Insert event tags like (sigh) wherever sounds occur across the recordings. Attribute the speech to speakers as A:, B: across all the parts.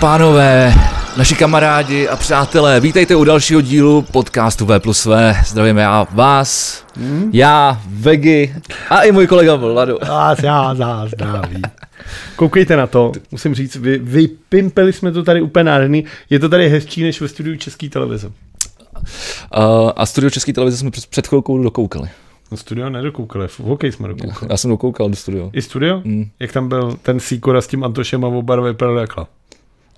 A: pánové, naši kamarádi a přátelé, vítejte u dalšího dílu podcastu V plus V. Zdravím já vás, hmm? já, Vegi a i můj kolega Vlado.
B: Vás já nás zdraví. Koukejte na to, musím říct, vy, vypimpeli jsme to tady úplně nádherný. Je to tady hezčí než ve studiu České televize.
A: Uh, a studio České televize jsme před- před chvilkou dokoukali.
B: No studio nedokoukali, v hokej jsme dokoukali.
A: Já jsem dokoukal do studio.
B: I studio?
A: Mm.
B: Jak tam byl ten Sikora s tím Antošem a oba dva vypadali jak chlap.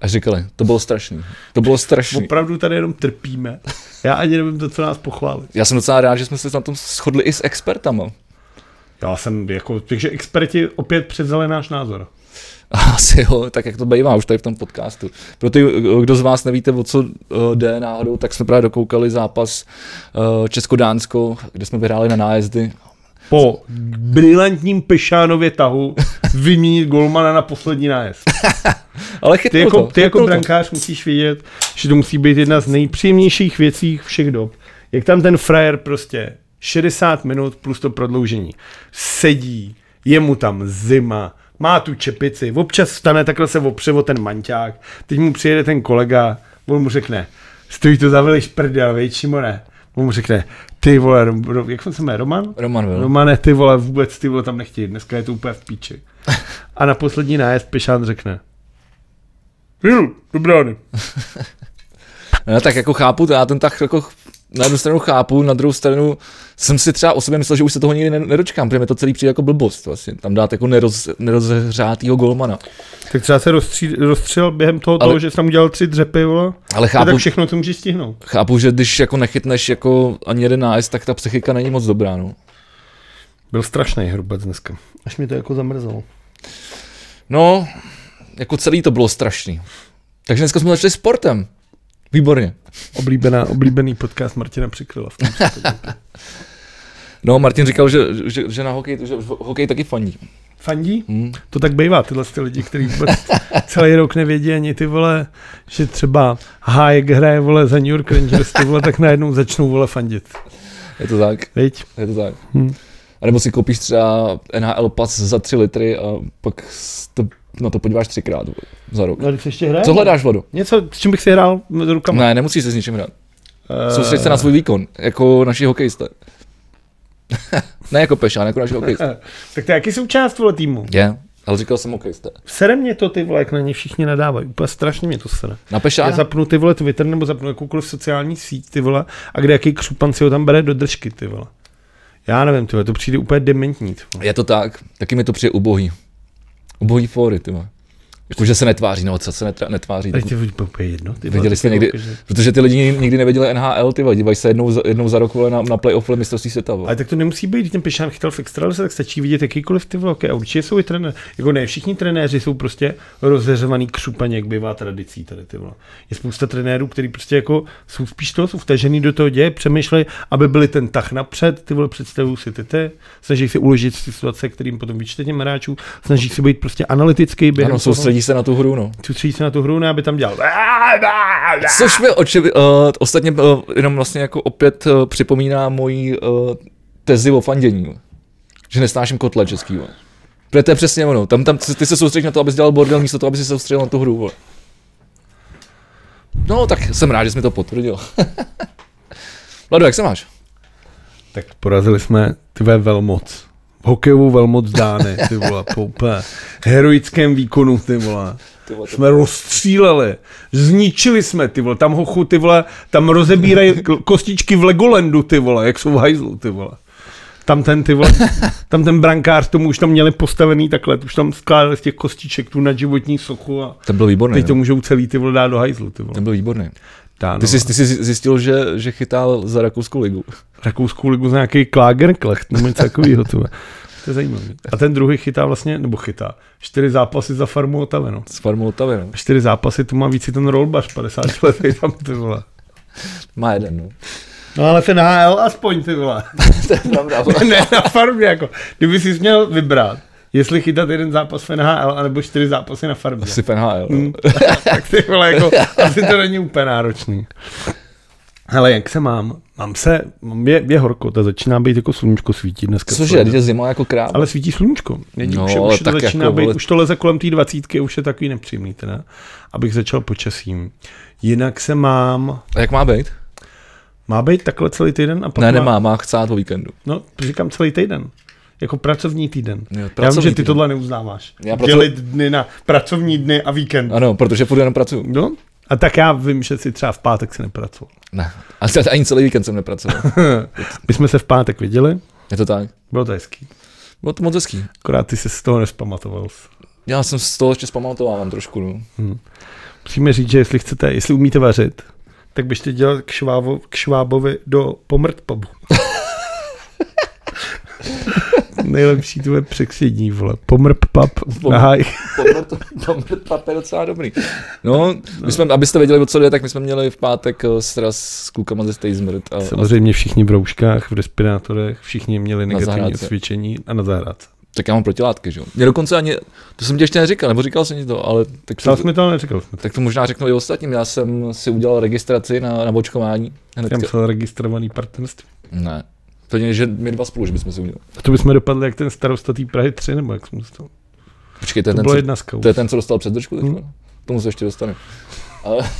A: A říkali, to bylo strašný. To bylo strašný.
B: Opravdu tady jenom trpíme. Já ani nevím to, co nás pochválit.
A: Já jsem docela rád, že jsme se na tom shodli i s expertama.
B: Já jsem jako, takže experti opět převzali náš názor.
A: (laughs) Asi jo, tak jak to bývá už tady v tom podcastu. Pro ty, kdo z vás nevíte, o co eh, jde náhodou, tak jsme právě dokoukali zápas eh, Česko-Dánsko, kde jsme vyhráli na nájezdy.
B: Po brilantním Pešánově tahu vyměnit golmana na poslední nájezd.
A: Ale chytnul
B: Ty
A: to.
B: jako, ty jako
A: chytnul to.
B: brankář musíš vědět, že to musí být jedna z nejpříjemnějších věcí všech dob. Jak tam ten frajer prostě 60 minut plus to prodloužení sedí, je mu tam zima, má tu čepici, občas stane takhle se opře o ten manťák, teď mu přijede ten kolega, on mu řekne, stojí to za veliš prdel, vej, Šimone. On mu řekne, ty vole, Rom- Rom- jak se jmenuje, Roman?
A: Roman byl.
B: Romane, No, ty vole, vůbec ty vole tam nechtějí, dneska je to úplně v píči. A na poslední nájezd Pešán řekne, Jdu, do brány.
A: No, tak jako chápu, to já ten tak jako ch- na jednu stranu chápu, na druhou stranu jsem si třeba o sobě myslel, že už se toho nikdy ne- nedočkám, protože mi to celý přijde jako blbost vlastně, tam dát jako neroz, nerozhřátýho golmana.
B: Tak třeba se rozstří, rozstřel během toho,
A: Ale-
B: toho, že jsi tam udělal tři dřepy, vole.
A: Ale
B: A No tak
A: chápu,
B: všechno to můžeš stihnout.
A: chápu, že když jako nechytneš jako ani jeden nájezd, tak ta psychika není moc dobrá, no.
B: Byl strašný hrubec dneska. Až mi to jako zamrzelo.
A: No, jako celý to bylo strašný. Takže dneska jsme začali sportem. Výborně.
B: Oblíbená, oblíbený podcast Martina Přikryla.
A: (laughs)
B: v tom případě.
A: No, Martin říkal, že, že, že na hokej, že v hokej taky fandí.
B: Fandí?
A: Hmm.
B: To tak bývá, tyhle ty lidi, kteří vůbec celý rok nevědí ani ty vole, že třeba Hájek hraje vole za New York Rangers, ty vole, tak najednou začnou vole fandit.
A: Je to tak,
B: Viď?
A: je to tak.
B: Hmm.
A: A nebo si koupíš třeba NHL pas za 3 litry a pak s- to, na to podíváš třikrát za rok.
B: No, když ještě hraje?
A: Co hledáš, Vlado?
B: Něco, s čím bych si hrál s rukama.
A: Ne, nemusíš se s ničím hrát.
B: Eh,
A: Soustřeď se na svůj výkon, jako naši hokejisté. (laughs) ne jako pešán, jako naši hokejisté.
B: Eh, Tak to je jaký součást vole týmu?
A: Je, ale říkal jsem hokejisté.
B: Sere mě to ty vole, jak na ně všichni nadávají. Úplně strašně mě to sere.
A: Na
B: Já
A: pešána?
B: zapnu ty vole Twitter nebo zapnu jakoukoliv sociální síť ty vole a kde jaký křupan si ho tam bere do držky ty vole. Já nevím, ty vole, to přijde úplně dementní. Ty vole.
A: Je to tak, taky mi to přijde ubohý. Ubohý fóry, ty vole. Jakože se netváří, no co se netra, netváří.
B: Tady
A: tak-
B: ty vole, úplně jedno. Ty vole, jako,
A: Viděli
B: ty
A: jste
B: vole,
A: někdy,
B: každý.
A: protože ty lidi nikdy neviděli NHL, ty vole, dívají se jednou za, jednou za rok vole, na, na playoff vole, mistrovství světa. Vole.
B: Ale tak to nemusí být, když ten Pešán chytal v extralize, tak stačí vidět jakýkoliv ty vloky. A určitě jsou i trenéři. Jako ne, všichni trenéři jsou prostě rozheřovaný křupaně, jak bývá tradicí tady ty vole. Je spousta trenérů, kteří prostě jako jsou spíš toho, jsou vtažený do toho děje, přemýšlejí, aby byli ten tah napřed, ty vole představují si ty, ty snaží si uložit si situace, kterým potom vyčte těm hráčů, snaží se být prostě analytický, během
A: Ano,
B: toho-
A: soustředí se na tu hru, no.
B: soustředí se na tu hru, ne aby tam dělal.
A: Což mi oči, uh, ostatně uh, jenom vlastně jako opět uh, připomíná moji uh, tezi o fandění. Že nesnáším kotle český. Vole. Protože to je přesně ono. Tam, tam ty se soustředíš na to, abys dělal bordel místo toho, aby se soustředil na tu hru. Vole. No, tak jsem rád, že jsi mi to potvrdil. (laughs) Vlado, jak se máš?
B: Tak porazili jsme tvé velmoc. Hokejovou velmoc Dány, ty vole, po úplně heroickém výkonu, ty vole.
A: Ty vole, to-
B: Jsme rozstříleli, zničili jsme, ty vole, tam hochu, ty vole, tam rozebírají k- kostičky v Legolandu, ty vole, jak jsou v hajzlu, ty vole. Tam ten, ty vole, tam ten brankář, tomu už tam měli postavený takhle, už tam skládali z těch kostiček tu nadživotní sochu a
A: Ten byl výborný.
B: teď to
A: no.
B: můžou celý ty vole dát do hajzlu, ty vole.
A: Ten byl výborný.
B: Dánové.
A: Ty jsi, ty jsi zjistil, že, že chytal za rakouskou ligu.
B: rakouskou ligu za nějaký Klagernklecht nebo něco takového. To, je- to je zajímavé. A ten druhý chytá vlastně, nebo chytá, čtyři zápasy za farmu Otavy, no.
A: S farmou Otavy, no.
B: A Čtyři zápasy, tu má víc i ten rolbař 50 letý tam, ty vole.
A: Má jeden, no.
B: No ale ten HL aspoň, ty vole.
A: (laughs)
B: (laughs)
A: to je pravda. vole.
B: ne na farmě, jako. Kdyby jsi měl vybrat, jestli chytat jeden zápas v NHL, anebo čtyři zápasy na farmě.
A: Asi v NHL, no.
B: tak ty vole, jako, asi to není úplně náročný. Hele, jak se mám? Mám se, je, je horko, to začíná být jako sluníčko svítí dneska.
A: Cože, teď je zima jako král.
B: Ale svítí sluníčko. Není, no, už, je-
A: ale
B: už, je to
A: tak
B: začíná
A: jako,
B: být,
A: vole.
B: už to leze kolem té dvacítky, už je takový nepříjemný teda. Abych začal počasím. Jinak se mám,
A: A jak má být?
B: má být takhle celý týden a pak
A: Ne,
B: má,
A: nemá, má chcát o víkendu.
B: No, říkám celý týden. Jako pracovní týden.
A: Jo,
B: Já vím,
A: pracovní
B: že ty
A: týden.
B: tohle neuznáváš.
A: Já proto-
B: Dělit dny na pracovní dny a víkend.
A: Ano, protože furt jenom pracuju.
B: No, a tak já vím, že si třeba v pátek si nepracoval.
A: Ne, a t- ani celý víkend jsem nepracoval.
B: My jsme se v pátek viděli,
A: (laughs) Je to tak.
B: bylo to hezký.
A: Bylo No, to moc hezký.
B: Akorát ty se z toho nespamatoval.
A: Já jsem z toho ještě zpamatoval trošku, no.
B: Musíme říct, že jestli chcete, jestli umíte vařit, tak běžte dělat k, švávo, k švábovi do pomrt pubu. (laughs) Nejlepší to je překřední, vole. Pomrp pub na haj.
A: Pomrt papel je docela dobrý. No, my jsme, abyste věděli, o co jde, tak my jsme měli v pátek eh, sraz s klukama ze Stay Zmrt. A, a,
B: Samozřejmě všichni v rouškách, v respirátorech, všichni měli negativní
A: zahrádce.
B: osvědčení a na zahrádce.
A: tak já mám protilátky, že jo. Mě dokonce ani, to jsem ti ještě neříkal, nebo říkal jsem ti to, ale tak,
B: Psal
A: to,
B: jsme to, ale neříkal jsme to.
A: tak to možná řeknu i ostatním. Já jsem si udělal registraci na, na očkování.
B: Já
A: Hnedka.
B: psal registrovaný partnerství.
A: Ne. To je, že my dva spolu, že bychom si udělali.
B: A to bychom dopadli jak ten starosta té Prahy 3, nebo jak jsme to?
A: Počkej, to je
B: To
A: ten,
B: bylo
A: co,
B: jedna z kauz.
A: To je ten, co dostal předržku teď? Hmm. Tomu se ještě dostane. Ale,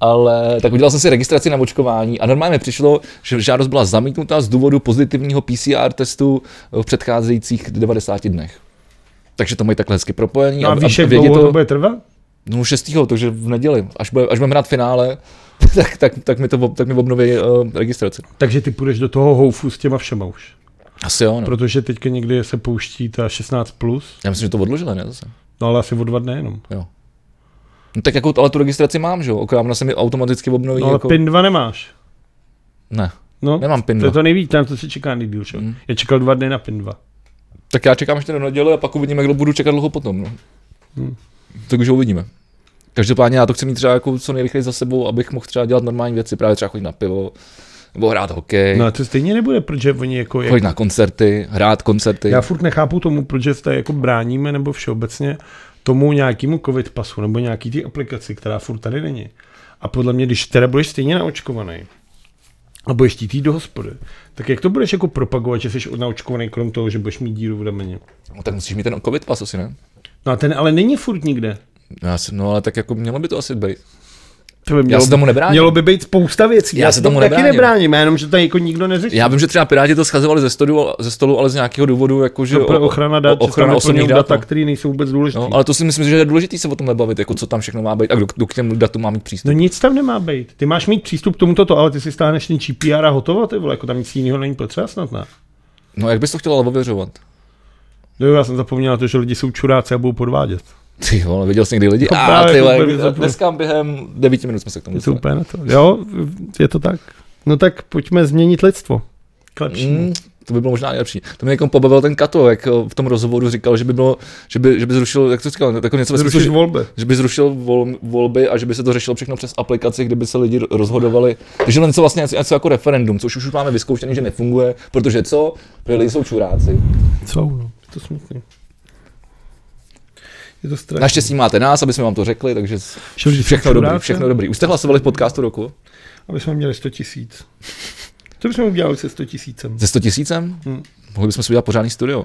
A: ale tak udělal jsem si registraci na očkování a normálně mi přišlo, že žádost byla zamítnutá z důvodu pozitivního PCR testu v předcházejících 90 dnech. Takže to mají takhle hezky propojení.
B: No a víš, jak
A: vědí
B: dlouho to bude trvat?
A: No 6. takže v neděli, až, bude, až budeme hrát finále, (laughs) tak, tak, tak, mi to, ob- tak mi obnoví uh, registraci.
B: Takže ty půjdeš do toho houfu s těma všema už.
A: Asi jo, no.
B: Protože teďka někdy se pouští ta 16+, plus,
A: Já myslím, že to odložili, ne zase.
B: no ale asi o dva dny jenom.
A: Jo. No tak jako, ale tu registraci mám, že jo? Okrát ona se mi automaticky obnoví.
B: No ale
A: jako...
B: PIN 2 nemáš.
A: Ne,
B: No,
A: nemám Mm. PIN.
B: to je
A: dva.
B: to nejvíc, tam to se čeká nejdíl, čo? Já čekal dva dny na PIN 2.
A: Tak já čekám ještě do neděle a pak uvidíme, jak dlouho budu čekat dlouho potom. No.
B: Hmm.
A: Tak už uvidíme. Každopádně já to chci mít třeba jako co nejrychleji za sebou, abych mohl třeba dělat normální věci, právě třeba chodit na pivo, nebo hrát hokej,
B: No a to stejně nebude, protože oni jako...
A: chodit na koncerty, hrát koncerty.
B: Já furt nechápu tomu, proč se tady jako bráníme nebo všeobecně tomu nějakému covid pasu nebo nějaký ty aplikaci, která furt tady není. A podle mě, když teda budeš stejně naočkovaný a budeš chtít jít do hospody, tak jak to budeš jako propagovat, že jsi naočkovaný krom toho, že budeš mít díru v rameně?
A: No, tak musíš mít ten covid pas asi, ne?
B: No a ten ale není furt nikde.
A: No, Já si, no ale tak jako mělo by to asi být.
B: To by
A: Já se tomu nebráním.
B: Mělo by být spousta věcí.
A: Já se tomu
B: taky
A: nebráním.
B: nebráním, já jenom, že to jako nikdo neřeší.
A: Já vím, že třeba Piráti to schazovali ze, stolu, ze stolu, ale z nějakého důvodu, jako že
B: No, Pro ochrana dat, že
A: ochrana
B: tam
A: osobních
B: osobních
A: dat.
B: data,
A: no.
B: které nejsou vůbec důležité.
A: No, ale to si myslím, že je důležité se o tomhle bavit, jako co tam všechno má být a kdo, kdo k těm datům má mít přístup.
B: No nic tam nemá být. Ty máš mít přístup k tomuto, to, ale ty si stáhneš ten GPR a hotovo, ty vole, jako tam nic jiného není potřeba snad, ne?
A: No, jak bys to chtěl ale ověřovat?
B: No jo, já jsem zapomněl na to, že lidi jsou čuráci a budou podvádět.
A: Ty vole, viděl jsi někdy lidi?
B: No
A: A
B: právě,
A: ty
B: to
A: vole,
B: úplně vyzapnu.
A: dneska během 9 minut jsme se k tomu
B: Je to
A: dostali.
B: úplně na to. Jo, je to tak. No tak pojďme změnit lidstvo. K lepšímu.
A: Mm, to by bylo možná nejlepší. To mě někomu pobavil ten Kato, jak eh, v tom rozhovoru říkal, že by, bylo, že by, že by zrušil, jak to říkal, tak něco ve smyslu,
B: Zrušit
A: že,
B: volby.
A: že by zrušil vol, volby a že by se to řešilo všechno přes aplikaci, kde by se lidi rozhodovali. Takže to něco vlastně něco, něco jako referendum, což už máme vyzkoušený, že nefunguje, protože co? Protože lidi jsou čuráci.
B: Jsou, no. Je to smutný. Je to strašné.
A: Naštěstí máte nás, aby jsme vám to řekli, takže s-
B: Že lidi jsou
A: všechno dobrý,
B: čuráci?
A: všechno dobrý. Už jste hlasovali v podcastu roku?
B: Aby jsme měli 100 tisíc. Co bychom udělali se 100 tisícem?
A: Se 100 tisícem?
B: Hm.
A: Mohli bychom si udělat pořádný studio.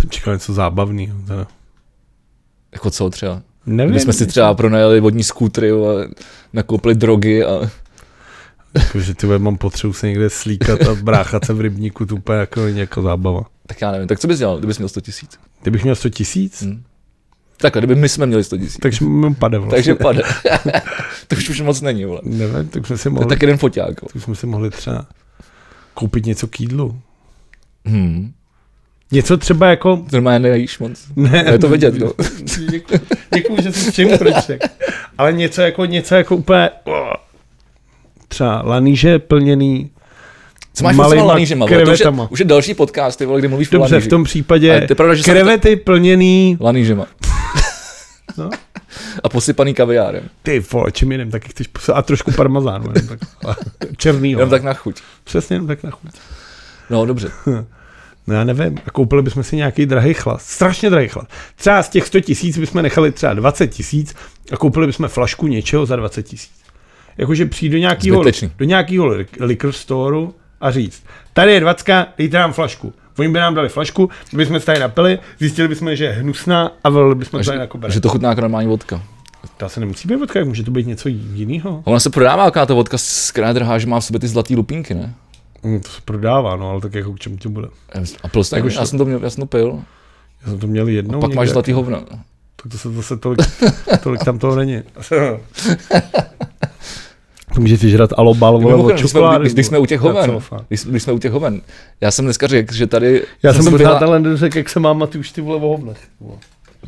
B: Jsem čekal něco zábavného. Teda.
A: Jako co třeba?
B: Nevím.
A: My jsme si třeba pronajeli vodní skútry a nakoupili drogy a
B: Jako, že ty vole, mám potřebu se někde slíkat a bráchat se v rybníku, to úplně jako, jako zábava.
A: tak já nevím, tak co bys dělal, kdybys měl 100 tisíc?
B: Kdybych měl 100 tisíc,
A: Hmm. Takhle, kdyby my jsme měli 100 tisíc.
B: takže mi pade vlastně.
A: Takže pade. (laughs) to už, už moc není, vole.
B: Nevím, tak jsme si
A: To je
B: mohli, tak...
A: tak jeden foťák. jo.
B: jsme si mohli třeba koupit něco k jídlu.
A: Hmm.
B: Něco třeba jako...
A: To normálně nejíš moc.
B: Ne,
A: Je to vidět, no.
B: Děkuji, děkuji, že jsi s čím proček. Ale něco jako, něco jako úplně... Třeba laníže plněný
A: Co máš
B: Malejma
A: Malej lanížema, vole? To už, je,
B: krevetama.
A: už je další podcast, ty vole, kde mluvíš
B: Dobře,
A: o
B: v tom případě
A: Ale to je pravda, že jsem-
B: krevety plněný...
A: Lanížema.
B: (laughs) No.
A: A posypaný kaviárem.
B: Ty vole, čím jiným taky chceš poslat? A trošku parmazánu, jenom
A: (laughs)
B: tak. Černýho.
A: Jenom tak na chuť.
B: Přesně, jenom tak na chuť.
A: No, dobře.
B: No já nevím, a koupili bychom si nějaký drahý chlad, strašně drahý chlad. Třeba z těch 100 tisíc bychom nechali třeba 20 tisíc a koupili bychom flašku něčeho za 20 tisíc. Jakože přijít do nějakého,
A: Zbytečný.
B: do nějakého li- liquor storeu a říct, tady je 20, dejte nám flašku. Oni by nám dali flašku, my bychom se tady napili, zjistili bychom, že je hnusná a volili bychom tady na koberec.
A: Že to chutná jako normální vodka.
B: Ta se nemusí být vodka, může to být něco jiného.
A: A ona se prodává jaká ta vodka zkrátka drahá, že má v sobě ty zlatý lupínky, ne?
B: Hm, To se prodává, no, ale tak jako k čemu to bude.
A: A prostě,
B: Tak
A: tak
B: už
A: já,
B: to-
A: jsem to, měl, já jsem to pil,
B: Já jsem to měl jednou.
A: no, pak
B: někde.
A: máš zlatý hovna.
B: Tak to se zase tolik, tolik tam
A: (laughs)
B: toho není. to můžete žrat alobal, vole,
A: Mimochodem,
B: od
A: když, jsme,
B: čokolády.
A: když, když jsme u těch
B: vole, na
A: hoven,
B: celofán.
A: když, když jsme u těch hoven, já jsem dneska řekl, že tady...
B: Já jsem byl
A: byla-
B: přátel jen řekl, jak se mám a ty už ty vole o hovnech. vole.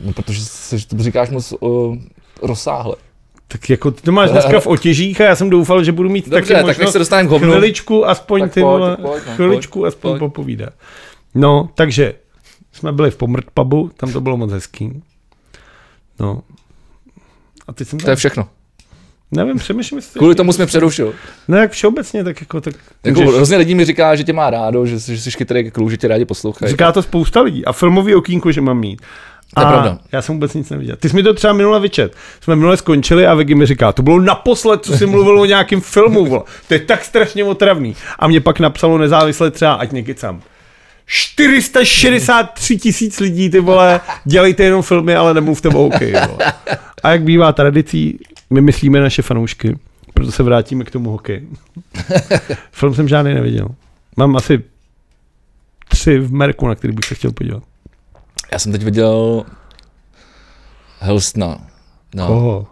A: No, protože se, to říkáš moc o, rozsáhle.
B: Tak jako ty to máš
A: (laughs)
B: dneska v otěžích a já jsem doufal, že budu mít
A: Dobře, tak
B: taky
A: než
B: možnost
A: se dostaneme k hovnu,
B: chviličku aspoň
A: Tak
B: ty
A: pojď,
B: vole,
A: tak pojď, no,
B: chviličku
A: pojď,
B: aspoň
A: pojď.
B: popovídat. No, takže jsme byli v Pomrt pubu, tam to bylo moc hezký. No. A teď jsem
A: to je
B: tam,
A: všechno.
B: nevím, přemýšlím, jestli...
A: Kvůli tomu jsme přerušil.
B: Ne, jak všeobecně, tak jako tak...
A: Jako,
B: můžeš-
A: hrozně lidí mi říká, že tě má rádo, že, jsi- že jsi chytrý klů, že tě rádi poslouchají.
B: Říká to spousta lidí. A filmový okýnko, že mám mít.
A: To je
B: A
A: pravda.
B: já jsem vůbec nic neviděl. Ty jsi mi to třeba minule vyčet. Jsme minule skončili a Vegy mi říká, to bylo naposled, co jsi mluvil o nějakém filmu. Vole. To je tak strašně otravný. A mě pak napsalo nezávisle třeba, ať nekecám. 463 tisíc lidí, ty vole, dělejte jenom filmy, ale nemluvte o hokej. Vole. A jak bývá tradicí, my myslíme naše fanoušky, proto se vrátíme k tomu hokeji. (laughs) Film jsem žádný neviděl. Mám asi tři v Merku, na který bych se chtěl podívat.
A: Já jsem teď viděl Helstna. No,
B: Koho?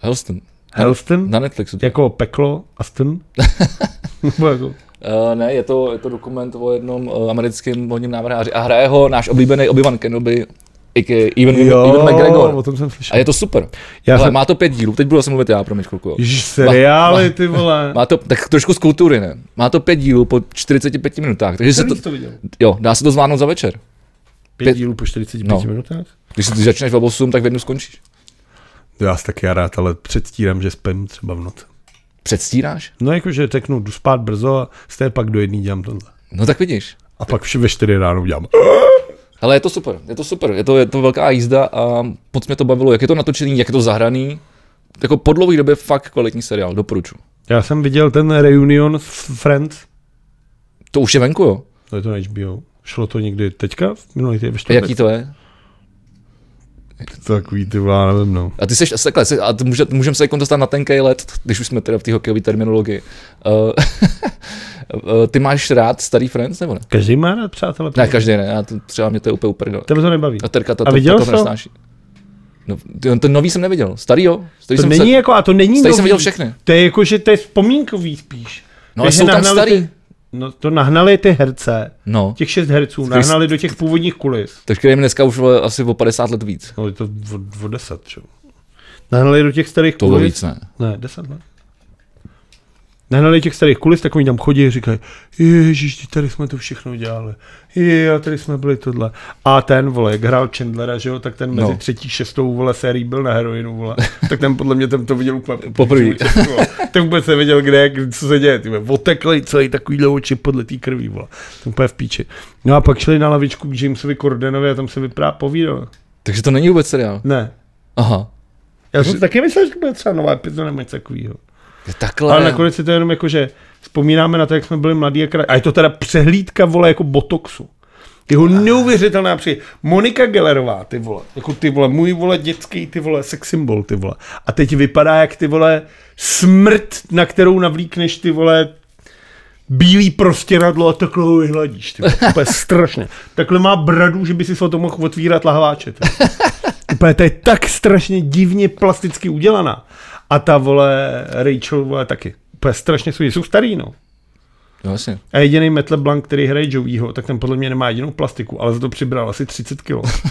A: Helston.
B: Helston?
A: Na Netflixu.
B: Jako peklo? Aston?
A: (laughs)
B: Nebo jako...
A: Uh, ne, je to, je to dokument o jednom uh, americkém vodním návrháři a hraje ho náš oblíbený Obi-Wan Kenobi, a.k.a. Ivan, Ivan
B: o
A: McGregor.
B: tom jsem
A: A
B: slyšel.
A: je to super.
B: Já
A: Ale
B: jsem...
A: má to pět dílů, teď budu se mluvit já pro mě chvilku. jo.
B: Ježiš, seriály, ty vole.
A: Má to, tak trošku z kultury, ne? Má to pět dílů po 45 minutách, takže se to,
B: Který jsi to viděl?
A: jo, dá se to zvládnout za večer.
B: Pět
A: Pět-
B: dílů po 45
A: No.
B: minutách?
A: Když si začneš v 8, tak v jednu skončíš.
B: Já si taky rád, ale předstírám, že spím třeba v noci.
A: Předstíráš?
B: No jakože řeknu, jdu spát brzo a z té pak do jedný dělám tohle.
A: No tak vidíš.
B: A pak vše ve čtyři ráno dělám.
A: Ale je to super, je to super, je to, je to velká jízda a moc mě to bavilo, jak je to natočený, jak je to zahraný. Jako po dlouhé době fakt kvalitní seriál, doporučuji.
B: Já jsem viděl ten reunion s Friends.
A: To už je venku, jo?
B: To je to na HBO. Šlo to někdy teďka? Minulý týden ve
A: A
B: čtvrtek?
A: jaký to je?
B: Takový ty vole, já nevím, no.
A: A ty jsi asi takhle, jsi, a to může, můžeme se jako dostat na tenkej let, když už jsme teda v té hokejové terminologii. (laughs) Uh, uh, ty máš rád starý Friends, nebo ne?
B: Každý má rád přátelé.
A: Ne, každý ne, já to, třeba mě to je úplně uprdel.
B: Tebe to nebaví.
A: A Terka to,
B: A viděl
A: to,
B: jsi
A: to
B: to?
A: nesnáší. No, ty- ten nový jsem neviděl, starý jo. Starý
B: To
A: jsem
B: není
A: se,
B: jako, a to není
A: starý jsem
B: nový.
A: viděl všechny.
B: To je jako, že to je vzpomínkový spíš.
A: No ale
B: Takže
A: jsou tam
B: nahnali
A: starý.
B: Ty, no to nahnali ty herce,
A: No,
B: těch šest herců, nahnali do těch původních kulis.
A: takže který je mi dneska už vole, asi o 50 let víc.
B: No je to o, o deset, čo? Nahnali do těch starých
A: To bylo
B: kulis.
A: víc, ne?
B: Ne, deset let. Nahnali těch starých kulis, tak oni tam chodí a říkají, ježiš, ty tady jsme to všechno dělali. Je, a tady jsme byli tohle. A ten, vole, jak hrál Chandlera, že jo, tak ten mezi
A: No.
B: třetí, šestou, vole, sérií byl na heroinu, vole. (laughs) Tak ten podle mě ten to viděl úplně
A: Poprvý.
B: (laughs) Ten vůbec nevěděl, kde, jak, co se děje. Ty vole, otekli celý takovýhle oči podle té krví, vole. Ten úplně v píči. No a pak šli na lavičku k Jamesovi Cordenovi a tam se vyprá povídal.
A: Takže to není vůbec seriál.
B: Ne.
A: Aha.
B: Já jsem taky myslel, že to bude třeba nová epizoda nebo něco takového.
A: Je Takhle.
B: Ale nakonec je to jenom jako, že vzpomínáme na to, jak jsme byli mladí a krá... A je to teda přehlídka, vole, jako botoxu. Jeho neuvěřitelná při Monika Gellerová, ty vole. Jako ty vole, můj vole, dětský, ty vole, sex symbol, ty vole. A teď vypadá jak ty vole smrt, na kterou navlíkneš ty vole bílý prostěradlo a takhle ho vyhladíš. Ty vole. Úplně strašně. Takhle má bradu, že by si o tom mohl otvírat lahváče. Ty. vole. Úplně to je tak strašně divně plasticky udělaná. A ta vole Rachel vole taky. Úplně strašně jsou, jsou starý, no.
A: No, jasně.
B: A jediný Metle Blanc, který hraje Joeyho, tak ten podle mě nemá jedinou plastiku, ale za to přibral asi 30 kg.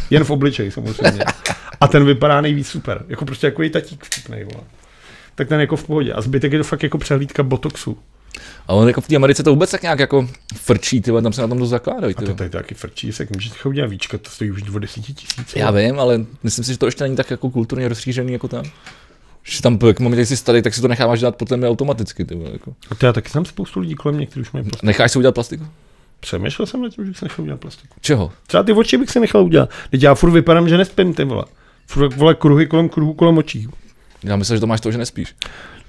B: Jen v obličeji samozřejmě. A ten vypadá nejvíc super. Jako prostě jako i tatík vtipnej, vole. Tak ten jako v pohodě. A zbytek je to fakt jako přehlídka botoxu.
A: A on jako v té Americe to vůbec tak nějak jako frčí, ty vole, tam se na tom dost zakládají.
B: A
A: ty
B: to
A: vole.
B: tady taky frčí, se můžeš teďka udělat víčka, to stojí už 20 tisíc.
A: Já vím, ale myslím si, že to ještě není tak jako kulturně rozšířený jako tam. Že tam, jak mám jak jsi starý, tak si to necháváš dělat podle mě automaticky. Ty vole, jako.
B: A to já taky znám spoustu lidí kolem mě, kteří už mají plastiku.
A: Necháš si udělat plastiku?
B: Přemýšlel jsem nad tím, že bych se nechal udělat plastiku.
A: Čeho?
B: Třeba ty oči bych se nechal udělat. Teď já furt vypadám, že nespím, ty vole. Furt vole kruhy kolem kruhu kolem očí.
A: Já myslím, že to máš to, že nespíš.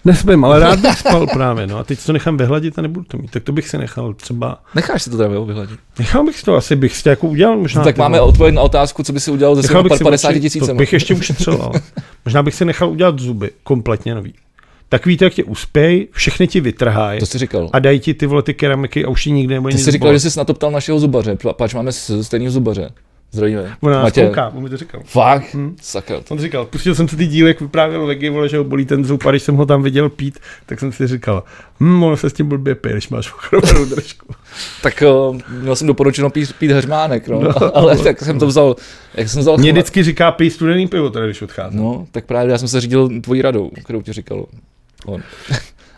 B: Nespím, ale rád bych spal právě, no. A teď si to nechám vyhladit a nebudu to mít. Tak to bych si nechal třeba...
A: Necháš si to teda vyhladit.
B: Nechal bych si to, asi bych si to jako udělal možná.
A: No, tak
B: ty vole.
A: máme odpověď na otázku, co by si udělal se
B: Nechal
A: svými
B: bych si
A: 50
B: oči- To
A: tisícem.
B: bych ještě
A: (laughs)
B: ušetřil, ale možná bych si nechal udělat zuby kompletně nový. Tak víte, jak tě uspěj, všechny ti vytrhají
A: To jsi říkal.
B: a dají ti ty vole ty keramiky a už ti nikdy nebude
A: Ty
B: nic
A: jsi říkal,
B: bolet.
A: že jsi na to ptal našeho zubaře, pl- pač máme s- stejného zubaře. Zdravíme.
B: On na nás
A: Matěj.
B: kouká, Hm. on mi to říkal.
A: Fakt? Sakra.
B: On říkal, pustil jsem si ty díly, jak vyprávěl Vegy, vole, že ho bolí ten zub a když jsem ho tam viděl pít, tak jsem si říkal, hm, ono se s tím blbě pije, když máš
A: (laughs)
B: ochromenou držku.
A: Tak uh, měl jsem doporučeno pít, pít hřmánek, no. (laughs)
B: No.
A: ale tak jsem to vzal, jak jsem vzal
B: Mě
A: chleba-
B: vždycky říká, pij studený pivo, teda, když odcházím.
A: No, tak právě já jsem se řídil tvojí radou, kterou ti říkal on. (laughs) No,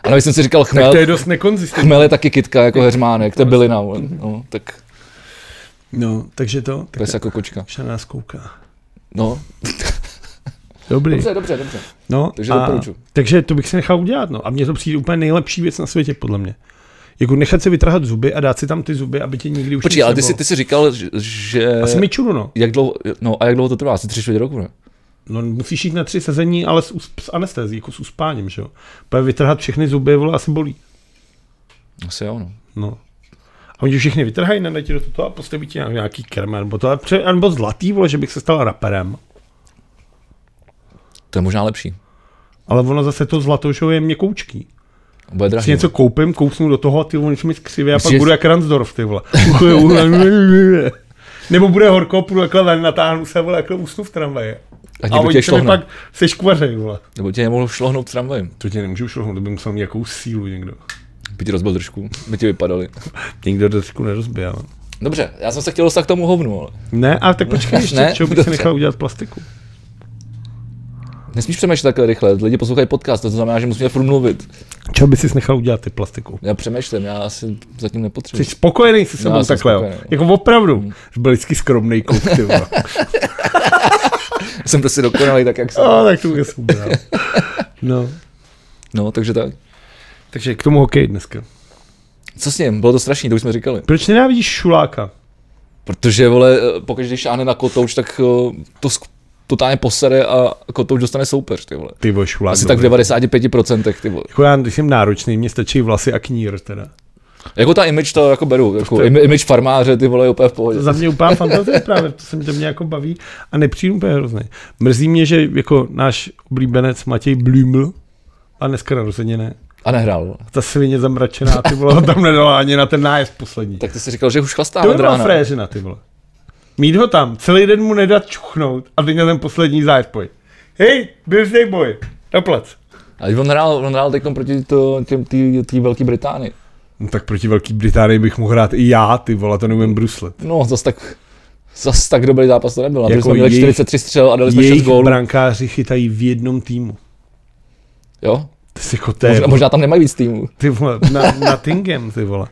A: Ale když jsem si říkal
B: Tak
A: chmel,
B: to je dost nekonzistentní.
A: chmel je taky kytka jako heřmánek, to je bylina, vole. no, tak
B: No, takže to,
A: to je
B: tak
A: jako kočka.
B: na nás kouká.
A: No,
B: Dobrý.
A: dobře, dobře, dobře.
B: No,
A: Takže
B: a,
A: doporučuji.
B: takže to bych si nechal udělat, no. A mně to přijde úplně nejlepší věc na světě, podle mě. Jako nechat si vytrhat zuby a dát si tam ty zuby, aby tě nikdy už
A: Počkej,
B: nic
A: ale ty jsi,
B: nebylo.
A: ty jsi říkal, že- že...
B: Asi mi čuru, no.
A: Jak dlouho, no a jak dlouho to trvá? Asi tři čtvrtě roku, ne?
B: No, musíš jít na tři sezení, ale s, us- s anestezí, jako s uspáním, že jo. Protože vytrhat všechny zuby, vole, asi bolí.
A: Asi jo, no.
B: No. A oni všechny vytrhají, nadají ti do toho a postaví ti nějak- nějaký krm, nebo, to, a pře- a nebo zlatý, vole, že bych se stal raperem.
A: To je možná lepší.
B: Ale ono zase to zlato, že jo, je měkoučký.
A: A Bude drahý.
B: Si něco koupím, kousnu do toho a ty vole, něco mi skřivě a
A: Myslíš,
B: pak
A: že-
B: budu jak Ransdorf, ty vole. Ucho, ucho, (laughs) Nebo bude horko, půjdu takhle ven, natáhnu se, vole, takhle usnu v tramvaji.
A: A
B: A
A: někdo tě
B: oni se mi
A: šlohne.
B: pak seškvařej, vole.
A: Nebo tě nemohl šlohnout tramvajem.
B: To tě nemůžu šlohnout, to by musel mít jakou sílu někdo.
A: By ti rozbil držku, by ti vypadali.
B: Nikdo trošku nerozbije, ale.
A: Dobře, já jsem se chtěl dostat k tomu hovnu, ale
B: Ne, ale tak počkej ještě,
A: Ne?
B: ne? čeho bych si nechal udělat plastiku.
A: nesmíš přemýšlet takhle rychle. Lidi poslouchají podcast, to znamená, že musíme furt mluvit.
B: Čeho bys si nechal udělat ty plastiku?
A: Já přemýšlím, já asi zatím nepotřebuji.
B: Jsi spokojený se sebou
A: Já
B: no,
A: jsem
B: takhle, jo.
A: spokojený. Hmm.
B: Jako opravdu. Jsi byl vždycky skromnej kluk,
A: (laughs)
B: ty vole.
A: Jsem prostě dokonalý, tak jak jsem.
B: No, tak to bych asi ubral. No.
A: No, takže tak.
B: Takže k tomu hokej dneska.
A: Co s ním? Bylo to strašný, to už jsme říkali.
B: Proč nenávidíš šuláka?
A: Protože, vole, eh, pokud když šáhne na kotouč, tak eh, to sk- totálně posere a kotouč dostane soupeř, ty vole.
B: Ty vole, šulák.
A: Asi tak v
B: dobrý.
A: 95%, ty vole.
B: Jako já, když jsem náročný, mně stačí vlasy a knír teda.
A: Jako ta image to jako beru, jako im- image farmáře, ty vole, je úplně v pohodě.
B: To za mě úplná fantazie právě, to se mě, to mě jako baví a nepřijdu úplně hrozný. Mrzí mě, že jako náš oblíbenec Matěj Blüml, a dneska narozeně ne,
A: A nehrál. vole.
B: ta svině zamračená, ty vole, (laughs) ho tam nedala ani na ten nájezd poslední.
A: Tak ty jsi říkal, že už chlastá
B: To
A: od
B: by byla
A: rána.
B: fréřina, ty vole. Mít ho tam, celý den mu nedat čuchnout a teď na ten poslední zájezd pojď. Hej, byl zde boj, na plac.
A: A on hrál, on hrál teď proti to- těm- tý- tý Velké Británii.
B: No tak proti Velký Británii bych mohl hrát i já, ty vole, to neumím bruslet.
A: No, zas tak, zas tak dobrý zápas to nebyl. Na to
B: Jako
A: jsme měli
B: jejich-
A: 43 střel a dali jsme 6
B: Jejich
A: gólů.
B: brankáři chytají v jednom týmu.
A: Jo?
B: To je jako to je,
A: Možná, možná tam nemají víc týmů.
B: ty vole, na, na Tingem, ty vole.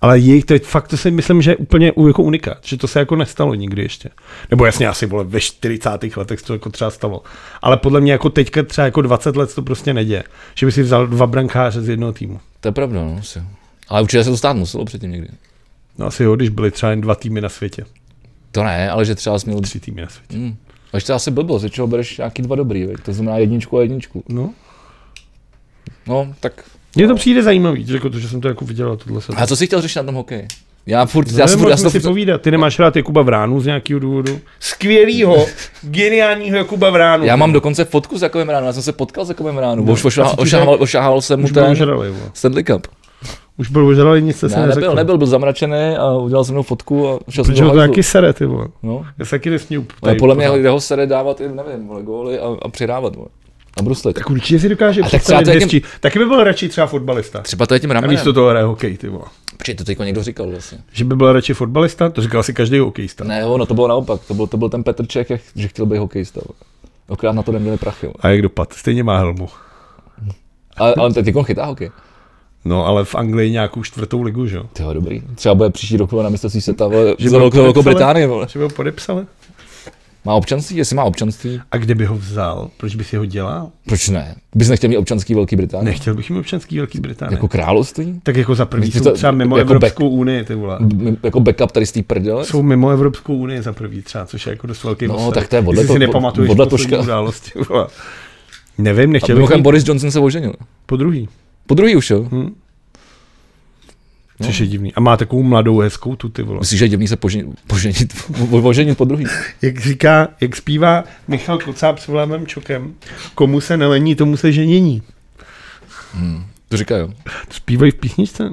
B: Ale jejich, to je, fakt to si myslím, že je úplně u- jako unikát, že to se jako nestalo nikdy ještě. Nebo jasně asi, vole, ve 40. letech se to jako třeba stalo. Ale podle mě jako teďka třeba jako 20 let se to prostě neděje. Že by si vzal dva brankáře z jednoho týmu.
A: To je pravda, no. Asi. Ale určitě se to stát muselo předtím někdy.
B: No asi jo, když byly třeba jen dva týmy na světě.
A: To ne, ale že třeba jsi měl...
B: Tři týmy na světě.
A: Hmm. Až to je asi blbost, že čeho bereš nějaký dva dobrý, veď? to znamená jedničku a jedničku.
B: No.
A: No, tak.
B: Mně to přijde zajímavý, že, jako to, že jsem to jako viděl a tohle se.
A: A co jsi chtěl řešit na tom hokeji? Já furt,
B: Já
A: já jsem
B: jsem
A: furt, já
B: No moc
A: jsem
B: si
A: furt,
B: povídat. Ty nemáš rád Jakuba Vránu z nějakého důvodu? (laughs) Skvělýho, geniálního Jakuba Vránu.
A: já mám dokonce fotku s Jakobem Ránu, já jsem se potkal s Jakobem Ránu, no,
B: No, a co ti
A: ošahal, ošahal, jsem mu
B: Už byl
A: ten
B: ožralý, vole.
A: Stanley Cup.
B: Už byl ožralý, nic se
A: Ne, nebyl,
B: neřekl.
A: nebyl, byl zamračený a udělal se mnou fotku a šel jsem
B: Protože
A: do
B: ho to
A: hajzlu.
B: taky sere, ty vole.
A: No.
B: Já se taky nesmím
A: Ale podle mě jde ho sere dávat, i, nevím, vole, góly a, a přidávat, vole. A bruslet.
B: Tak určitě si dokáže
A: tak třeba
B: představit
A: to je tím-
B: hezčí. Taky by byl radši třeba fotbalista.
A: Třeba to je tím
B: A
A: ramenem.
B: místo toho hraje hokej, ty vole.
A: Protože to teď někdo říkal vlastně.
B: Že by byl radši fotbalista, to říkal si každý hokejista.
A: Ne, ono to bylo naopak, to byl, to byl ten Petr Čech, jak, že chtěl být hokejista. vole. Akorát na to neměli prachy. vole.
B: A jak dopad? Stejně má helmu.
A: Ale, ale teď on chytá hokej.
B: No, ale v Anglii nějakou čtvrtou ligu, že jo?
A: To je dobrý. Třeba bude příští rok vole, na mistrovství světa, vole,
B: Že
A: za
B: byl
A: velkou, velkou
B: podepsán?
A: Británii, vole.
B: Že by ho podepsali?
A: jako Má občanství? Jestli má občanství?
B: A kde by ho vzal? Proč by si ho dělal?
A: Proč ne? Bys nechtěl mít občanský Velký Británie?
B: Nechtěl bych jim občanský Velký Británie.
A: Jako království?
B: Tak jako za prvý
A: Myslíte
B: jsou
A: to
B: třeba mimo
A: jako
B: Evropskou unii, ty vole.
A: M- jako backup tady z té prdele?
B: Jsou mimo Evropskou unii za prvý třeba, což je jako dost velký
A: No,
B: boster.
A: tak to je podle
B: Jestli
A: to-
B: si nepamatuješ
A: podle
B: poslední
A: Toška.
B: událost, ty vole. Nevím,
A: A
B: nechtěl bych
A: mimochodem
B: mít
A: Boris Johnson se oženil.
B: po druhý.
A: Po druhý už, jo?
B: Hm? Což
A: No.
B: je divný. A má takovou mladou, hezkou tu, ty vole.
A: Myslíš, že je divný se poženit, poženit, (laughs) poženit po druhý?
B: Jak říká, jak zpívá Michal Kocáb s Vlémem Čokem, komu se nelení, tomu se ženění.
A: To říká, jo.
B: To zpívají v písničce.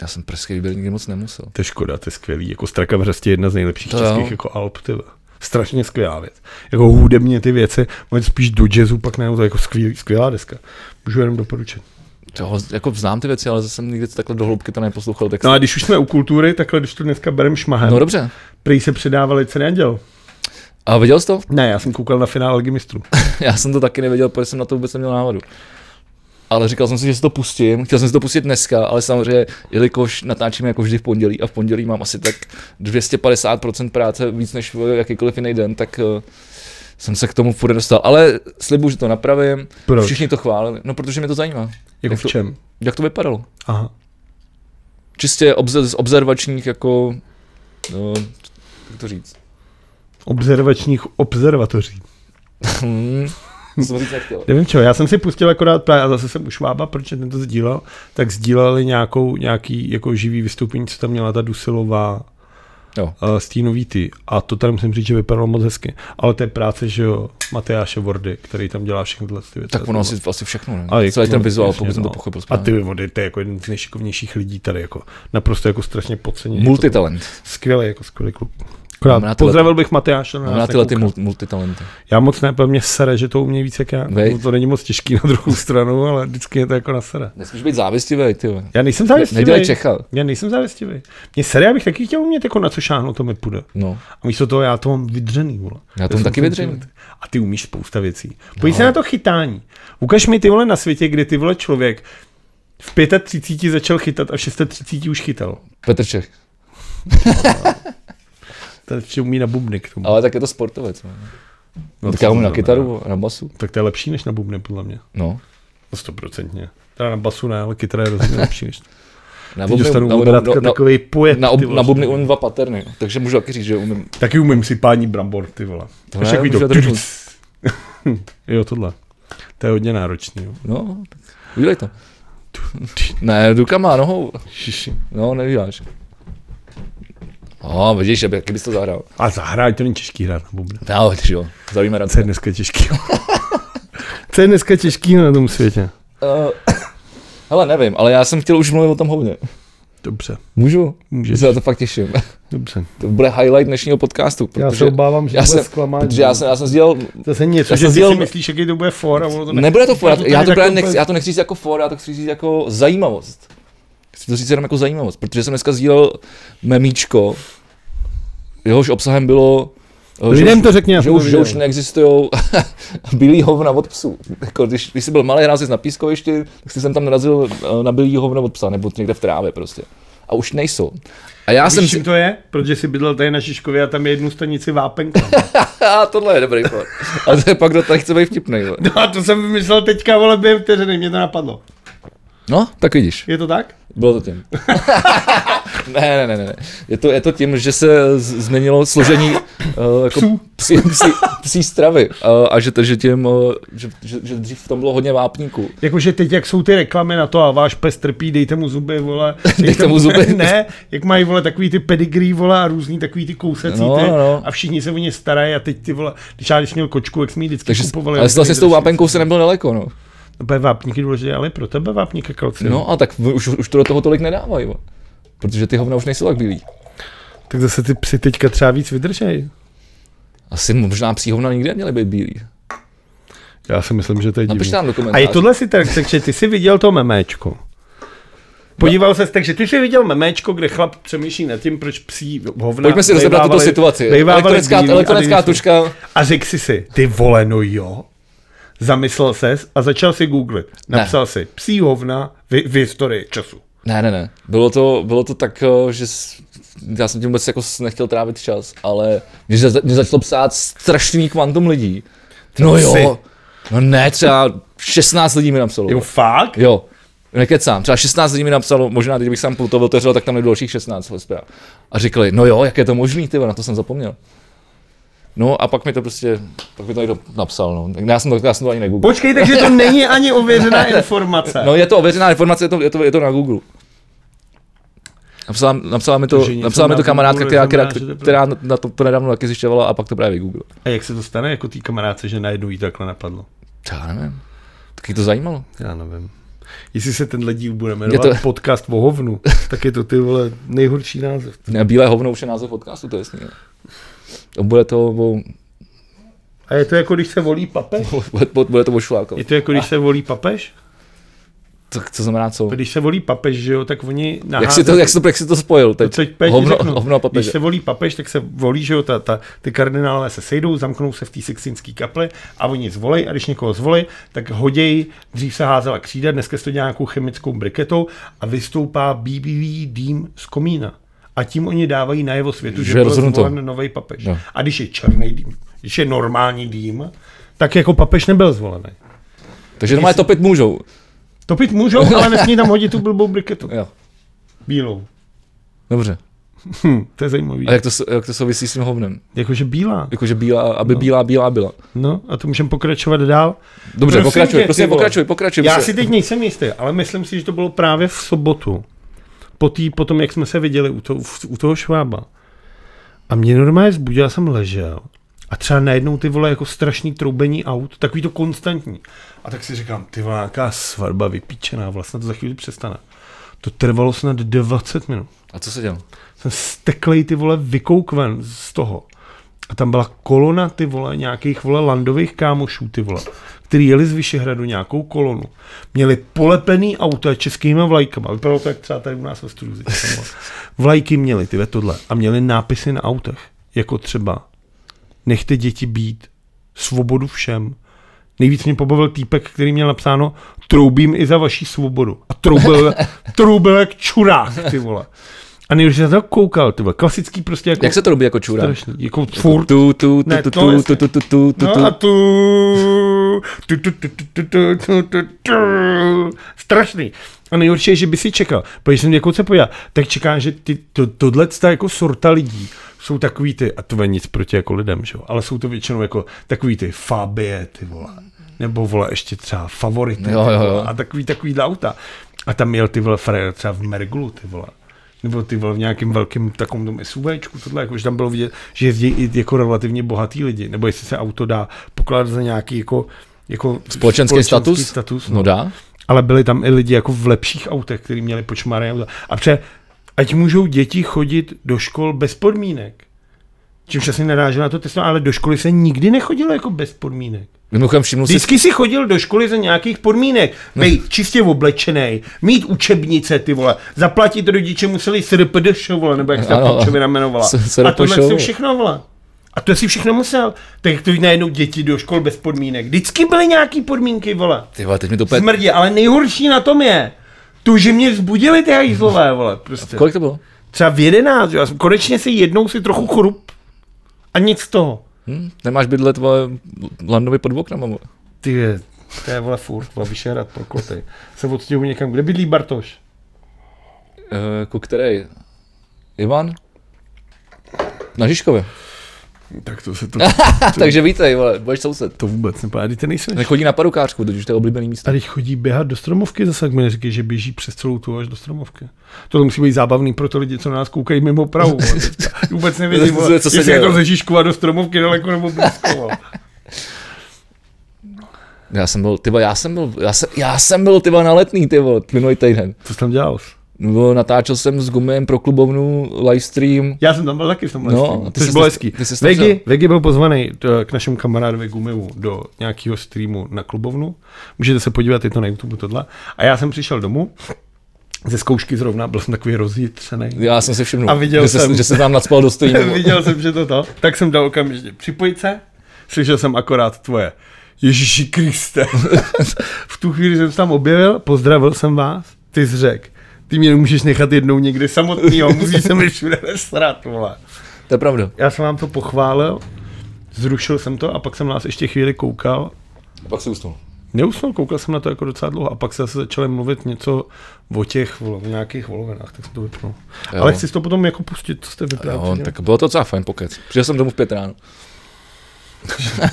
A: Já jsem pražský výběr nikdy moc nemusel.
B: To je škoda, to je skvělý. Jako Straka vřesti je jedna z nejlepších
A: To
B: to
A: jo.
B: českých jako alb, ty vole. Strašně skvělá věc. Jako hudebně ty věci, ale spíš do jazzu, pak ne, to je jako skvělý, skvělá deska. Můžu jenom doporučit.
A: Toho, jako znám ty věci, ale zase jsem nikdy takhle do hloubky to neposlouchal. Tak...
B: No a když už jsme u kultury, takhle když to dneska berem šmahem,
A: no
B: no,
A: dobře.
B: prý se předávali ceny anděl.
A: A viděl jsi to? (laughs)
B: Ne, já jsem koukal na finále Ligy mistrů.
A: Já jsem to taky nevěděl, protože jsem na to vůbec neměl návadu. Ale říkal jsem si, že si to pustím. Chtěl jsem si to pustit dneska, ale samozřejmě, jelikož natáčíme jako vždy v pondělí a v pondělí mám asi tak 250% práce víc než v jakýkoliv jiný den, tak eh, jsem se k tomu furt dostal. Ale slibuju, že to napravím.
B: Proč?
A: Všichni to chválili. No, protože mě to zajímá.
B: Jako
A: Jak
B: v
A: to-
B: čem?
A: Jak to vypadalo?
B: Aha.
A: Čistě obze- z observačních jako... No, jak to říct? (laughs)
B: Observačních observatoří.
A: Hmm, to jsem říct nechtěl.
B: Nevím čeho, já jsem si pustil akorát právě, a zase jsem u Švába, protože ten to sdílel, tak sdíleli nějakou, nějaký jako živý vystoupení, co tam měla ta Dusilová
A: Jo.
B: uh, stínový ty. A to tam musím říct, že vypadalo moc hezky. Ale to je práce, že jo, Mateáše Vordy, který tam dělá všechny tyhle ty věci.
A: Tak ono asi, asi všechno, ne? Ale
B: jak-
A: Celý ten
B: no,
A: vizuál,
B: jasně,
A: pokud jsem to
B: no.
A: pochopil
B: A
A: správně.
B: ty Vordy, to je jako jeden z nejšikovnějších lidí tady, jako naprosto jako strašně podceněný.
A: Multitalent.
B: Skvělý, jako skvělý klub.
A: Mám
B: Akorát,
A: tyhle-
B: pozdravil bych no, Mateáše. na
A: Mám
B: nás
A: na tyhle ty
B: nekouká.
A: mul- multitalenty.
B: Já moc ne, mě sere, že to umí víc jak já.
A: Vej.
B: No, to není moc těžký na druhou stranu, ale vždycky je to jako na sere.
A: Nesmíš být závistivý, ty. vole.
B: Já nejsem závistivý.
A: Nedělej Čecha.
B: Já nejsem závistivý. Mě sere, já bych taky chtěl umět, jako na co šáhnout, to mi půjde.
A: No,
B: A místo toho já to mám vydřený, vole.
A: Já to mám
B: jsem
A: taky
B: ten
A: vydřený. No,
B: život. A ty umíš spousta věcí. Pojď se na to chytání. Ukaž mi ty vole na světě, kde ty vole člověk v 35 začal chytat a v 630 už chytal.
A: Petr Čech.
B: Ten ještě umí na bubny k tomu.
A: Ale tak je to sportovec. No.
B: No,
A: tak
B: co
A: já
B: to
A: umím na
B: znamená?
A: kytaru, na basu.
B: Tak to je lepší než na bubny, podle mě.
A: No.
B: No, Stoprocentně. Teda na basu ne, ale kytara je rozhodně lepší než
A: Na
B: Teď dostanu
A: na,
B: od
A: na,
B: Radka
A: no, na,
B: takový pojet.
A: na, ob,
B: ty vole.
A: na bubny umím dva paterny, takže můžu taky říct, že umím.
B: Taky umím si pání brambor, ty vole.
A: To
B: Až
A: ne,
B: takový
A: můžu
B: to.
A: No, já trošku-
B: (laughs) jo, tohle. To je hodně náročný. Jo.
A: No, tak udělej to. Ne, rukama, nohou.
B: Šiši.
A: No, nevydáš. No, vidíš, jak bys to zahrál.
B: A zahrát to není těžký hrát na bubny.
A: No, vidíš, jo, zavíme
B: Co je
A: rance.
B: dneska těžkýho? (laughs) Co je dneska těžkýho na tom světě?
A: Uh, (coughs) hele, nevím, ale já jsem chtěl už mluvit o tom hovně.
B: Dobře,
A: Můžu?
B: můžeš.
A: Že se na to fakt těším.
B: Dobře.
A: To bude highlight dnešního podcastu. Protože,
B: obávám,
A: já jsem, protože já jsem, já jsem sdělal,
B: Zase něco,
A: já
B: že
A: jsem
B: ty
A: dělal-
B: si myslíš, jaký to bude for a ono to ne...
A: nebude to fora,
B: to
A: já
B: tady
A: to, právě
B: takhle
A: nechci,
B: úplně-
A: já to nechci říct jako fora, já to chci říct jako zajímavost. Chci to říct jenom jako zajímavost, protože jsem dneska sdílel memíčko, jehož obsahem bylo, eh, že
B: Lidem
A: už,
B: to řekni, já
A: že
B: jsem to
A: už, že už
B: viděl.
A: neexistují (laughs) bílý hovna od psů. Jako, když, když jsi byl malý, hrál jsi na pískovišti, tak jsi jsem tam narazil eh, na bílý hovna od psa, nebo někde v trávě prostě. A už nejsou. A já jsem
B: Víš,
A: si,
B: čím to je? Protože jsi bydlel tady na Šiškově a tam je jednu stanici Vápenka.
A: (laughs)
B: (laughs)
A: a tohle je dobrý for. A to je pak, kdo tady chce být vtipnej. vole.
B: No a to jsem vymyslel teďka, vole, během vteřiny, mě to napadlo.
A: No, tak vidíš.
B: Je to tak?
A: Bylo to tím. (laughs) ne, ne, ne, ne, ne. Je to, je to tím, že se z- změnilo složení uh, jako
B: Psů.
A: psí, psí, psí stravy uh, a že, to- že, tím, uh, že, že, že dřív tam bylo hodně vápníků.
B: Jakože teď, jak jsou ty reklamy na to a váš pes trpí, dejte mu zuby, vole.
A: (laughs) Dejte mu zuby.
B: (laughs) ne, jak mají, vole, takový ty pedigree, vole, a různý takový ty kousací
A: No,
B: ty,
A: no.
B: a všichni se o ně starají a teď ty, vole, když já když měl kočku, jak jsme ji vždycky
A: Takže,
B: kupovali.
A: ale
B: jak
A: vlastně s tou
B: nejdrsí.
A: vápenkou se nebyl daleko. No,
B: No, bude vápník je důležitý, ale pro tebe vápník je kalcium.
A: no a tak v- už, už to do toho tolik nedávají. jo. Protože ty hovna už nejsou tak bílí.
B: Tak zase ty psy teďka třeba víc vydržej.
A: Asi možná psí hovna nikdy neměly být bílí.
B: Já si myslím, že to je divný.
A: Napište nám do
B: A
A: komentářů.
B: je tohle si tak, takže ty jsi viděl to memečko. Podíval ses, takže ty jsi viděl memečko, kde chlap přemýšlí nad tím, proč psí hovna
A: Pojďme si rozebrat tuto
B: vejvávali-
A: situaci.
B: vejvávali
A: Elektronická,
B: bílý a
A: elektronická
B: nejsou.
A: tučka.
B: A řekl si si, ty vole, no jo. Zamyslel ses a začal si googlit. Napsal si psí hovna v, v historii času.
A: Ne, ne, ne. Bylo to, bylo to tak, eh, že s- já jsem tím vůbec jako nechtěl trávit čas, ale mě, za, mě začalo psát strašný kvantum lidí. No jo, no ne, třeba 16 lidí mi napsalo.
B: Jo, fakt?
A: Jo, nekecám, třeba 16 lidí mi napsalo, možná kdybych sám to otevřel, tak tam je dalších 16 zpráv. A říkali, no jo, jak je to možný, ty, vole, na to jsem zapomněl. No a pak mi to prostě, pak mi to někdo napsal, no. Já jsem to, já jsem to ani negooglil.
B: Počkej,
A: (laughs)
B: takže to není ani ověřená informace.
A: No je to ověřená informace, je to, je to, je to na Google. Napsala, napsala mi to,
B: Takže něco
A: napsala mi
B: na
A: to
B: Google
A: kamarádka, která, která,
B: neznamená, že to je
A: která na to, to nedávno taky zjišťovala a pak to právě vygooglila.
B: A jak se to stane jako tý kamarádce, že najednou jí takhle napadlo?
A: Já nevím. Taky to zajímalo.
B: Já nevím. Jestli se tenhle díl bude
A: Je
B: jmenovat
A: to-
B: to... podcast o hovnu,
A: (laughs)
B: tak je to ty vole nejhorší název.
A: Ne, Bílé hovno už je název podcastu, to je jasný. ne? To bude to o,
B: A je to jako když se volí papež?
A: bude, to- bude to o Šulákovi.
B: Je to jako když se volí papež?
A: Tak co znamená co?
B: Když se volí papež, že jo, tak oni naházejí.
A: Jak si, to, jak, si to, jak si to spojil teď?
B: teď pěkně
A: hovno,
B: řeknu.
A: hovno a
B: Když
A: papeže.
B: se volí papež, tak se volí, že jo, ta, ta, ty kardinálové se sejdou, zamknou se v té sixtinské kaple a oni zvolej a když někoho zvolej, tak hoděj, dřív se házela křída, dneska se to dělá nějakou chemickou briketou a vystoupá BBV dým z komína. A tím oni dávají najevo světu, že,
A: Že je
B: že byl
A: rozhodnuto.
B: zvolen nový papež.
A: No.
B: No. A když je černý dým, když je normální dým, tak jako papež nebyl zvolený.
A: Takže doma je topit můžou.
B: Topit můžou, ale nesmí tam hodit tu blbou briketu.
A: Jo.
B: Bílou.
A: Dobře.
B: Hm, to je zajímavý.
A: A jak to, s- jak to souvisí s tím hovnem?
B: Jakože bílá.
A: Jakože bílá, aby bílá, bílá byla.
B: No a to můžeme pokračovat dál.
A: Dobře,
B: Prosím
A: pokračuj,
B: tě,
A: prosím,
B: ty vole.
A: pokračuj, pokračuj.
B: Já
A: prosím.
B: si teď nejsem jistý, ale myslím si, že to bylo právě v sobotu. Po, tý, po tom, jak jsme se viděli u, to, v- u toho švába. A mě normálně vzbudil, já jsem ležel. A třeba najednou ty vole jako strašný troubení aut, takový to konstantní. A tak si říkám, ty vole, nějaká svatba vypíčená, vlastně to za chvíli přestane. To trvalo snad 20 minut
A: A co se dělal?
B: jsem steklej ty vole vykoukven z toho. A tam byla kolona ty vole, nějakých vole landových kámošů ty vole, který jeli z Vyšehradu nějakou kolonu. Měli polepený auta českýma vlajkama. Vypadalo to jak třeba tady u nás ve studiu. teď jsem byl. Vlajky měli ty tohle a měli nápisy na autech. Jako třeba nechte děti být, svobodu všem. Nejvíc mě pobavil týpek, který měl napsáno troubím i za vaší svobodu.
A: (laughs)
B: A troubil, troubil jak čurák, ty vole. A nejvíc jsem na to koukal, ty vole. Klasický prostě jako...
A: Jak se to robí jako čura?
B: strašný, jako furt.
A: Tu, tu, tu,
B: Ne,
A: tu,
B: to
A: tu,
B: jasně.
A: tu, tu, tu, tu, tu,
B: No a tu, tu, tu, tu, tu, tu, tu, tu, tu, tu. Strašný. A nejhorší je, že by si čekal, protože jsem jako se podíval, tak čekám, že ty, to, tohle ta jako sorta lidí jsou takový ty, a to je nic proti jako lidem, že jo, ale jsou to většinou jako takový ty fabie, ty vole, nebo vole ještě třeba favority,
A: Jo,
B: ty
A: jo,
B: vole,
A: jo.
B: a takový takový auta. A tam jel ty vole frajer třeba v Merglu, ty vole. Nebo ty vole v nějakém velkém takovém tom SUVčku, tohle, jako, že tam bylo vidět, že jezdí i jako relativně bohatý lidi, nebo jestli se auto dá pokládat za nějaký jako, jako
A: Společenský status?
B: status no.
A: No dá.
B: Ale byli tam i lidi jako v lepších autech, kteří měli počmárené auta. A pře, ať můžou děti chodit do škol bez podmínek. Čímž asi narážela na to testování, ale do školy se nikdy nechodilo jako bez podmínek.
A: Mimochodem všimnul si,
B: Vždycky si chodil do školy za nějakých podmínek. Být čistě oblečený, mít učebnice, ty vole. Zaplatit rodiče museli SRPDŠ, vole, nebo jak se
A: Ano,
B: ta píčovina jmenovala.
A: s- s-
B: A tohle
A: SRPŠ.
B: si všechno, vole. A to si všechno musel. Tak jak to najednou děti do škol bez podmínek. Vždycky byly nějaký podmínky, vole.
A: ty vole, teď mi to úplně...
B: Smrdě, ale nejhorší na tom je, to, že mě vzbudili ty hajzlové, vole, prostě.
A: Kolik to bylo?
B: Třeba v 11, jo, já jsem konečně si jednou si trochu chrup. A nic z toho.
A: Hm? Nemáš bydlet tvoje Landovi pod oknama, vole.
B: Ty je, to je vole furt, vole, vyšerat pro koty. Se odstěhuji někam, kde bydlí Bartoš?
A: Eh, Ku který? Ivan? Na
B: (laughs)
A: Žižkově. (laughs)
B: Tak to se to,
A: Takže vítej, vole, budeš soused.
B: to vůbec nepadá, ty nejseš.
A: Nechodí na parukářku, totiž to je oblíbený místo.
B: A když chodí běhat do stromovky, zase jak mi neříkej, že běží přes celou tu až do stromovky. To musí být zábavný pro ty lidi, co na nás koukají mimo Prahu. vole. (laughs) Vůbec nevědí,
A: Co
B: vole,
A: se
B: jestli
A: děje?
B: je to ze Žižkova do stromovky daleko nebo blízko. vole.
A: Já jsem byl, ty vole, já jsem byl, já jsem, já jsem byl, ty vole, na letný, ty vole, minulý týden.
B: Co jsi tam dělal?
A: Nebo natáčel jsem s gumem pro klubovnu livestream.
B: Já jsem tam byl taky v tomhle
A: No,
B: streamu,
A: ty
B: což
A: jsi
B: bylo
A: tam-
B: hezký.
A: ty jsi tam
B: Vegi,
A: vzal.
B: Vegi byl pozvaný eh, k našemu kamarádovi Gumivu do nějakého streamu na klubovnu. Můžete se podívat, je to na YouTube tohle. A já jsem přišel domů, ze zkoušky zrovna, byl jsem takový rozjitřený.
A: Já jsem si všiml,
B: A viděl
A: že, se-
B: jsem.
A: že se tam nadspal do streamu.
B: (laughs) Viděl jsem, že to to. Tak jsem dal okamžitě připojit se, slyšel jsem akorát tvoje. Ježíši (laughs) Kriste. v tu chvíli jsem se tam objevil, pozdravil jsem vás, ty jsi řekl. Ty mě nemůžeš nechat jednou někde samotnýho, musíš se mi všude (laughs) nesrat, vole.
A: To je pravda.
B: Já jsem vám to pochválil, zrušil jsem to a pak jsem nás ještě chvíli koukal.
A: Pak se usnul.
B: Neusnul, koukal jsem na to jako docela dlouho a pak se zase začali mluvit něco o těch, vole, o nějakých volovinách, tak jsem to vypnul.
A: Jo.
B: Ale chci si to potom jako pustit, co jste
A: Jo,
B: vyprávěli.
A: tak bylo to docela fajn pokec. Přišel jsem domů v pět ráno.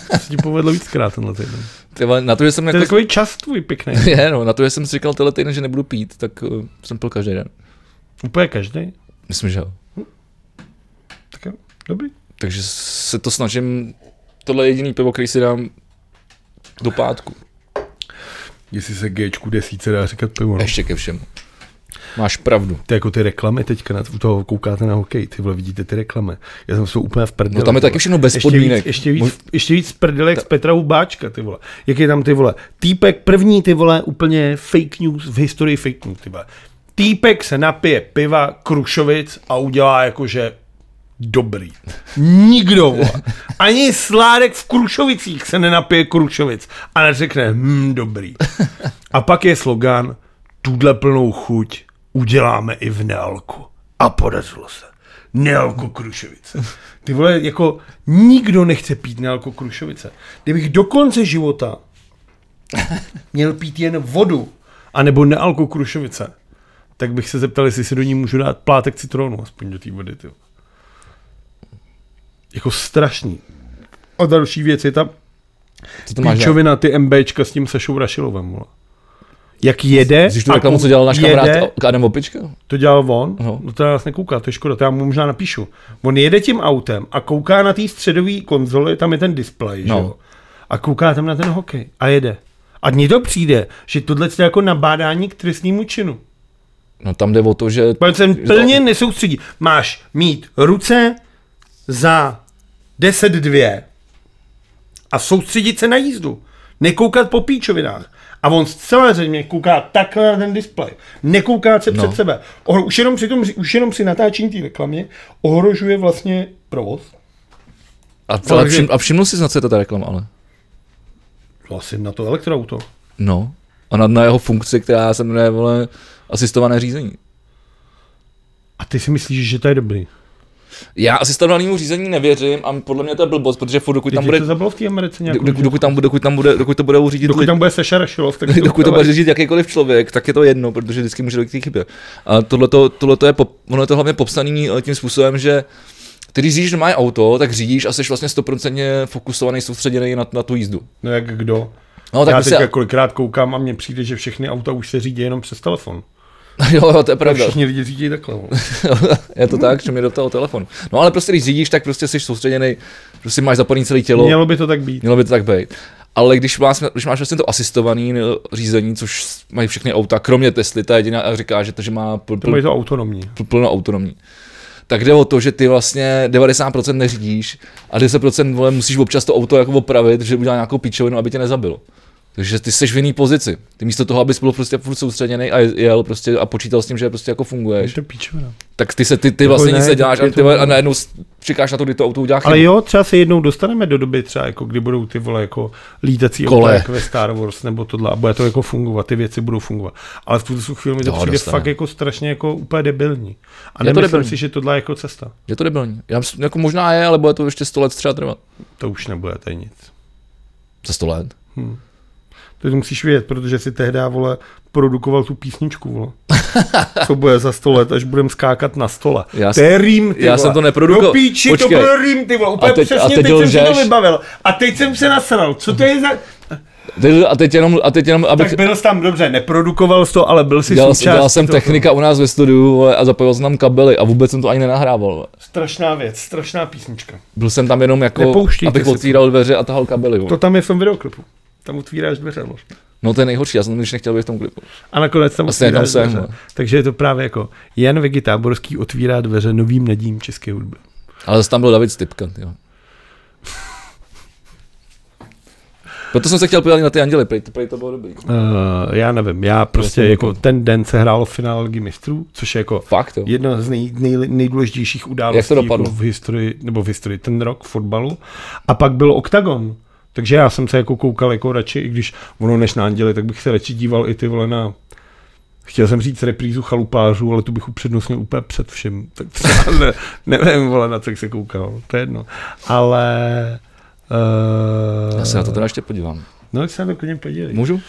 B: To se ti povedlo víckrát tenhle týden.
A: Ty vole, na to, že jsem
B: To je
A: jako...
B: takový čas
A: (laughs)
B: tvůj pěkný.
A: Je, no, na to, že jsem si říkal tenhle týden, že nebudu pít, tak uh, jsem pil každý den.
B: Úplně každý.
A: Myslím, že jo.
B: Tak jo, dobrý.
A: Takže se to snažím, tohle je jediný pivo, který si dám do pátku.
B: Jestli se Gčku desíce dá říkat pivo. No.
A: Ještě ke všemu. Máš pravdu.
B: To je jako ty reklamy teďka, na u toho koukáte na hokej, ty vole, vidíte ty reklamy. Já jsem se úplně v prdeli.
A: No tam je
B: ty
A: taky
B: vole.
A: všechno bez
B: ještě
A: podmínek.
B: Víc, ještě, víc, ještě víc prdelek z Petra Hubáčka, ty vole. Jak je tam ty vole? Týpek první, ty vole, úplně fake news v historii fake news, ty vole. Týpek se napije piva Krušovic a udělá jakože dobrý. Nikdo, vole. Ani sládek v Krušovicích se nenapije Krušovic a neřekne, hm, dobrý. A pak je slogan, tuhle plnou chuť uděláme i v Nealku. A podařilo se. Nealko Krušovice. Ty vole, jako nikdo nechce pít Nealko Krušovice. Kdybych do konce života měl pít jen vodu, anebo Nealko Krušovice, tak bych se zeptal, jestli si do ní můžu dát plátek citronu, aspoň do té vody. Ty. vole. Jako strašný. A další věc je ta
A: Co to máš
B: píčovina, ty MBčka s tím Sašou Rašilovem. Vole. Jak jede,
A: Když tu
B: a
A: reklamu,
B: kou-
A: co dělal náš
B: jede,
A: kamarád Adam Opička?
B: to dělal on,
A: No.
B: no, no to na nás nekouká, to je škoda, to já mu možná napíšu. On jede tím autem a kouká na té středové konzoli, tam je ten displej,
A: No.
B: no. že jo? A kouká tam na ten hokej a jede. A mně to přijde, že tohle je jako nabádání k trestnímu činu.
A: No tam jde o to, že...
B: Protože se plně nesoustředí. Máš mít ruce za 10-2 a soustředit se na jízdu. Nekoukat po píčovinách. A on zcela zřejmě kouká takhle na ten displej. Nekouká se no. před sebe. Ohro, už, jenom při tom, už jenom při natáčení té reklamě ohrožuje vlastně provoz.
A: A, ale
B: Takže-
A: všim, a všiml jsi, na co je ta reklama, ale?
B: To No, Asi na to elektroauto.
A: No. A na, na jeho funkci, která se jmenuje, vole, asistované řízení.
B: A ty si myslíš, že to je dobrý?
A: Já asistovanému řízení nevěřím a podle mě to je blbost, protože furt, dokud tam
B: Tam
A: bude,
B: to zabilo v té Americe nějak?
A: dokud, dokud, tam, dokud, tam bude, dokud to bude řídit
B: Dokud
A: lid-
B: tam bude Saša Rašilov, tak
A: (laughs) dokud to bude řešit jakýkoliv člověk, tak je to jedno, protože vždycky může dojít k té chybě. A tohleto, tohleto je, pop, ono je to hlavně popsaný eh, tím způsobem, že ty když řídíš normální auto, tak řídíš a jsi vlastně stoprocentně fokusovaný, soustředěný na, na tu jízdu.
B: No jak kdo?
A: No tak
B: já
A: my
B: jako- teďka
A: se,
B: kolikrát koukám a mně přijde, že všechny auta už se řídí jenom přes telefon.
A: (laughs) jo, jo, to je
B: A
A: pravda.
B: všichni lidi řídí takhle. no. vole.
A: (laughs) je to tak, že mi do toho telefonu. No ale prostě když řídíš, tak prostě jsi soustředěný, prostě máš zapojený celé tělo.
B: (laughs) Mělo by to tak být.
A: Mělo by to tak být. Ale když máš, když máš vlastně to asistovaný eh, řízení, což mají všechny auta, kromě Tesly, ta jediná eh, říká, že to, že má pl,
B: To
A: pl,
B: je to autonomní.
A: pl, plno autonomní. Tak jde o to, že ty vlastně 90% neřídíš a 10% vole, musíš občas to auto jako opravit, že udělá nějakou pičovinu, aby tě nezabilo. Takže ty jsi v jiný pozici. Ty místo toho, abys byl prostě furt soustředěný a jel prostě a počítal s tím, že prostě jako
B: Je
A: funguješ,
B: to píčovina.
A: tak ty se ty, ty vlastně
B: Jako ne,
A: nic neděláš
B: je
A: a,
B: to
A: ty, vole,
B: ne.
A: a najednou s- čekáš na to, kdy to auto udělá chybu.
B: Ale jo, třeba se jednou dostaneme do doby třeba, jako kdy budou ty vole jako lítací
A: Kole.
B: auta, jako ve Star Wars nebo tohle a bude to jako fungovat, ty věci budou fungovat. Ale v tuto chvíli mi to
A: Toho
B: přijde
A: dostaneme.
B: fakt jako strašně jako úplně debilní. A
A: to
B: nemyslím
A: debilní.
B: si, že tohle je jako cesta.
A: Je to debilní. Já myslím, jako možná je, ale bude to ještě 100 let třeba trvat.
B: To už nebude tady nic.
A: Za 100 let?
B: To ty musíš vědět, protože si tehdy, vole, produkoval tu písničku, vole. (laughs) Co bude za 100 let, až budem skákat na stole.
A: Já
B: to je rým, ty
A: já
B: vole.
A: jsem to neprodukoval.
B: Do píči,
A: Počkej.
B: to byl rým, ty vole. Úplně
A: A teď-
B: přesně,
A: a teď
B: teď, jsem si
A: lžeš.
B: to vybavil. A teď jsem se nasral. Co to je za...
A: Teď- A teď jenom, a teď jenom abych...
B: Tak byl jsi tam dobře, neprodukoval jsi to, ale byl jsi
A: Dělal,
B: součást.
A: dělal jsem
B: toho.
A: technika u nás ve studiu vole, a zapojil jsem tam kabely a vůbec jsem to ani nenahrával. vole.
B: Strašná věc, strašná písnička.
A: Byl jsem tam jenom jako,
B: Nepouštíte
A: abych
B: si to.
A: otvíral dveře a tahal kabely. vole.
B: To tam je v tom videoklipu. Tam otvíráš dveře, vole.
A: No to je nejhorší, já jsem tam když nechtěl být v tom klipu.
B: A nakonec tam
A: Vlastně
B: otvíráš
A: tam jsem,
B: dveře.
A: no.
B: Takže je to právě jako Jan Vegi Táborský otvírá dveře novým nadím české hudby.
A: Ale zase tam byl David Stipka, jo. Proto jsem se chtěl podívat i na ty anděly, prej, prej to bylo dobrý.
B: Uh, já nevím, já
A: Vlastně
B: prostě
A: jsem
B: jako
A: taky.
B: ten den se hrál finál Ligy mistrů, což je jako
A: Fakt jo.
B: jedna z nej, nej, nejdůležitějších
A: Jak to
B: událostí
A: dopadlo?
B: jako v historii, nebo v historii ten rok fotbalu. A pak byl OKTAGON. Takže já jsem se jako koukal jako radši, i když ono než na anděli, tak bych se radši díval i ty vole na Chtěl jsem říct reprízu chalupářů, ale tu bych upřednostnil úplně před všem. (laughs) Tak třeba ne, nevím, vole, na co se koukal. To je jedno. Ale... Uh,
A: Já se na to teda ještě podívám.
B: No, tak se na to klidně podívej.
A: Můžu?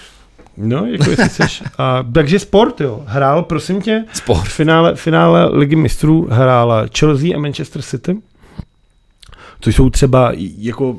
B: No, jako jestli chceš. A, takže sport, jo. Hrál, prosím tě,
A: Sport.
B: v finále, v finále Ligy mistrů hrála Chelsea a Manchester City. Což jsou třeba jako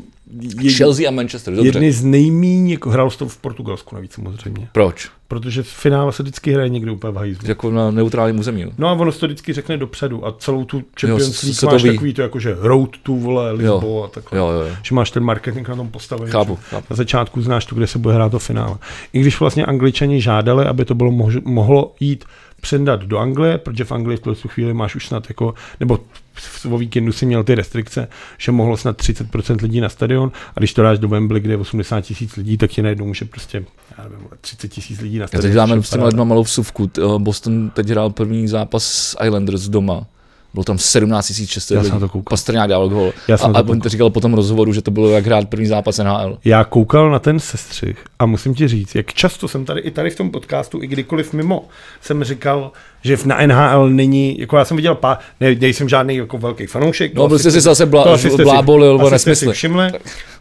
B: je,
A: Chelsea a Manchester, dobře.
B: jedny z nejmíň, jako hrál to v Portugalsku navíc samozřejmě.
A: Proč?
B: Protože v finále se vždycky hraje někde úplně v hajzlu.
A: Jako na neutrálním území. jo.
B: No a ono se to vždycky řekne dopředu a celou tu Champions
A: se-
B: League
A: se to
B: máš
A: ví.
B: takový to jako, že road to, vole, Lisbo a takhle.
A: Jo, jo, jo.
B: Že máš ten marketing na tom postavený.
A: Chápu,
B: že
A: chápu.
B: Na začátku znáš to, kde se bude hrát to finále. I když vlastně angličani žádali, aby to bylo mož, mohlo jít přendat do Anglie, protože v Anglii v tuhle chvíli máš už snad jako, nebo v- o víkendu si měl ty restrikce, že mohlo snad 30% lidí na stadion a když to dáš do Wembley, kde je 80 tisíc lidí, tak ti najednou může prostě, já nevím, vole, 30 tisíc lidí na
A: Já
B: stadion.
A: teď prostě dáme
B: což je
A: s těma
B: paráda.
A: lidma malou vsuvku. T- eh, Boston teď hrál první zápas s Islanders doma. Bylo tam 17 600
B: Já
A: lidí.
B: jsem na to koukal.
A: Pastrňák dával gol.
B: Já jsem
A: a,
B: na to
A: a on to
B: koukal.
A: říkal po tom rozhovoru, že to bylo jak hrát první zápas NHL.
B: Já koukal na ten sestřih a musím ti říct, jak často jsem tady i tady v tom podcastu, i kdykoliv mimo, jsem říkal, že v- na NHL není, jako já jsem viděl, pá, ne, nejsem žádný jako velký fanoušek.
A: No, prostě
B: asi-
A: si zase blá,
B: to asi jste si-
A: blábolil o
B: asi jste si
A: nesmysly.
B: všimli,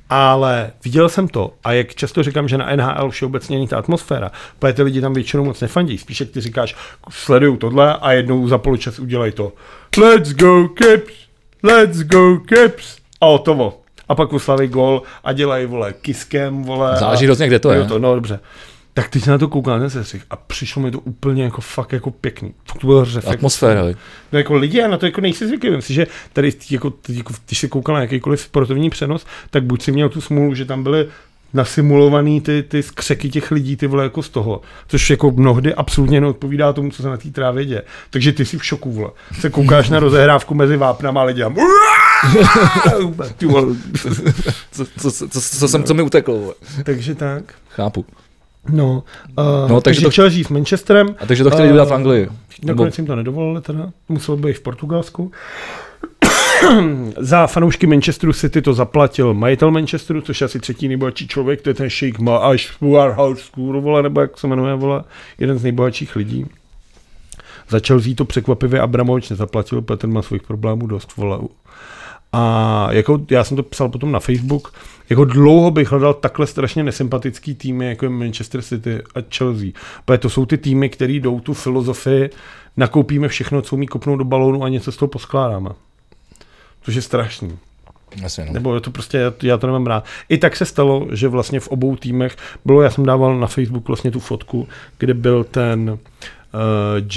B: ale viděl jsem to a jak často říkám, že na NHL všeobecně není ta atmosféra, protože ty lidi tam většinou moc nefandí, spíš jak ty říkáš, sledují tohle a jednou za poločas udělají to. Let's go Caps, let's go Caps a hotovo. A pak uslaví gol a dělají, vole, kiskem, vole.
A: Záleží
B: a-
A: hrozně, kde to je.
B: Jo, to, no dobře. Tak teď jsem na to koukal na ten sestřih a přišlo mi to úplně jako fakt jako pěkný. Fakt to jako bylo řefek.
A: Atmosféra. viď?
B: No jako lidi, a na to jako nejsi zvyklý. Myslím si, že tady t- jako, t- jako, když se koukal na jakýkoliv sportovní přenos, tak buď si měl tu smůlu, že tam byly nasimulovaný ty, ty skřeky těch lidí, ty vole, jako z toho. Což jako mnohdy absolutně neodpovídá tomu, co se na té trávě děje. Takže ty jsi v šoku, vole. Se koukáš na rozehrávku mezi vápnama a lidi (laughs) a Ty vole.
A: Co, co, co, co, co, jsem, co mi uteklo? vole.
B: Takže tak.
A: Chápu.
B: No, uh,
A: takže
B: no takže,
A: to-
B: to chtěl žít s Manchesterem.
A: A takže to chtěli
B: Eh,
A: udělat v Anglii.
B: Nakonec jim to nedovolili teda, musel být v Portugalsku. Za fanoušky Manchesteru City to zaplatil majitel Manchesteru, což je asi třetí nejbohatší člověk, to je ten šejk má až Warhouse vole, nebo jak se jmenuje, vole, jeden z nejbohatších lidí. Začal zít to překvapivě, Abramovič nezaplatil, protože ten má svých problémů dost, vole. A jako, já jsem to psal potom na Facebook, jako dlouho bych hledal takhle strašně nesympatický týmy, jako je Manchester City a Chelsea. Protože to jsou ty týmy, které jdou tu filozofii, nakoupíme všechno, co umí kopnout do balónu a něco z toho poskládáme. Což je strašný.
A: Jasně, no.
B: Nebo je to prostě, já to- já to nemám rád. I tak se stalo, že vlastně v obou týmech bylo, já jsem dával na Facebook vlastně tu fotku, kde byl ten uh,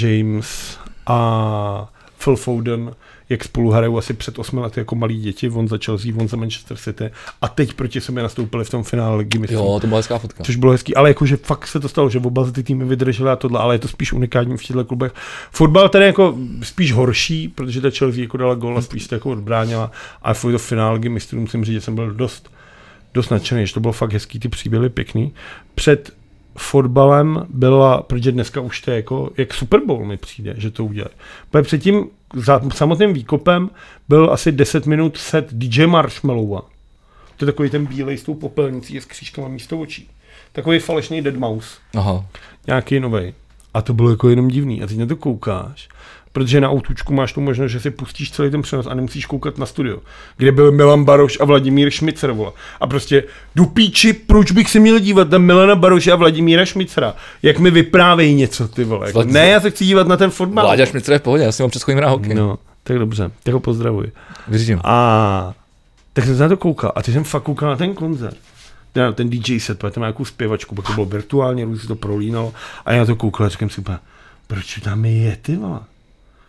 B: James a Phil Foden, jak spolu hrajou asi před osmi lety jako malí děti, on za Chelsea, on za Manchester City a teď proti sobě nastoupili v tom finále ligy mistrů.
A: Jo, to byla hezká fotka.
B: Což bylo hezký, ale jakože fakt se to stalo, že oba ty týmy vydržely a tohle, ale je to spíš unikátní v těchto klubech. Fotbal tady jako spíš horší, protože ta Chelsea jako dala gól a spíš to jako odbránila, ale v to finále ligy mistrů musím říct, že jsem byl dost, dost nadšený, že to bylo fakt hezký, ty příběhy pěkný. Před fotbalem byla, protože dneska už to je jako, jak Super Bowl mi přijde, že to udělají. Protože před tím za samotným výkopem byl asi 10 minut set DJ Marshmallowa. To je takový ten bílej s tou popelnicí a s křížkama místo očí. Takový falešný dead mouse.
A: Aha.
B: Nějaký novej. A to bylo jako jenom divný. A teď na to koukáš, protože na autučku máš tu možnost, že si pustíš celý ten přenos a nemusíš koukat na studio, kde byl Milan Baroš a Vladimír Šmicer, vole. A prostě, du píči, proč bych se měl dívat na Milana Baroše a Vladimíra Šmicera? Jak mi vyprávějí něco, ty vole. Jako,
A: Vlad-
B: ne, já se chci dívat na ten fotbal.
A: Vláďa Šmicr je v pohodě, já s ním mám přes chodím na hokej.
B: No, tak dobře, tak ho pozdravuji.
A: Vyřídím.
B: A tak jsem se na to koukal. A teď jsem fakt koukal na ten koncert. Ten, ten DJ set, protože tam má nějakou zpěvačku, pak to bylo virtuálně, různě se to prolínalo. A já na to koukal a říkám si úplně, proč to tam je, ty vole?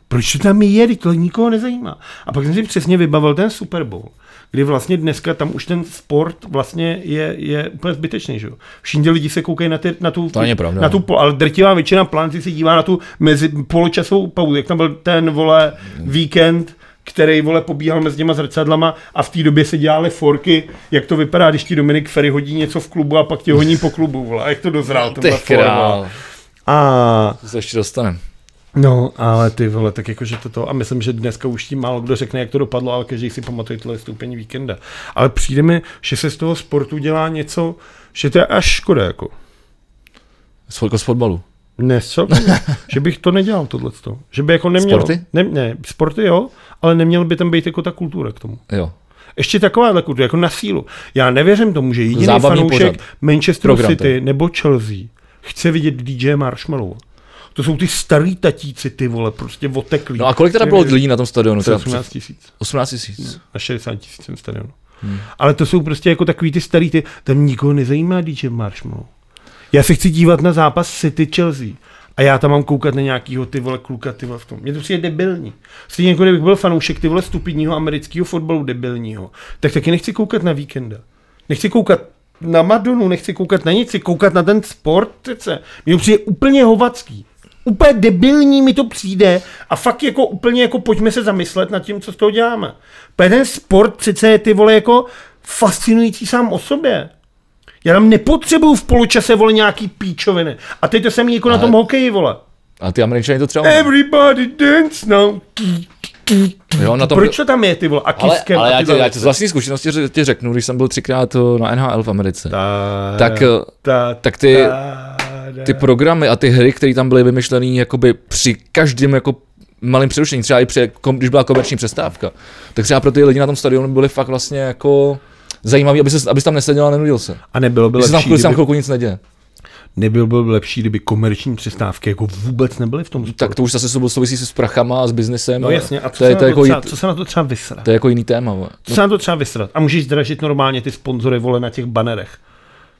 B: Proč to tam je, Vždyť to nikoho nezajímá. A pak jsem si přesně vybavil ten Super Bowl, kdy vlastně dneska tam už ten sport vlastně je, je úplně zbytečný, že jo. Všichni lidi se koukají na, ty, na tu,
A: To není pravda. no.
B: na tu, po- ale drtivá většina planety se dívá na tu mezi poločasovou pauzu, jak tam byl ten, vole, víkend, který vole pobíhal mezi těma zrcadlama a v té době se dělaly forky, jak to vypadá, když ti Dominik Ferry hodí něco v klubu a pak tě honí po klubu, vole, a jak to dozrál
A: Ty
B: tenhle for, vole.
A: král.
B: A
A: To se ještě dostaneme.
B: No, ale ty vole, tak jakože to to, a myslím, že dneska už tím málo kdo řekne, jak to dopadlo, ale každý si pamatuje tohle stupení víkenda. Ale přijde mi, že se z toho sportu dělá něco, že to je až škoda, jako.
A: Z fotko z fotbalu. (laughs)
B: Ne, co? že bych to nedělal, tohleto. Že by jako neměl.
A: Sporty?
B: Ne, ne, sporty jo, ale neměl by tam být jako ta kultura k tomu.
A: Jo.
B: Ještě taková kultura, jako na sílu. Já nevěřím tomu, že jediný
A: Zábavný
B: fanoušek
A: pořad.
B: Manchester
A: Program
B: City
A: tedy.
B: nebo Chelsea chce vidět DJ Marshmallow. To jsou ty starý tatíci, ty vole, prostě oteklí.
A: No a kolik teda bylo lidí na tom stadionu? Teda
B: 18 tisíc
A: 18 tisíc.
B: na 60 tisícem stadionu. Hmm. Ale to jsou prostě jako takový ty starý, ty, tam nikoho nezajímá DJ Marshmallow. Já se chci dívat na zápas City Chelsea. A já tam mám koukat na nějakýho ty vole kluka ty vole v tom. Mně to přijde debilní. Stejně jako kdybych byl fanoušek ty vole stupidního amerického fotbalu debilního, tak taky nechci koukat na víkenda. Nechci koukat na Madonu, nechci koukat na nic, chci koukat na ten sport. přece. Mně to přijde úplně hovacký. Úplně debilní mi to přijde a fakt jako úplně jako pojďme se zamyslet nad tím, co z toho děláme. Protože ten sport přece je ty vole jako fascinující sám o sobě. Já tam nepotřebuju v poločase vole nějaký píčoviny. A teď to jsem jako na
A: Ale-
B: tom hokeji vole.
A: A ty američané to třeba mají.
B: Everybody dance now.
A: jo, na tom,
B: Proč to tam je ty vole? A
A: ale,
B: kiskem
A: ale
B: a
A: já,
B: tyhle
A: ti, já ti
B: věci.
A: z vlastní zkušenosti ř- ti řeknu, když jsem byl třikrát eh, na NHL v Americe,
B: Ta-
A: tak, eh,
B: ta-
A: tak ty-
B: ta-
A: ty programy a ty hry, které tam byly vymyšlené jakoby při každém jako malým přerušení, třeba i při, kom- když byla komerční přestávka, tak třeba pro ty lidi na tom stadionu byly fakt vlastně jako zajímavý, aby, se, aby se tam neseděl a nenudil se.
B: A nebylo by
A: Že se tam
B: lepší,
A: chvilku,
B: kdyby,
A: tam chvilku nic neděje.
B: nebylo by lepší, kdyby komerční přestávky jako vůbec nebyly v tom sportu.
A: Tak to už zase sou- souvisí s prachama a s biznesem.
B: No
A: ale
B: jasně, a co,
A: to, je,
B: se,
A: to,
B: na
A: je
B: to
A: jako,
B: třeba,
A: jin-
B: co se na to třeba vysrat?
A: to je jako jiný téma. vole.
B: Co se na to třeba vysrat? A můžeš zdražit normálně ty sponzory vole na těch banerech.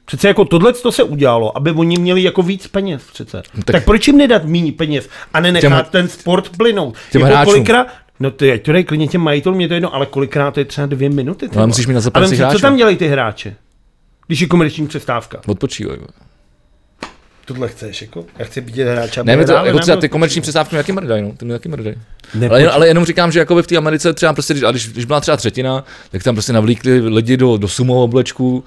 B: Přece jako tohle to se udělalo, aby oni měli jako víc peněz přece. Tak,
A: No tak-
B: tak proč jim nedat méně peněz a nenechat těm, ten sport plynout?
A: těm
B: jako
A: hráčům.
B: kolikrát, no ty, ať to dají klidně těm majitelům, mě to jedno, ale kolikrát to je třeba dvě minuty. ty
A: No, ale
B: vole.
A: musíš mít na
B: A
A: zaplacení
B: vem si, Co
A: hráčů.
B: tam dělají ty hráče? Když je komerční přestávka.
A: Odpočívaj. vole.
B: Tohle chceš, jako? Já chci vidět hráče.
A: Ne,
B: aby
A: mi to,
B: hráli,
A: jako
B: nám
A: třeba
B: to-
A: ty komerční přestávky mi taky mrdaj, no, ty mi taky mrdaj.
B: Ne,
A: Ale, jen- ale, jenom říkám, že jako v té Americe třeba prostě, když, a když, když, byla třeba třetina, tak tam prostě navlíkli lidi do, do sumo oblečků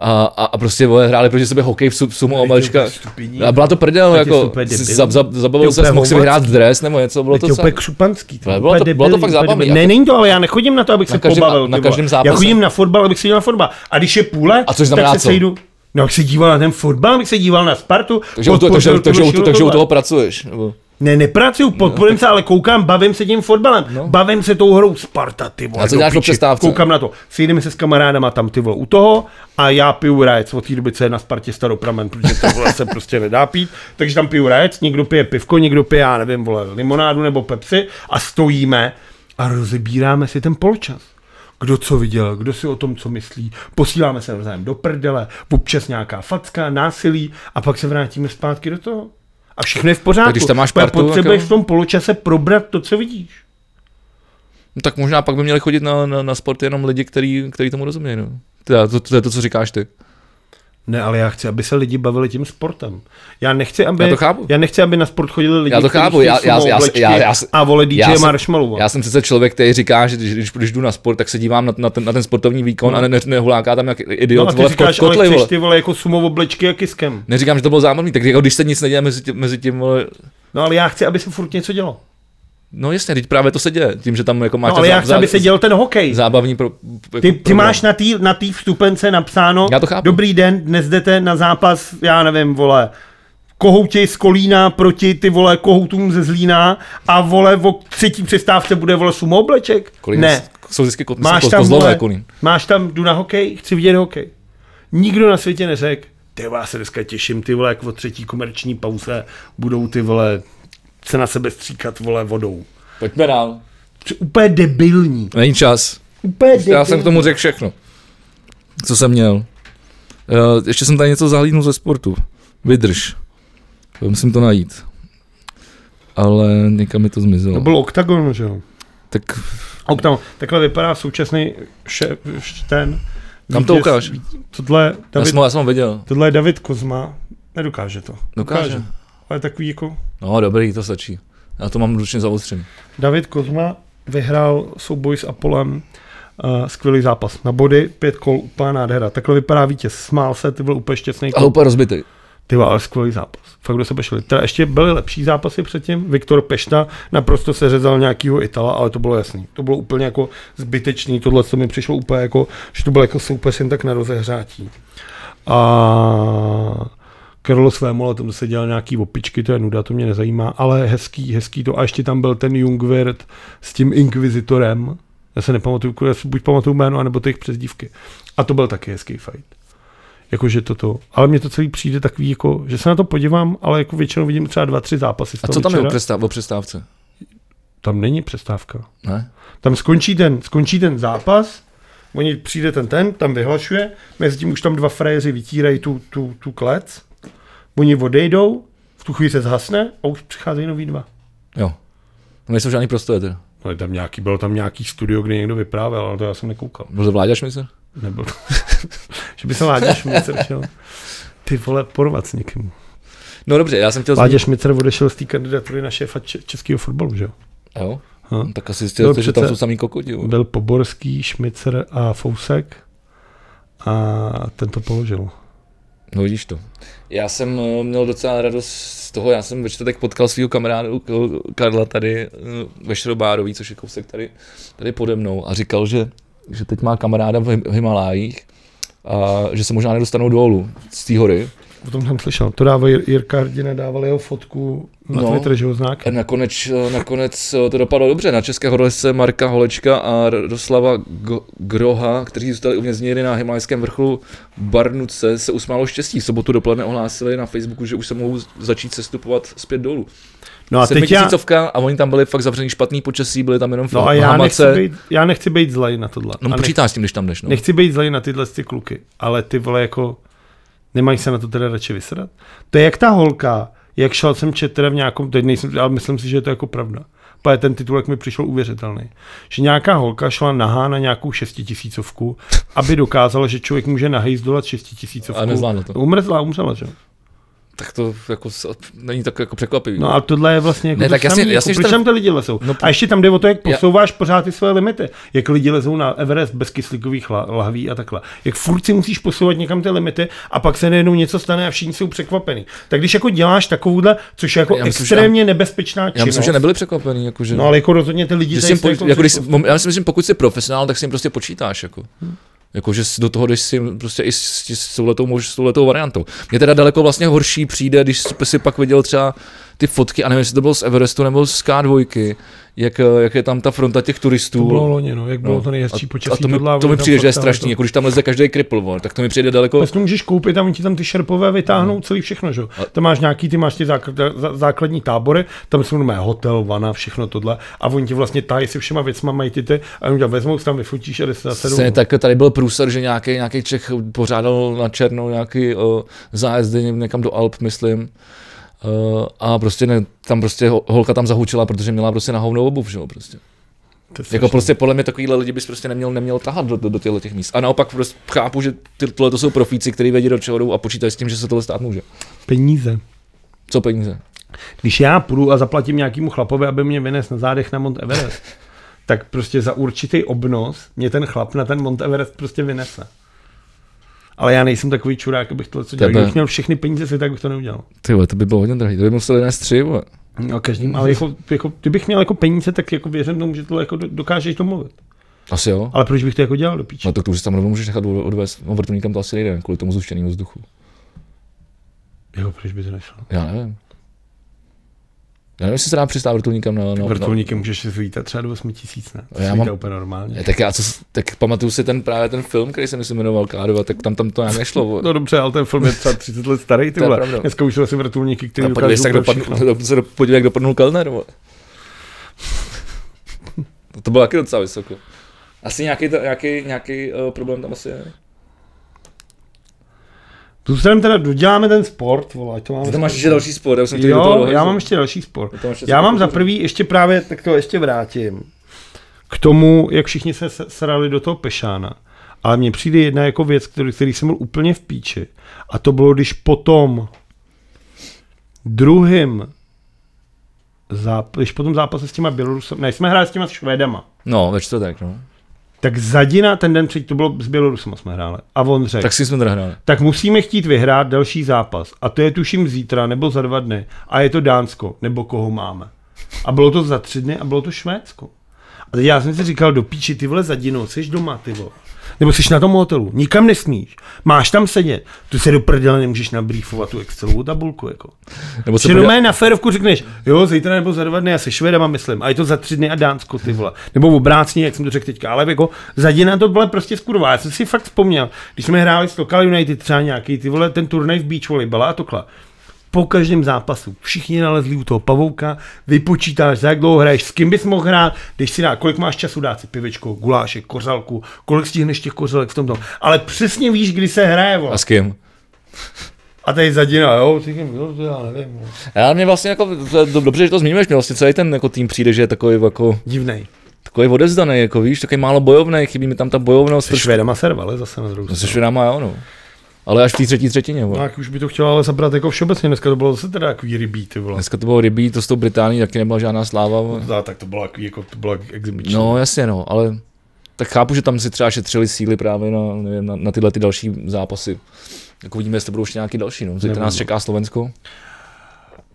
A: a, a, a prostě vole, hráli proti sobě hokej v su- sumo oblečkách.
B: stupidní.
A: A byla to prdel,
B: je
A: jako
B: super debil.
A: z- za, za,
B: To je
A: zabavil
B: úplně
A: se, mohl si
B: hovac.
A: vyhrát dres nebo něco, bylo
B: Bylo to
A: to celé.
B: úplně křupanský.
A: Ale bylo
B: úplně
A: to- bylo to fakt
B: úplně
A: zábavný,
B: debilní. Ne,
A: jako-
B: není to, ale já nechodím na to, abych se
A: Na každém-
B: pobavil.
A: na
B: ty vole.
A: každém
B: Já
A: zápase.
B: chodím na fotbal, abych se díval na fotbal. A když je půle,
A: A což znamená
B: tak se
A: co?
B: sejdu. No, jak se díval na ten fotbal, abych se díval na Spartu.
A: Takže, u to, takže,
B: podporuju
A: takže, u-
B: Šiltovou.
A: takže u toho pracuješ. Nebo...
B: Ne, nepracuju,
A: No.
B: podporujem se, ale koukám, bavím se tím fotbalem. Bavím se tou hrou Sparta, ty vole.
A: A co
B: do
A: děláš po
B: piči.
A: přestávce?
B: Koukám na to. Sejdeme se s kamarádama tam, ty vole, u toho a já piju rajec od té doby, co je na Spartě staropramen, protože to vole se prostě nedá pít. Takže tam piju rajec, někdo pije pivko, někdo pije, já nevím, vole, limonádu nebo pepsi a stojíme a rozebíráme si ten polčas. Kdo co viděl, kdo si o tom co myslí, posíláme se navzájem do prdele, občas nějaká facka, násilí a pak se vrátíme zpátky do toho. A všechno je v pořádku.
A: když tam máš
B: Pak
A: partu,
B: potřebuješ
A: jako-
B: v tom poločase probrat to, co vidíš.
A: No, tak možná pak by měli chodit na, na, na sport jenom lidi, který, který tomu rozumějí. No. Teda, to, to, je to, co říkáš ty.
B: Ne, ale já chci, aby se lidi bavili tím sportem. Já nechci, aby,
A: Já to chápu.
B: Já nechci, aby na sport chodili lidi,
A: Já to
B: kteří
A: chápu,
B: chtějí
A: já- já-
B: sumo
A: já-
B: oblečky
A: já- já-
B: a vole DJ
A: já jsem-
B: Marshmallow.
A: Já jsem přece člověk, který říká, že když, když, když jdu na sport, tak se dívám na, na, ten, na ten sportovní výkon a ne, ne, nehuláká tam jak
B: no
A: idiot
B: a ty
A: vole, v
B: říkáš,
A: kot-
B: ale
A: kotli.
B: chceš
A: Vole.
B: ty vole jako sumo oblečky a kiskem.
A: Neříkám, že to bylo zábavný, tak jako když se nic neděje mezi tím, mezi tím vole,
B: No ale já chci, aby se furt něco dělo.
A: no jasně, teď právě to se děje, tím, že tam jako máš
B: No
A: ten
B: ale
A: zá-
B: já chci, aby se dělal ten hokej.
A: zábavní pro, jako
B: Ty, ty
A: program.
B: máš na té na tý vstupence napsáno,
A: Já to chápu.
B: dobrý den, dnes jdete na zápas, já nevím, vole, kohouti z Kolína proti ty vole kohoutům ze Zlína a vole, o třetí přestávce bude vole sumo obleček?
A: Kolín,
B: ne.
A: Jsou vždycky kot,
B: Máš
A: ko-
B: tam,
A: kozlové,
B: vole,
A: kolín.
B: máš tam, jdu na hokej, chci vidět hokej. Nikdo na světě neřekl, ty vole, já se dneska těším, ty vole, jak o třetí komerční pauze budou ty vole se na sebe stříkat, vole, vodou.
A: Pojďme dál.
B: To je Úplně debilní.
A: Není čas.
B: Úplně debilní.
A: Já jsem k tomu řekl všechno, co jsem měl. Uh, ještě jsem tady něco zahlídnul ze sportu. Vydrž. Musím to najít. Ale někam mi to zmizelo.
B: To byl oktagon, že jo?
A: Tak
B: Oktagon. Takhle vypadá současný šéf, ten...
A: Kam to ukáž?
B: Tohle,
A: já
B: David,
A: jsem, ho- já jsem ho viděl.
B: tohle je David Kozma. Nedokáže to.
A: Dokáže.
B: Ale takový jako...
A: No dobrý, to stačí. Já to mám ručně zaostřený.
B: David Kozma vyhrál souboj s Apolem. Uh, skvělý zápas na body, pět kol, úplná nádhera. Takhle vypadá vítěz. Smál se, ty byl úplně šťastný.
A: Ale úplně rozbitý.
B: Ty vole, ale skvělý zápas. Fakt do sebe šli. Teda ještě byly lepší zápasy předtím. Viktor Pešta naprosto se řezal nějakýho Itala, ale to bylo jasný. To bylo úplně jako zbytečný. Tohle, co mi přišlo úplně jako, že to bylo jako soupeř jen tak na rozehřátí. A Carlos Vémola, tam se dělal nějaký opičky, to je nuda, to mě nezajímá, ale hezký, hezký to. A ještě tam byl ten Jungwirth s tím Inquisitorem, já se nepamatuju, já si buď pamatuju jméno, anebo těch přezdívky. A to byl taky hezký fight. Jakože toto. Ale mně to celý přijde takový, jako, že se na to podívám, ale jako většinou vidím třeba dva, tři zápasy. Z
A: A
B: toho
A: co tam je o
B: večera.
A: přestáv- o přestávce?
B: Tam není přestávka.
A: Ne?
B: Tam skončí ten, skončí ten zápas, oni přijde ten ten, tam vyhlašuje, mezi tím už tam dva frajeři vytírají tu, tu, tu klec, oni odejdou, v tu chvíli se zhasne a už přicházejí noví dva.
A: Jo. Tam nejsou žádný prostoje teda.
B: No, je tam nějaký, bylo tam nějaký studio, kde někdo vyprávěl, ale to já jsem nekoukal.
A: Byl to Vláďa Šmicer?
B: Nebyl. (laughs) že by se Láďa Šmicer šel. Ty vole, porvat s někým.
A: No dobře, já jsem chtěl...
B: Láďa Šmicer odešel z té kandidatury na šéfa če- českého fotbalu, že jo?
A: Jo?
B: Hm.
A: No, tak asi chtěl,
B: No,
A: no, že tam
B: přece-
A: jsou samý kokoti. jo.
B: Byl Poborský, Šmicer a Fousek a ten to položil.
A: No vidíš to. Já jsem eh, měl docela radost z toho, já jsem ve čtvrtek potkal svého kamarádu K- Karla tady eh, ve Šrobárový, což je kousek tady, tady pode mnou a říkal, že, že teď má kamaráda v Him- Himalájích a že se možná nedostanou dolů z té hory.
B: O tom jsem slyšel. To dává Jir- Jirka Hrdina, dával jeho fotku na no.
A: No.
B: Twitter, že ho zná.
A: A nakonec, eh, nakonec eh, to dopadlo dobře. Na České horolezce Marka Holečka a Radoslava Go- Groha, kteří zůstali uvězněni na himalajském vrcholu Barnuce, se usmálo štěstí. V sobotu dopoledne ohlásili na Facebooku, že už se mohou začít sestupovat zpět dolů.
B: No a teď já,
A: Sedmitisícovka a oni tam byli fakt zavřený špatný počasí, byli tam jenom v
B: no a já nechci,
A: hamace.
B: být, já nechci být zlej na tohle.
A: No
B: a nech,
A: počítáš s tím, když tam jdeš, no.
B: nechci být zlej na tyhle ty kluky, ale ty vole jako nemají se na to teda radši vysrat. To je jak ta holka, jak šel jsem čet teda v nějakom, teď nejsem, ale myslím si, že je to jako pravda. Ale ten titulek mi přišel uvěřitelný. Že nějaká holka šla nahá na nějakou šestitisícovku, aby dokázala, že člověk může nahej zdolat šestitisícovku.
A: A nezvládla to.
B: Umrzla, umřela, že? jo?
A: Tak to jako s- není tak jako překvapivý.
B: No a tohle je vlastně jako
A: Ne,
B: to
A: tak jasně-
B: samý,
A: jasně,
B: jako,
A: že
B: proč
A: ten-
B: tam ty lidi lezou?
A: No,
B: a ještě tam jde o to, jak
A: Já-
B: posouváš pořád ty svoje limity. Jak lidi lezou na Everest bez kyslíkových la- lahví a takhle. Jak furt si musíš posouvat někam ty limity a pak se najednou něco stane a všichni jsou překvapený. Tak když jako děláš takovouhle, což je jako
A: Já myslím, že-
B: extrémně nebezpečná činnost,
A: já myslím, že nebyli překvapený, jako, že,
B: no ale jako rozhodně ty lidi
A: že si
B: tady
A: jim
B: jsou
A: po, jako, když,
B: překvapení.
A: já si myslím, pokud jsi profesionál, tak si jim prostě počítáš, jako.
B: Hmm.
A: Jako, že si do toho jdeš si jim prostě i s, s, touhletou, mož, s touhletou variantou. Mně teda daleko vlastně horší přijde, když jsi- si pak viděl třeba ty fotky, a nevím, jestli to bylo z Everestu nebo z K2, jak, eh, jak je tam ta fronta těch turistů.
B: To bylo loni, no, jak bylo
A: No,
B: to nejhezčí
A: a-
B: počasí.
A: A to mi,
B: tohle,
A: to mi
B: oni tam
A: přijde,
B: fakt
A: že je
B: tam
A: strašný, jako když tam leze každý kripl, vole, tak to mi přijde daleko.
B: Vlastně můžeš koupit a oni ti tam ty šerpové vytáhnou
A: Hmm.
B: celý všechno, že? jo? Tam máš nějaký, ty máš ty zákl- zá- základní tábory, tam jsou mé hotel, vana, všechno tohle a oni ti vlastně tají se všema věcma, mají ty ty a oni tam vezmou, tam vyfotíš a jde se zase
A: Se,
B: domů.
A: tak eh, tady byl průser, že nějaký, nějaký Čech pořádal na černou nějaký uh, zájezd ně- někam do Alp, myslím. Uh, a prostě ne, tam prostě ho- holka tam zahučila, protože měla prostě na hovnou obuv, že jo, prostě.
B: To je strašný.
A: Jako prostě podle mě takovýhle lidi bys prostě neměl, neměl tahat do, do, do těchto těch míst. A naopak prostě chápu, že ty, tohle to jsou profíci, kteří vědí, do čeho jdou a počítají s tím, že se tohle stát může.
B: Peníze.
A: Co peníze?
B: Když já půjdu a zaplatím nějakému chlapovi, aby mě vynes na zádech na Mount Everest, tak prostě za určitý obnos mě ten chlap na ten Mount Everest prostě vynese. Ale já nejsem takový čurák, abych tohle co dělal.
A: Tebe-
B: Kdybych měl všechny peníze světa, tak bych to neudělal.
A: Ty vole, to by bylo hodně drahý, to by museli nést tři, vole.
B: No, každý, ale jako, jako, kdybych měl jako peníze, tak jako věřím tomu, že tohle jako do- dokážeš domluvit.
A: Asi jo.
B: Ale proč bych to jako dělal do píče?
A: No tak to už tam rovnou můžeš nechat od- odvést, no vrtulníkem to asi nejde, kvůli tomu zluštěnému vzduchu.
B: Jako, proč by to nešlo?
A: Já nevím. Já nevím, jestli se dá přistát vrtulníkem na... na
B: No, Vrtulníkem no. můžeš zvítat třeba do 8 tisíc, ne? To
A: Já
B: já
A: mám-
B: mám... úplně normálně.
A: Na, Eh, tak já co, s- tak pamatuju si ten právě ten film, který jsem si jmenoval Kádova, tak tam, tam to nějak nešlo. vole.
B: No dobře, ale ten film je třeba 30 let starý, ty
A: To je
B: vole.
A: pravda.
B: Dneska už jsou asi vrtulníky,
A: a
B: který
A: podívej
B: dokážou
A: se, jak
B: úplně
A: dopadl,
B: všechno.
A: do- (laughs) se do- podívej, jak dopadnul Kellner. vole. No to bylo taky docela vysoko. Asi nějaký, ta- nějaký, nějaký uh, problém tam asi je.
B: Zůstaneme teda, doděláme ten sport, vole, ať to máme.
A: Ty tam máš ještě další spor, já už jsem chtěl jít do toho
B: Jo,
A: dohledu.
B: já mám ještě další spor.
A: Do toho ještě
B: Já
A: se
B: mám za
A: podívej.
B: prvý ještě právě, tak to ještě vrátím, k tomu, jak všichni se se- srali do toho Pešána. Ale mně přijde jedna jako věc, který, který jsem byl úplně v píči. A to bylo, když potom druhým záp- když potom zápase s těma Bělorusama, ne, jsme hráli s těma Švédama,
A: No, ve čtvrtek, no.
B: tak Zadina ten den předtím, to bylo s Bělorusama jsme hráli. A on řekl,
A: Tak si jsme teda hráli.
B: tak musíme chtít vyhrát další zápas. A to je tuším zítra nebo za dva dny. A je to Dánsko, nebo koho máme. A bylo to za tři dny a bylo to Švédsko. A teď já jsem si říkal, do píči, ty vole zadinu, jsi doma, ty vole. Nebo jsi na tom hotelu, nikam nesmíš, máš tam sedět, tu se do prdele nemůžeš nabrýfovat tu Excelovou tabulku, jako.
A: Nebo se
B: Že
A: podívat-
B: doma na férovku řekneš, jo, zítra nebo za dva dny, já se Švedama myslím, a je to za tři dny a Dánsko, ty vole. Nebo obrácně, jak jsem to řekl teďka, ale jako zadina to byla prostě skurvá. Já jsem si fakt vzpomněl, když jsme hráli s Local United třeba nějaký, ty vole, ten turnaj v beach volleyball a tokla. Po každém zápasu všichni nalezli u toho pavouka, vypočítáš, za jak dlouho hraješ, s kým bys mohl hrát, když si dá, kolik máš času dát si pivečko, gulášek, kořalku, kolik stihneš těch kořalek v tom tom. Ale přesně víš, kdy se hraje, vole.
A: A s kým?
B: A tady zadina, jo, ty kým, jo, to já nevím. vole.
A: Já mě vlastně jako, to je do- dobře, že to zmiňuješ, mě vlastně celý ten jako tým přijde, že je takový jako,
B: Divnej.
A: takový odevzdaný, jako víš, takový málo bojovný, chybí mi tam ta bojovnost.
B: Se
A: trošku-
B: Švédama serv, ale zase na druhou
A: Se Švédama, jo, no. Ale až v té třetí třetině,
B: No,
A: vole.
B: jak už by to chtěla ale zabrat jako všeobecně, dneska to bylo zase teda takový rybí, ty vole.
A: Dneska to bylo rybí, to s tou Británií taky nebyla žádná sláva. vole.
B: No, tak to bylo jako, jako to bylo exibiční.
A: No jasně, no, ale tak chápu, že tam si třeba šetřili síly právě na, nevím, na, na tyhle ty další zápasy. Jako vidíme, jestli budou ještě nějaký další, no. Zítra
B: Nebudou.
A: nás čeká Slovensko.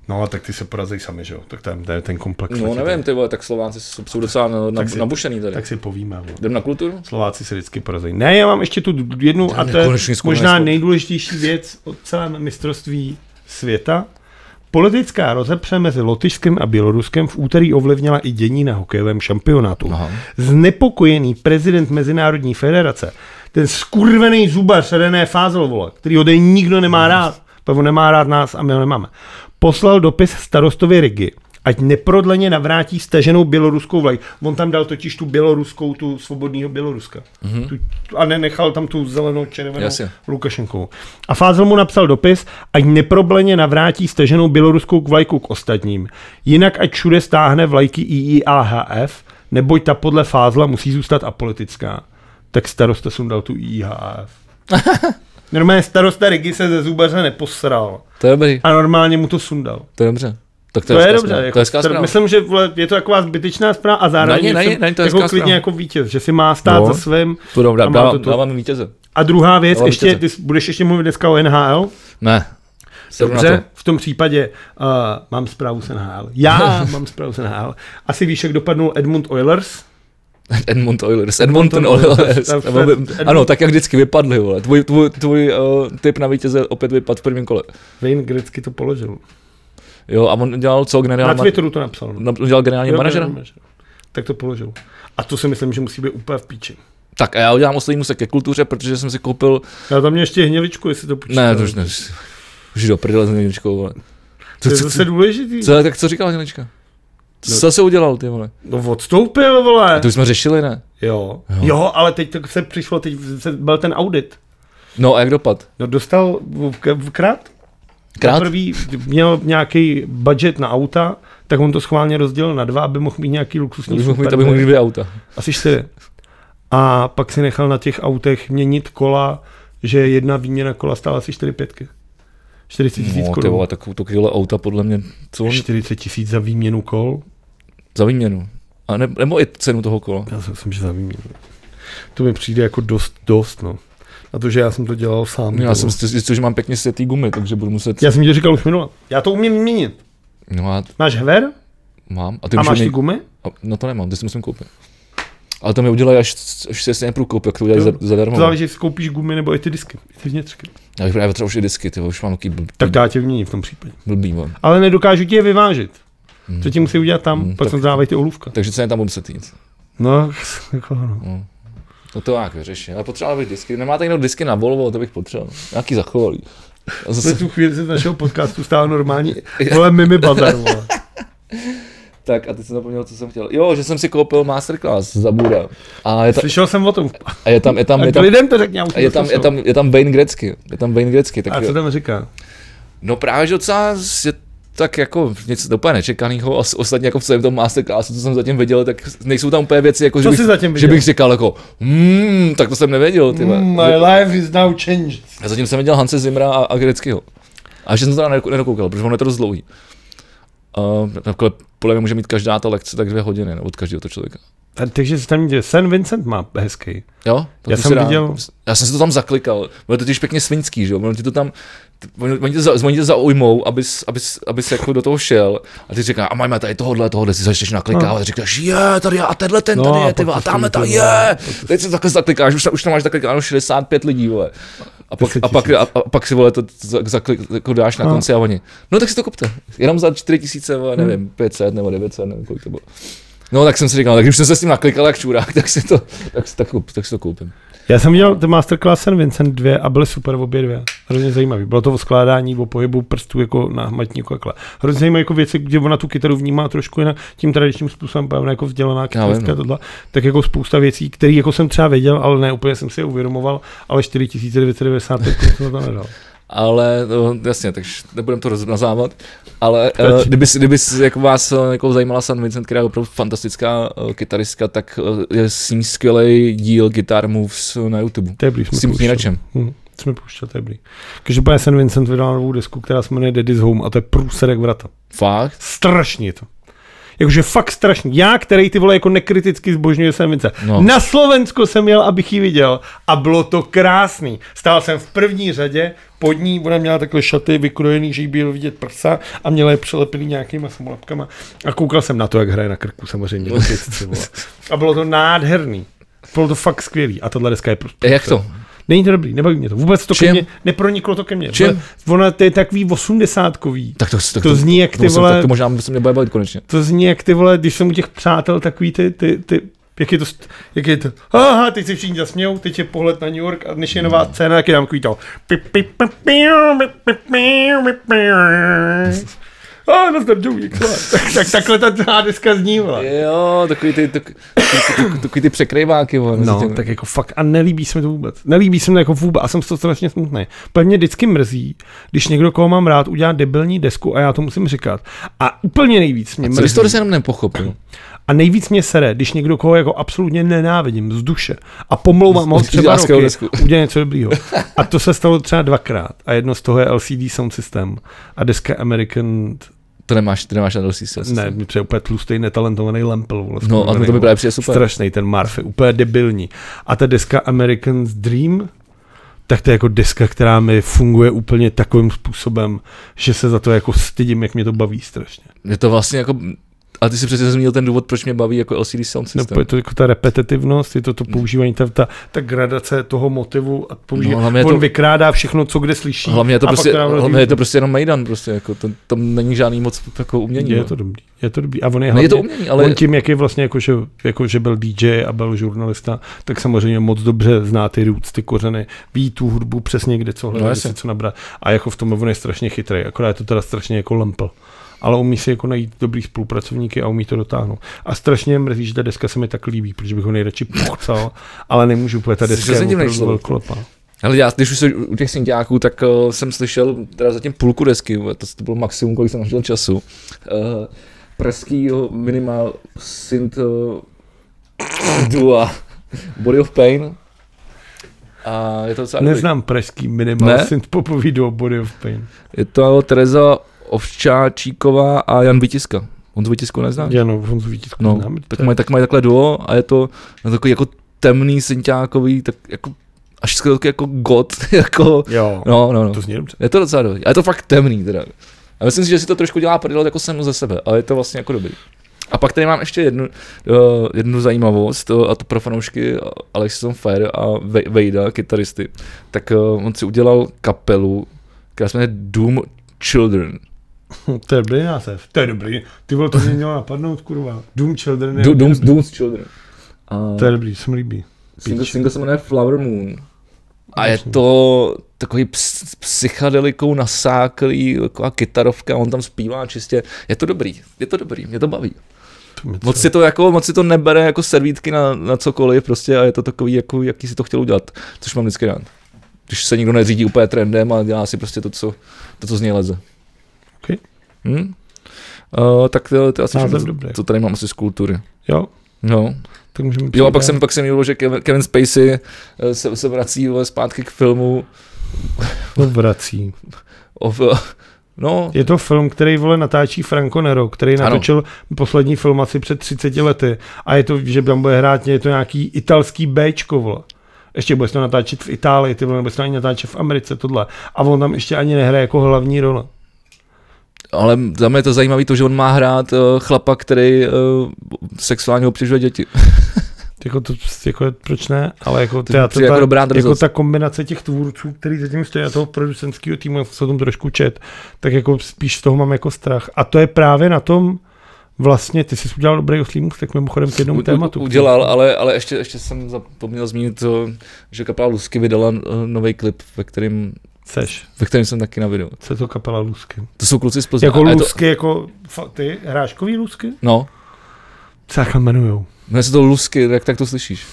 B: no a tak ty se porazí sami, že jo? Tak tam to je ten komplex.
A: No
B: letí,
A: nevím, ty vole, tak Slováci jsou, jsou docela na, na,
B: tak si-
A: nabušený tady.
B: Tak si povíme, vole.
A: Jdem na kulturu?
B: Slováci se vždycky porazí. Ne, já mám ještě tu d- jednu a to je
A: nekonečný skok,
B: možná
A: neskok.
B: nejdůležitější věc od celém mistrovství světa. Politická rozepře mezi Lotyšskem a Běloruskem v úterý ovlivnila i dění na hokejovém šampionátu.
A: Aha.
B: Znepokojený prezident Mezinárodní federace, ten skurvený zubař René Fázel, vole, který ho tady nikdo nemá rád, protože on nemá rád nás a my ho nemáme, poslal dopis starostovi Rigi, ať neprodleně navrátí staženou běloruskou vlajku. On tam dal totiž tu běloruskou, tu svobodného Běloruska. Mm-hmm. Tu, a nenechal tam tu zelenou červenou
A: Jasně.
B: Lukašenkovou. A Fázel mu napsal dopis, ať neprodleně navrátí staženou běloruskou k vlajku k ostatním. Jinak ať všude stáhne vlajky IIAHF, neboť ta podle Fázla musí zůstat apolitická. Tak starosta sundal tu
A: (laughs)
B: IIHF. normálně starosta Rigi se ze zubaře neposral
A: To je dobrý,
B: a normálně mu to sundal.
A: to je dobře. Tak
B: To, to je,
A: hezká
B: dobře.
A: zpráva,
B: Jako,
A: to je hezká
B: star-
A: zpráva.
B: myslím, že vole, je to taková zbytečná zpráva a zároveň
A: Na ně- na ně-
B: jsem
A: na ně to je
B: jako
A: hezká
B: klidně
A: zpráva.
B: jako vítěz, že si má stát
A: No.
B: za svým.
A: To dobrá,
B: a má
A: dávám,
B: to tu-
A: dáváme vítěze.
B: A druhá věc,
A: Ale
B: ještě, ty
A: vítěze.
B: s- budeš ještě mluvit dneska o NHL?
A: Ne. Seru na
B: Dobře,
A: to.
B: v tom případě uh, mám zprávu z NHL.
A: (laughs)
B: Já mám zprávu z NHL. Asi víš, jak dopadnul Edmund Oilers?
A: Edmund Oilers, Edmonton
B: Oilers,
A: Oilers.
B: tak-
A: Nebo by-
B: Edmund-
A: Ano, tak jak vždycky vypadli, vole. Tvůj, tvůj, tvůj uh, typ na vítěze opět vypadl v prvním kole.
B: Wayne Gretzky to položil.
A: Jo, a on dělal co
B: Na
A: generální man-
B: Twitteru to napsal. No.
A: na- udělal generální
B: Jo,
A: manažera?
B: manažer. Tak to položil. A to si myslím, že musí být úplně v píči.
A: Tak a já udělám oslý musek ke kultuře, protože jsem si koupil...
B: Já tam mě ještě hněvičku, jestli to počítám.
A: Ne, to už ne. Už do prdele s Hniličkou, vole.
B: To
A: Co,
B: je
A: co, co,
B: zase No. důležitý.
A: co, tak co říkal Hnilička? Co zase udělal, ty vole?
B: No odstoupil, vole.
A: To už jsme řešili, ne?
B: Jo. jo, ale teď to se přišlo, teď se, byl ten audit.
A: No a jak dopad?
B: No dostal v- vkrát.
A: Krát?
B: Prvý měl nějaký budget na auta, tak on to schválně rozdělil na dva, aby mohl mít nějaký luxusní
A: Abych mohl mít,
B: superbike.
A: abych mohl mít dvě auta.
B: Asi čtyři. A pak si nechal na těch autech měnit kola, že jedna výměna kola stála asi 4 pětky. 40 tisíc
A: No, ty
B: korun.
A: vole, tak to kilo auta podle mě, co on
B: 40 tisíc za výměnu kol?
A: za výměnu. A ne, nebo i cenu toho kola.
B: Já si myslím, že za výměnu. To mi přijde jako dost, dost, no. Na to, že já jsem to dělal sám.
A: Já
B: to-
A: jsem si zjistil, že mám pěkně světý gumy, takže budu muset...
B: já jsem ti to říkal už minule. Já to umím měnit.
A: No a
B: Máš hever
A: mám. A, ty
B: a
A: už
B: máš
A: mě-
B: ty gumy?
A: A- No to nemám, ty si musím koupit. Ale to mi udělají až, až se jen průkop, jak to udělají
B: Jo,
A: za, zadarmo.
B: To záleží, jestli koupíš gumy nebo i ty disky, i ty vnitřky.
A: Já bych právě třeba už i disky, ty vole, už mám takový bl-
B: Tak to já tě vyměním v tom případě.
A: blbý, vole.
B: Hmm. Ale nedokážu ti je vyvážit. To ti musí udělat tam,
A: Hmm,
B: pak
A: tak-
B: tam dávají ty olůvka.
A: Takže co je tam budu muset jít?
B: No, (laughs) jako no.
A: No to nějak vyřeším. Ale potřeboval bych disky. Nemáte někdo disky na Volvo, to bych potřeboval. Nějaký zachovalý. A
B: V (laughs)
A: Zase,
B: tu chvíli se z našeho podcastu
A: (laughs)
B: stává normální, vole, mimi bazar, vole.
A: tak a teď jsem zapomněl, co jsem chtěl. Jo, že jsem si koupil masterclass za Bura. A je, ta,
B: Slyšel jsem o tom.
A: a je tam, je tam,
B: A
A: je
B: to
A: tam,
B: lidem to řekně, já už
A: a je tam, je tam, je tam Wayne Gretzky. Je tam Wayne Gretzky. Tak
B: A co tam říká?
A: No právě, že docela je tak jako něco úplně nečekaného a s- ostatně jako v celém tom masterclassu, co jsem zatím viděl, tak nejsou tam úplně věci, jako,
B: Co
A: že, bych,
B: jsi zatím
A: že
B: viděl?
A: bych říkal jako, hmm, tak to jsem nevěděl, ty mm,
B: life is now changed.
A: Já zatím jsem viděl Hance Zimra a, a Greckýho. A že jsem to teda nedok- nedokoukal, protože ono je to dost dlouhý. Uh, takhle podle mě může mít každá ta lekce tak dvě hodiny no, od každého toho člověka.
B: A, takže tam jde. San Vincent má hezký.
A: Jo? Tak
B: Já
A: to
B: jsem
A: se dá-
B: viděl-
A: Já jsem si to tam zaklikal. Bylo to totiž pěkně svinský, že jo? Ono ti to tam, t- oni, oni, tě, za, oni tě zaujmou, abys, abys, abys jako do toho šel. A ty říkáš, a máme tady tohle, tohle, si začneš naklikávat. A říkáš, je, tady je, a tenhle ten
B: No,
A: tady
B: a
A: je, ty
B: pak
A: vole, a
B: už to no.
A: tamhle ta
B: vypadá.
A: je. Teď si takhle zaklikáš, už, tam- už tam máš zaklikáno 65 lidí, vole. A pak,
B: 10
A: a pak, a, a pak si vole to za- zaklik, jako dáš na konci a oni. No tak si to kupte. Jenom za 4 tisíce, vole,
B: Hmm.
A: nevím, 500 nebo 900, nebo kolik to bylo. No tak jsem si říkal, tak když jsem se s tím naklikal jak čurák, (laughs) tak si to, tak, si- tak, kup- tak si to koupím.
B: Já jsem dělal The Masterclass San Vincent 2 a byly super obě dvě. Hrozně zajímavý. Bylo to o skládání, o pohybu prstů jako na hmatníku a kle. Hrozně zajímavé jako věci, kde ona tu kytaru vnímá trošku jinak tím tradičním způsobem, právě jako vzdělaná
A: vím, no.
B: kytaristka tohle. Tak jako spousta věcí, které jako jsem třeba věděl, ale ne úplně jsem si je uvědomoval, ale 4995 korun jsem to nedal.
A: Ale no, jasně, takže nebudem to rozmazávat. Ale
B: Proč?
A: uh, kdyby, si- kdyby si- jako vás eh, jako zajímala San Vincent, která je opravdu fantastická uh, kytaristka, tak uh, je s ní skvělý díl Guitar Moves na YouTube.
B: To je blíž. jsme
A: S tím
B: pouštěli.
A: kníračem.
B: Hm, jsme pouštěli, to je blíž. Každopádně San Vincent vydal novou desku, která se jmenuje Daddy's Home a to je průsedek vrata.
A: Fakt?
B: Strašně je to. Jakože fakt strašný. Já, který ty vole jako nekriticky zbožňuje jsem vince.
A: No.
B: No. Na Slovensko jsem jel, abych ji viděl a bylo to krásný. Stál jsem v první řadě, pod ní ona měla takhle šaty vykrojený, že jí bylo vidět prsa a měla je přelepený nějakýma samolepkama a koukal jsem na to, jak hraje na krku samozřejmě. na pětce, vole. a bylo to nádherný. Bylo to fakt skvělý a tahle deska je prostě.
A: Eh, Jak to?
B: Není to dobrý, nebaví mě to. Vůbec to
A: Čím?
B: ke mně, neproniklo to ke mně.
A: Čím?
B: Ona to je takový osmdesátkový.
A: Tak to, tak
B: To zní jak ty
A: musím-
B: vole-
A: Tak to možná se mě bude bavit konečně.
B: To zní jak ty vole, když jsem u těch přátel takový ty, ty, ty jak je to, st- jak je to, aha, teď se všichni zasmějou, teď je pohled na New York a dnešní nová
A: Hmm.
B: scéna, jak je tam takový to. pi, pi, pi, piu, pi, pi, piu, pi, (laughs) piu. A no nazdar, Joey, tak, tak, takhle ta celá deska znívala.
A: Jo, takový ty, tak, takový, takový ty překrýváky. Vole, mezi
B: No,
A: těmi.
B: tak jako fakt, a nelíbí se mi to vůbec. Nelíbí se mi to jako vůbec a jsem z toho strašně smutný. Pro mě vždycky mrzí, když někdo, koho mám rád, udělá debilní desku a já to musím říkat. A úplně nejvíc mě
A: Co
B: mrzí.
A: když to se jenom nepochopil?
B: A nejvíc mě sere, když někdo, koho jako absolutně nenávidím z duše a pomlouvám ho
A: Z- z-
B: třeba
A: z- z- z-
B: roky,
A: desku.
B: udělá
A: (laughs)
B: něco dobrýho. A to se stalo třeba dvakrát. A jedno z toho je LCD Sound System a deska American,
A: To nemáš, ty nemáš na další stres.
B: ne, mi přijde úplně tlustý, netalentovaný Lempel. Vole,
A: No, a to mi právě přijde super.
B: Strašný ten Murphy, úplně debilní. A ta deska American's Dream, tak to je jako deska, která mi funguje úplně takovým způsobem, že se za to jako stydím, jak mě to baví strašně.
A: Je to vlastně jako... A ty si přesně zmínil ten důvod, proč mě baví jako LCD Sound
B: No,
A: System.
B: je to jako ta repetitivnost, je to
A: Mm.
B: to používání, ta, ta, ta gradace toho motivu a
A: No,
B: používání.
A: hlavně
B: No,
A: je
B: on
A: to-
B: to, vykrádá všechno, co kde slyší.
A: Hlavně je to,
B: a pak
A: prostě,
B: nám
A: hlavně je to
B: rozvíjí.
A: prostě jenom Mejdan, prostě, jako, to, tam není žádný moc jako umění.
B: je
A: no.
B: to dobrý, je to dobrý. A on je
A: ne,
B: hlavně,
A: je to umění, ale
B: on tím, jak je vlastně, jako, že, jako, že byl DJ a byl žurnalista, tak samozřejmě moc dobře zná ty roots, ty kořeny, ví tu hudbu přesně, kde co hledá,
A: No,
B: no,
A: jasně.
B: si co nabrat. A jako v tom on je strašně chytrý, akorát je to teda strašně jako lampl. Ale umí si jako najít dobrý spolupracovníky a umí to dotáhnout. A strašně mrzí, že ta deska se mi tak líbí, protože bych ho nejradši pochcal, ale nemůžu, protože ta
A: Jsi
B: deska je
A: hrozně divnej
B: opravdu
A: člověk.
B: velkolepá.
A: ale já, když už jsem u těch synťáků, tak uh, jsem slyšel teda zatím půlku desky, vole, to, to bylo maximum, kolik jsem našel času. Uh, preskýho minimal synth uh, (coughs) dua Body of Pain. A je to docela dobrý.
B: Neznám pražský minimal
A: Ne?
B: ne? synth popový duo Body of Pain.
A: Je to Tereza Ovčáčíková a Jan Vytiska. On z Vytisku neznáš?
B: Já no, on z Vítisku
A: No,
B: znám,
A: tak
B: to je-
A: mají, tak mají takhle duo a je to no, takový jako temný synťákový, tak jako až skoro taky jako god, (laughs) jako,
B: Jo,
A: no, no, no.
B: to zní dobře.
A: Je to docela dobrý, ale je to fakt temný teda. A myslím si, že si to trošku dělá prdel jako sem ze sebe, ale je to vlastně jako dobrý. A pak tady mám ještě jednu, uh, jednu zajímavost, uh, a to pro fanoušky uh, Alexison Fire a Ve- Vejda, kytaristy. Tak uh, on si udělal kapelu, která se jmenuje Doom Children.
B: Hm, To je dobrý název, to je dobrý. Ty vole, to mě mělo napadnout, kurva. Doom Children je...
A: Do- Doom, Doom's Children. A
B: To je dobrý, se mi líbí.
A: single,
B: Píč.
A: single se jmenuje Flower Moon. A je to takový ps- psychadelikou nasáklý, taková kytarovka, on tam zpívá čistě. Je to dobrý, je to dobrý, mě to baví.
B: To mě
A: Moc si to, jako, moc si to nebere jako servítky na, na cokoliv prostě a je to takový, jako, jaký si to chtěl udělat, což mám vždycky rád. Když se nikdo neřídí úplně trendem a dělá si prostě to, co, to, co z něj leze.
B: Ok.
A: Hm? Uh, tak to, to je asi
B: Název
A: všechno,
B: dobrý.
A: co tady mám asi z kultury.
B: Jo,
A: No.
B: tak můžeme
A: Jo, a pak
B: přijít
A: jsem, pak jsem mluvil, že Kevin, Kevin Spacey eh, se, se vrací vole, zpátky k filmu
B: dál. No vrací.
A: o, (laughs) No,
B: Je to film, který vole natáčí Franco Nero, který
A: Ano.
B: natočil poslední film asi před 30 lety. A je to, že tam bude hrát, je to nějaký italský Bčko, vole. Ještě bude se to natáčet v Itálii, ty vole, nebude se to ani natáčet v Americe, tohle. A on tam ještě ani nehraje jako hlavní role.
A: ale za mě je to zajímavé to, že on má hrát uh, chlapa, který uh, sexuálně obtěžuje děti.
B: Jako to, jako, proč ne? Ale jako,
A: To mi přijde jako dobrá
B: jako
A: drzost.
B: ta kombinace těch tvůrců, který zatím stojí a toho producentského týmu, jak se o tom trošku čet, tak jako spíš z toho mám jako strach. A to je právě na tom, vlastně, ty jsi udělal dobrý oslý můstek mimochodem k
A: U-
B: jednomu
A: u-
B: tématu.
A: Udělal, ale, ale ještě, ještě jsem zapomněl zmínit to, že kapela Lusky vydala uh, nový klip, ve kterém,
B: Seš,
A: ve kterém jsem taky na videu.
B: co je to kapela Lusky?
A: To jsou kluci z Plzně.
B: Jako
A: a je to-
B: Lusky, jako fa- ty, hráškový Lusky?
A: No,
B: Co jak jmenujou?
A: jmenuje se to Lusky, jak tak to slyšíš.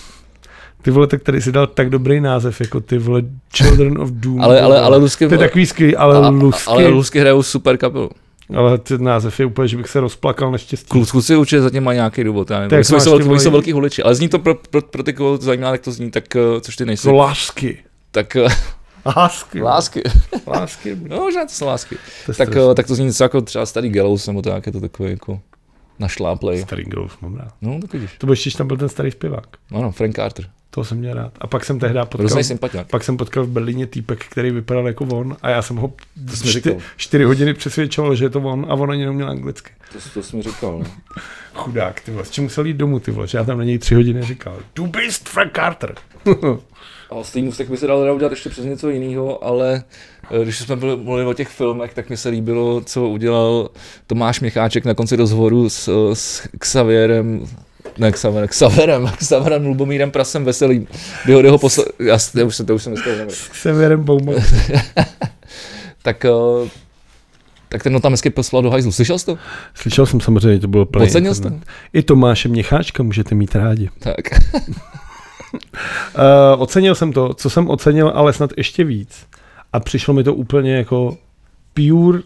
B: Ty vole, tak tady si dal tak dobrý název, jako ty vole Children of Doom.
A: Ale, ale, ale Lusky...
B: To je takový skvělý, ale
A: a- a-
B: Lusky.
A: Ale Lusky hrajou super kapelu.
B: Ale ten název je úplně, že bych se rozplakal neštěstí.
A: Klu- Kluci určitě zatím mají nějaký důvod, já nevím.
B: Tak
A: Oni jsou,
B: máš
A: jsou,
B: ty
A: velký-
B: vole-
A: oni jsou velký huliči, ale zní to pro, pro, pro ty, koho to zajímá, jak to zní, tak eh, což ty nejsi.
B: To lásky.
A: Tak
B: No, Lásky.
A: eh, lásky.
B: Lásky.
A: No, možná to jsou lásky.
B: To je
A: Tak,
B: strašný.
A: eh, tak to zní něco jako třeba starý Gallows, nebo tak, je to takový jako našláplej.
B: Starý Grove mám rád.
A: No, tak vidíš.
B: To byl ještě, když tam byl ten starý zpěvák.
A: Ano, Frank Carter.
B: To jsem měl rád. A pak jsem tehdy potkal,
A: Hrozný sympatiák.
B: pak jsem potkal v Berlíně týpek, který vypadal jako on a já jsem ho
A: jsi mi
B: čty,
A: říkal.
B: čtyři hodiny přesvědčoval, že je to on a on ani neuměl anglicky.
A: To, to jsi mi říkal, no.
B: Chudák, ty vole, s čím musel jít domů, ty vole, že já tam na něj tři hodiny říkal, du bist Frank Carter. (laughs)
A: A stejný mustek by se dal udělat ještě přes něco jiného, ale eh, když jsme byli, mluvili o těch filmech, tak mi se líbilo, co udělal Tomáš Měcháček na konci rozhovoru s, eh, s Xavierem, ne Xavier, (laughs) Xavierem, Xavierem Lubomírem Prasem Veselým, kdy ho, kdy ho posle, já, s- já už jsem, to už jsem dneska nevěděl.
B: Severem Bouman.
A: Tak, eh, tak ten ho tam hezky poslal do hajzlu. Slyšel jsi to?
B: Slyšel jsem samozřejmě, to bylo plný.
A: Ocenil jsi
B: internet. I Tomáše Měcháčka můžete mít rádi.
A: Tak.
B: Uh, ocenil jsem to, co jsem ocenil, ale snad ještě víc. A přišlo mi to úplně jako pure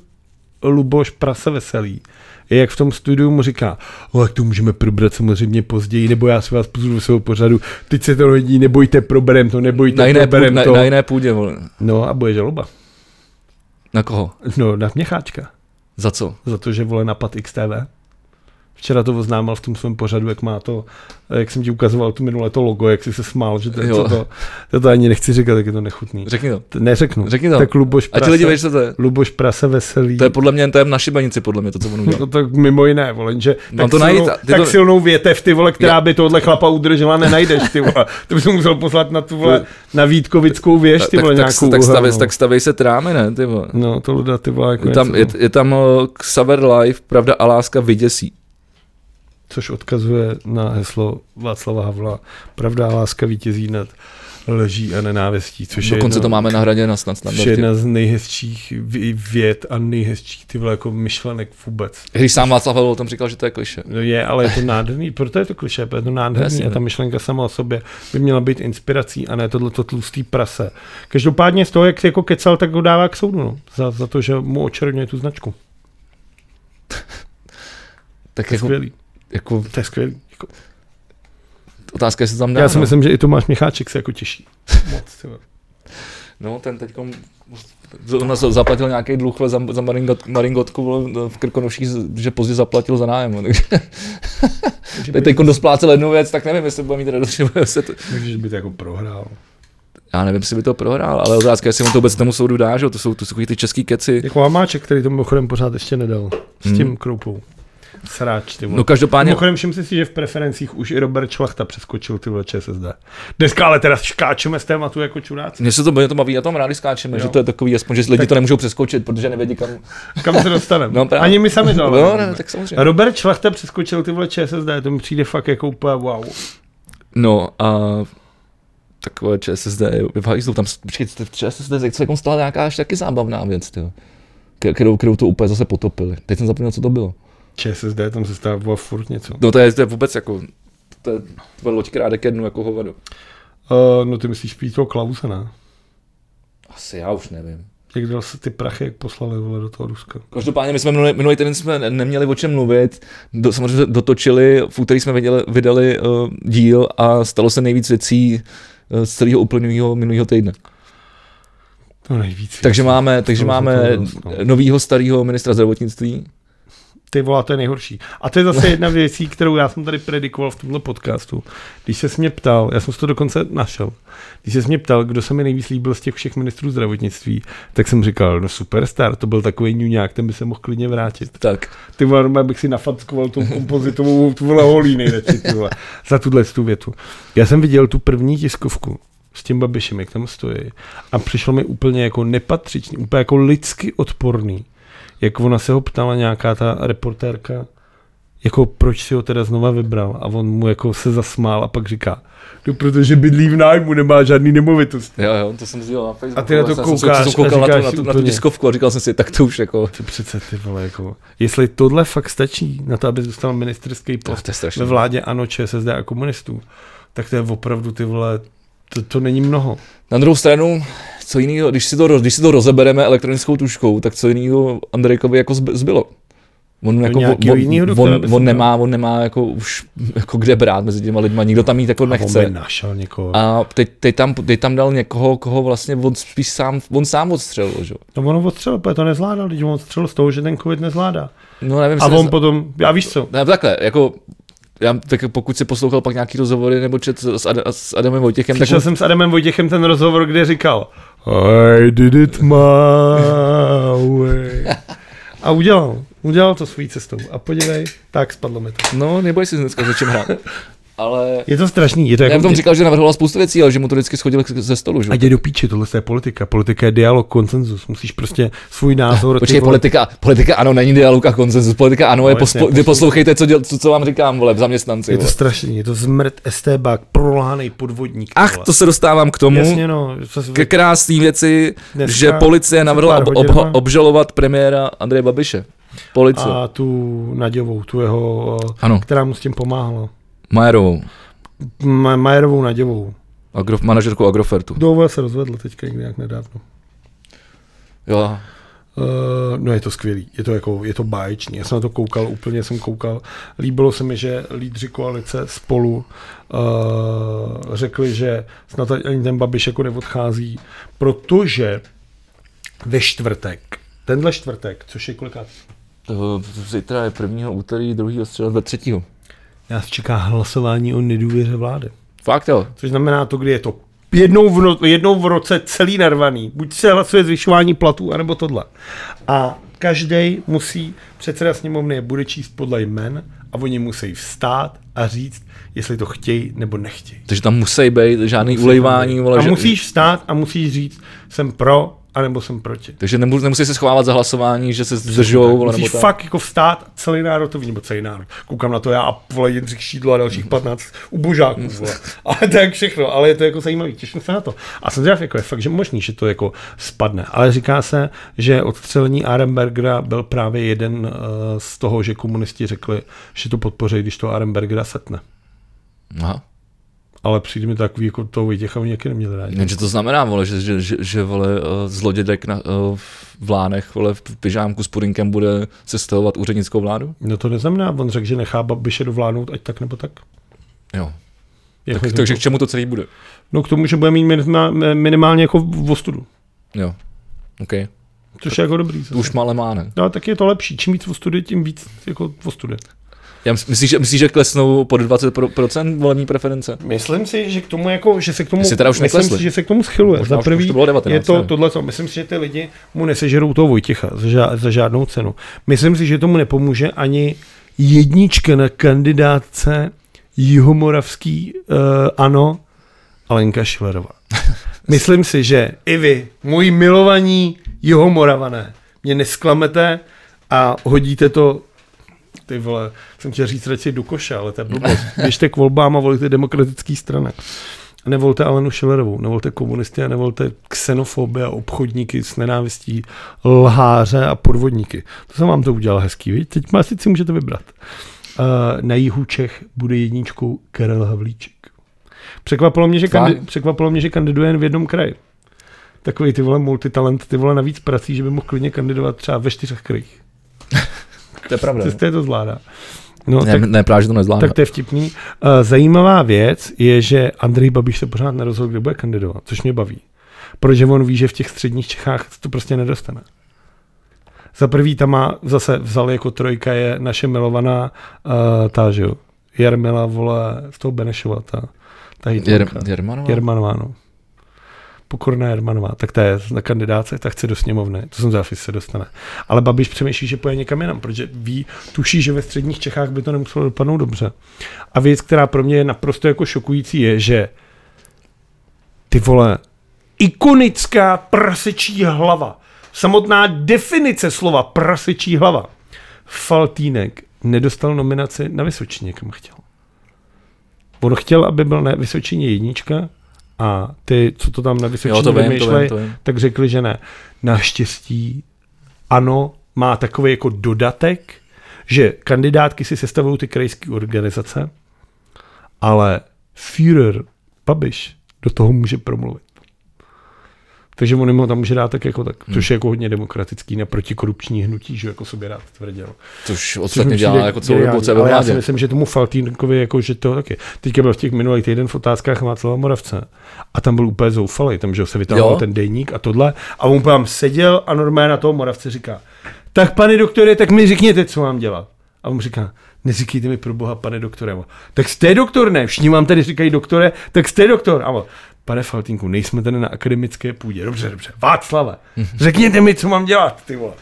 B: Luboš Prase Veselý. Je jak v tom studiu mu říká, ale to můžeme probrat samozřejmě později, nebo já si vás pozvu do svého pořadu, teď se to hodí, nebojte, proberem to, nebojte,
A: Na jiné, půdě,
B: proberem
A: na,
B: to.
A: na jiné půdě, vole.
B: No a bude žaloba.
A: Na koho?
B: No, na Měcháčka.
A: Za co?
B: Za to, že vole napad XTV. Včera to oznámil v tom svém pořadu, jak má to, jak jsem ti ukazoval tu minule to logo, jak jsi se smál, že to,
A: Jo.
B: co to, to, to ani nechci říkat, jak je to nechutný.
A: Řekni to.
B: T- Neřeknu.
A: Řekni to.
B: Tak Luboš
A: A
B: Prase,
A: ti lidi víš, co to je?
B: Luboš Prase veselý.
A: To je podle mě, to je na šibenici, podle mě, to, co on udělal.
B: No, tak mimo jiné, vole, že tak,
A: Mám to najít,
B: silnou,
A: a ty
B: tak
A: to-
B: silnou větev, ty vole, která by tohle chlapa udržela, nenajdeš, ty vole. To bys mu musel poslat na tu, vole, na Vítkovickou věž, ty
A: tak,
B: vole,
A: tak,
B: nějakou
A: tak,
B: uhelnou.
A: stavej, tak stavej se trámy, ne, ty vole.
B: No, to luda, ty vole, jako
A: Je tam,
B: něco,
A: je, je tam eh, Xaver Live, pravda a láska vyděsí.
B: což odkazuje na heslo Václava Havla. Pravda a láska vítězí nad leží a nenávistí, což je
A: No, Dokonce
B: jedno-
A: to máme na hradě na snad
B: což je jedna z nejhezčích vě- věd a nejhezčích ty vole, jako myšlenek vůbec.
A: Když sám Václav Havel o tom říkal, že to je kliše.
B: No je, ale je to nádherný, proto je to kliše, protože je to nádherný
A: Jasně,
B: a ta
A: no.
B: myšlenka sama o sobě by měla být inspirací a ne tohleto tlustý prase. Každopádně z toho, jak jako kecal, tak ho dává k soudu, no, za, za to, že mu očerňuje tu značku.
A: Tak
B: To je
A: jako,
B: skvělý.
A: jako
B: To je skvělý. Jako,
A: otázka, jestli to tam dá.
B: já si
A: no.
B: myslím, že i Tomáš Micháček se jako těší. Moc, ty vole.
A: No, ten teď zrovna za- zaplatil nějaký dluh vole, za, za maringot, maringotku vole, v Krkonoších, že pozdě zaplatil za nájem. no, (laughs) Takže
B: Takže by-
A: teď teď dosplácel jednu věc, tak nevím, jestli bude mít radost, (laughs) že bude se to...
B: Takže by to jako prohrál.
A: Já nevím, jestli by to prohrál, ale otázka, jestli on to vůbec tomu soudu dá, že jo, to jsou, to jsou takový ty český keci.
B: Jako Hamáček, který to mimochodem pořád ještě nedal. S tím
A: Hmm.
B: kroupou. Sráč, ty vole.
A: No každopádně,
B: Mimochodem všim si, že v preferencích už i Robert Šlachta přeskočil ty vole ČSSD. Dneska ale teda skáčeme z tématu jako čuráci.
A: Mně se to bude to baví, já tam rádi skáčeme,
B: Jo.
A: že to je takový, aspoň, že lidi
B: Tak-
A: to nemůžou přeskočit, protože nevědí kam.
B: Kam se dostaneme?
A: No,
B: No,
A: právě.
B: Ani my sami to ale
A: No,
B: nevíme.
A: ne, tak samozřejmě.
B: Robert Šlachta přeskočil ty vole ČSSD, to mi přijde fakt jako úplně wow.
A: No a takové ČSSD je v hajzlu, tam, počkejte, v ČSSD se jako stala nějaká až taky zábavná věc, tyjo. K- Kterou, kterou to úplně zase potopili. Teď jsem zapomněl, co to bylo.
B: ČSSD, tam se stává furt něco.
A: No to je, to je vůbec jako, to je, to je loď krádek jednu jako hovado.
B: Uh, no ty myslíš spíš toho Klause, ne?
A: Asi já už nevím.
B: Jak dal se ty prachy, jak poslali vole do toho Ruska.
A: Každopádně my jsme minulý, minulý týden jsme ne- neměli o čem mluvit, do, samozřejmě dotočili, v úterý jsme viděli, vydali uh, díl eh, a stalo se nejvíc věcí eh, z celého uplynulého minulého týdne.
B: To nejvíc.
A: Takže máme, takže
B: To no. jsem
A: máme
B: to nedostal.
A: novýho starého ministra zdravotnictví.
B: Ty volá, to je nejhorší. A to je zase jedna věcí, kterou já jsem tady predikoval v tomto podcastu. Když se mě ptal, já jsem si to dokonce našel, když se mě ptal, kdo se mi nejvíc líbil z těch všech ministrů zdravotnictví, tak jsem říkal, no superstar, to byl takový ňuňák, ten by se mohl klidně vrátit.
A: Tak,
B: Ty vole, normálně bych si nafackoval tou kompozitovou tu vole holí nejradši, ty vole, za tuhle tu větu. Já jsem viděl tu první tiskovku s tím Babišem, jak tam stojí a přišlo mi úplně jako nepatřičný, úplně jako lidsky odporný, jak ona se ho ptala nějaká ta reportérka, jako proč si ho teda znova vybral a on mu jako se zasmál a pak říká, no protože bydlí v nájmu, nemá žádný nemovitost.
A: jo, jo, to jsem sdělal na Facebooku.
B: A ty na to
A: Já jsem-
B: koukáš
A: jsem,
B: a
A: jsem koukal na, tu,
B: říkáš
A: na,
B: si
A: tu, na tu
B: úplně-
A: diskovku a říkal jsem si, tak to už jako,
B: To přece ty vole, jako, jestli tohle fakt stačí na to, aby dostal ministerský
A: to,
B: post,
A: to je
B: ve
A: strašné.
B: vládě ANO, ČSSD a komunistů, tak to je opravdu ty vole, to, to není mnoho.
A: Na druhou stranu, co jiného, když, si to, roz- když si to rozebereme elektronickou tuškou, tak co jiného Andrejkovi jako zb- zbylo. On, jako,
B: nějakýho
A: on,
B: jinýho
A: on,
B: doktora by se
A: on,
B: dal.
A: nemá, on nemá jako už jako kde brát mezi těma lidma, nikdo tam jít jako
B: On by
A: nechce.
B: našel někoho. A...
A: A teď, teď, tam, teď tam dal někoho, koho vlastně on spíš sám, on sám odstřelil, že? jo?
B: No ono odstřelil, protože to nezvládal, když on odstřelil z toho, že ten covid nezvládá.
A: No nevím,
B: A
A: jestli
B: on
A: nez-
B: potom, já víš co,
A: ne, takhle, jako já, tak pokud si poslouchal pak nějaký rozhovory nebo čet s, Ad, s Adamem Vojtěchem, tak
B: slyšel jsem s Adamem Vojtěchem ten rozhovor, kde říkal I did it my way. A udělal, udělal to svou cestou. A podívej, tak spadlo mi to.
A: no neboj si dneska začím
B: (laughs)
A: hrát. Ale
B: Je to strašný, je to
A: já
B: jako...
A: jsem říkal, že navrhoval spoustu věcí, ale že mu to vždycky schodil ze stolu, že? jo?
B: Ať je do píči, tohle je politika. Politika je dialog, konsenzus. Musíš prostě svůj názor... ty
A: Počkej,
B: vole,
A: politika, politika ano, není dialog a konsenzus. Politika ano, je
B: No, jasně,
A: pospo, vy poslouchejte, co, děl, co, co vám říkám, vole, v zaměstnanci.
B: Je to
A: Vole.
B: strašný, je to zmrt STBák, prolánej podvodník.
A: Ach, to se dostávám k tomu,
B: Jasně no, to se...
A: k krásné věci,
B: Dneska
A: že policie
B: před
A: navrhla
B: pár
A: ob,
B: hodinama.
A: ob, obžalovat premiéra Andreje Babiše. Policie.
B: a tu Naděvou, tu jeho, eh,
A: Ano,
B: která mu s tím pomáhala.
A: Majerovou,
B: Ma- Majerovou Naděvou.
A: agrof, manažerku Agrofertu.
B: Dovol se rozvedl teďka někdy nějak nedávno.
A: Jo,
B: Uh, no je to skvělý, je to jako, je to báječný, já jsem na to koukal, úplně jsem koukal. Líbilo se mi, že lídři koalice spolu uh, řekli, že snad ani ten Babiš jako neodchází, protože ve čtvrtek, tenhle čtvrtek, což je kolikrát
A: to, zítra je prvního úterý, druhého středa, ve třetího.
B: Nás čeká hlasování o nedůvěře vlády.
A: Fakt jo.
B: Což znamená to, kdy je to jednou v, no, jednou v roce celý narvaný. Buď se hlasuje zvyšování platů, anebo tohle. A každý musí, předseda sněmovny je bude číst podle jmen a oni musí vstát a říct, jestli to chtějí nebo nechtějí.
A: Takže tam musí být žádný ulejvání, vole,
B: A
A: že-
B: musíš vstát a musíš říct, jsem pro, anebo jsem proti.
A: takže nemus, nemusí se schovávat za hlasování, že se zdržou, vole,
B: Musíš
A: nebo tak.
B: fakt jako vstát, celý národ to ví, nebo celý národ. Koukám na to já a vole Jindřich Šídlo a dalších 15
A: (laughs)
B: ubožáků, vole. Ale to je jak všechno, ale je to jako zajímavý, těším se na to. A jsem zvědav, jako je fakt, že možný, že to jako spadne. Ale říká se, že odstřelení Arembergera byl právě jeden eh, z toho, že komunisti řekli, že to podpoří, když to Arembergera setne.
A: Aha.
B: Ale přijde mi takový, jako to Vojtěcha oni jaký neměli rádi.
A: Jenže to znamená, vole, že, že, že, že vole, eh, zlodědek na, eh, v Lánech vole, v pyžámku s pudinkem bude sestavovat úřednickou vládu?
B: No to neznamená, on řekl, že nechá Babiše dovládnout, ať tak nebo tak.
A: Jo.
B: Jak
A: Tak,
B: mi
A: takže k
B: řekl.
A: čemu to celý bude?
B: No k tomu, že bude mít minima- minimálně jako v ostudu.
A: Jo. OK.
B: Což je jako dobrý.
A: To už malé má, ne?
B: No, tak je to lepší. Čím víc studuje, tím víc jako studuje.
A: Já mys- myslíš, že, myslíš, že klesnou pod 20% volební preference?
B: Myslím si, že k tomu jako, že se k tomu,
A: Jestli teda už
B: myslím
A: neklesli.
B: si, že se k tomu schyluje.
A: Možná
B: Za
A: už- už
B: prvý
A: to bylo 19,
B: je to
A: ne?
B: tohle, co myslím si, že ty lidi mu nesežerou toho Vojtěcha za, ža- za žádnou cenu. Myslím si, že tomu nepomůže ani jednička na kandidátce jihomoravský uh, ano
A: (laughs)
B: Alenka Šilerová. Myslím si, že i vy, moji milovaní jihomoravané, mě nesklamete a hodíte to ty vole, jsem chtěl říct radši do koše, ale to je blbost. (laughs) Běžte k volbám a volíte demokratický strany. A nevolte Alenu Šilerovou, nevolte komunisty a nevolte xenofoby a obchodníky s nenávistí, lháře a podvodníky. To jsem vám to udělal hezký, viď? Teď má si můžete vybrat. Uh, na jihu Čech bude jedničkou Karel Havlíček. Překvapilo mě, že,
A: Fakt?
B: kandi- překvapilo mě, že kandiduje jen v jednom kraji. Takový ty vole multitalent, ty vole navíc prací, že by mohl klidně kandidovat třeba ve čtyřech krajích.
A: To je pravda.
B: Přesto je to zvládá. No,
A: Ne, ne, právě, že to nezvládne.
B: tak to je vtipný. Eh, Zajímavá věc je, že Andrej Babiš se pořád nerozhodl, kde bude kandidovat, což mě baví. protože on ví, že v těch středních Čechách to prostě nedostane. Za prvý tam má, zase vzal jako trojka, je naše milovaná uh, ta, že jo, Jarmila, vole, z toho Benešova, ta, ta
A: Jer,
B: hejtmanka.
A: Jermanová?
B: Jermanová, no. Pokorná Jermanová, tak ta je na kandidáce, tak chce do sněmovny, to jsem zvědav, jestli se dostane. Ale Babiš přemýšlí, že poje někam jinam, protože ví, tuší, že ve středních Čechách by to nemuselo dopadnout dobře. A věc, která pro mě je naprosto jako šokující, je, že ty vole, ikonická prasečí hlava, samotná definice slova prasečí hlava, Faltínek nedostal nominaci na Vysočině, kam chtěl. On chtěl, aby byl na Vysočině jednička a ty, co to tam na Vysočině
A: Jo, to vím, to
B: vymýšlej,
A: vím, to vím.
B: tak řekli, že ne. Naštěstí ano, má takový jako dodatek, že kandidátky si sestavují ty krajské organizace, ale Führer Babiš do toho může promluvit. Takže on jim ho tam může dát tak jako tak, což je jako hodně demokratický na protikorupční hnutí, že jako sobě rád tvrdil.
A: Což
B: Což mi
A: ostatně dělá
B: přijde
A: jako celou
B: geniální,
A: dobu, co je ve
B: Ale já si
A: vládě.
B: myslím, že tomu Faltýnkovi, jako, že to taky. Teďka byl v těch minulých týden v otázkách Václava Moravce. A tam byl úplně zoufalý, tam, že ho se vytahoval
A: Jo.
B: ten deník a tohle. A on tam seděl a normálně na toho Moravce říká, tak pane doktore, tak mi řekněte, co mám dělat. A on říká, neříkejte mi pro boha, pane doktore. A on, Tak jste doktor, ne? Všichni vám tady říkají doktore, tak jste doktor. A on, pane Faltínku, nejsme tady na akademické půdě. Dobře, dobře. Václave, řekněte mi, co mám dělat, ty vole.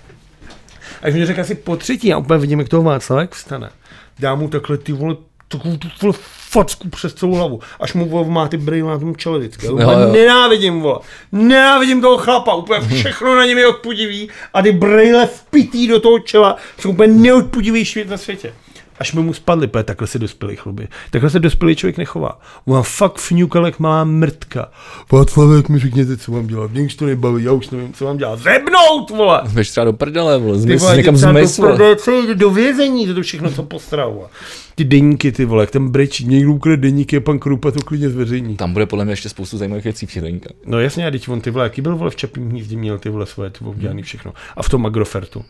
B: A když mi řekl asi po třetí, a úplně vidím, jak toho Václavek vstane. Dá mu takhle ty vole, takovou tu vole facku přes celou hlavu, až mu vole, má ty brýle na tom čele vždycky. Já úplně
A: Jo, jo.
B: nenávidím, vole. Nenávidím toho chlapa, úplně všechno na něm je odpudivý a ty brýle vpitý do toho čela jsou úplně neodpudivější věc na světě. Až mi mu spadly, protože takhle se dospělý chluby. Takhle se dospělý člověk nechová. On má fakt fňukal jak malá mrtka. Václavek mi řekněte, co mám dělat. Mě už to nebaví, já už nevím, co mám dělat. Zebnout, vole!
A: Běž třeba do prdele, vole,
B: Ty
A: zmysl,
B: vole,
A: někam
B: děcka
A: zmysl.
B: do prdece, do vězení, za to všechno, co postravoval. Ty deníky, ty vole, jak ten brečí, někdo ukradl deníky a pan Krupa to klidně zveřejní.
A: Tam bude podle mě ještě spoustu zajímavých věcí přirojenka.
B: No jasně, a teď on ty vole, jaký byl vole v Čapím hnízdě, měl ty vole svoje, ty vole, udělaný všechno. A v tom Agrofertu.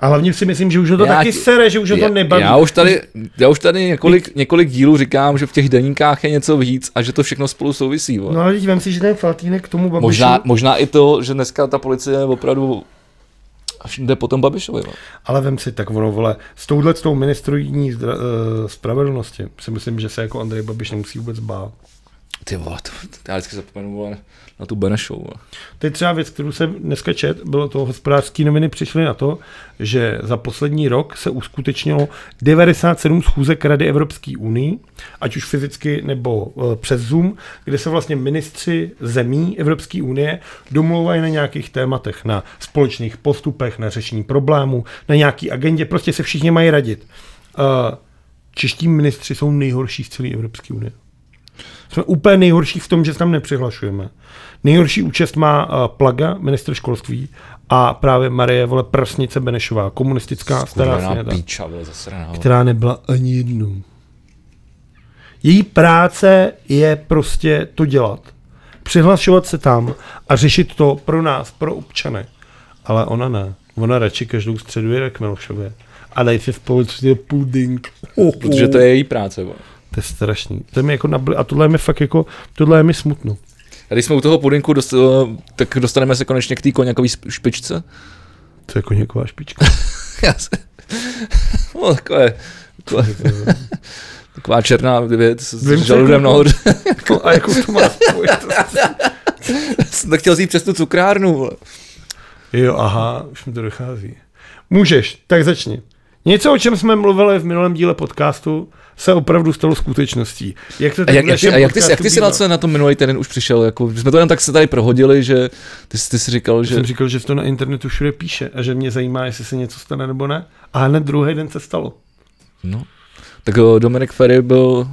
B: A hlavně si myslím, že už ho to
A: Já
B: taky
A: ti-
B: sere, že už ho to
A: Já-
B: nebaví.
A: Já už tady, já už tady několik, několik dílů říkám, že v těch deníkách je něco víc a že to všechno spolu souvisí. vole.
B: No ale teď vem si, že ten Faltínek k tomu babišu...
A: Možná, možná i to, že dneska ta policie opravdu až jde po tom Babišovi. vole.
B: Ale vem si, tak ono, vole, s touhle s tou ministrujní zdra, uh, spravedlnosti si myslím, že se jako Andrej Babiš nemusí vůbec bát.
A: Ty vole, to, to já vždycky zapomenu vole, na tu Benešovu. vole.
B: To je třeba věc, kterou jsem dneska čet, bylo to, hospodářské noviny přišly na to, že za poslední rok se uskutečnilo 97 schůzek Rady Evropské unii, ať už fyzicky nebo eh, přes Zoom, kde se vlastně ministři zemí Evropské unie domlouvají na nějakých tématech, na společných postupech, na řešení problémů, na nějaký agendě, prostě se všichni mají radit. Eh, Čeští ministři jsou nejhorší z celé Evropské unie. Jsme úplně nejhorší v tom, že se tam nepřihlašujeme. Nejhorší účast má eh, Plaga, minister školství, a právě Marie Vole Prsnice Benešová, komunistická stará
A: Kurvená
B: sněda,
A: píča, vole, zasraná. vole.
B: která nebyla ani jednou. Její práce je prostě to dělat. Přihlašovat se tam a řešit to pro nás, pro občany. Ale ona ne. Ona radši každou středu jede k Milošově. A dají si společně puding.
A: Protože to je její práce. Vole.
B: To je strašný. To je mi jako nabli- a tohle je mi fakt jako, tohle je mi smutno.
A: A když jsme u toho pudinku, dost, tak dostaneme se konečně k té koněkové špičce.
B: To je koněková špička.
A: Já se... no, takové, takové,
B: jako-
A: (laughs) taková černá věc
B: Vím,
A: s
B: co
A: žaludem
B: jako-
A: nahoře. (laughs)
B: No a jako to má spojitost.
A: Jsem to chtěl vzít přes tu cukrárnu. vole.
B: Jo, aha, už mi to dochází. Můžeš, tak začni. Něco, o čem jsme mluvili v minulém díle podcastu, se opravdu stalo skutečností. Jak to
A: A
B: tak
A: jak,
B: v
A: jak,
B: našem
A: a jak ty, jsi- jak ty jsi
B: podcastu
A: na,
B: bývá?
A: co- na to minulý týden už přišel? Jako, že jsme to jenom tak se tady prohodili, že ty, jsi- ty jsi říkal, že...
B: Jsem říkal, že to na internetu všude píše a že mě zajímá, jestli se něco stane nebo ne. A hned druhý den se stalo.
A: No. Tak jo, Dominik Ferry byl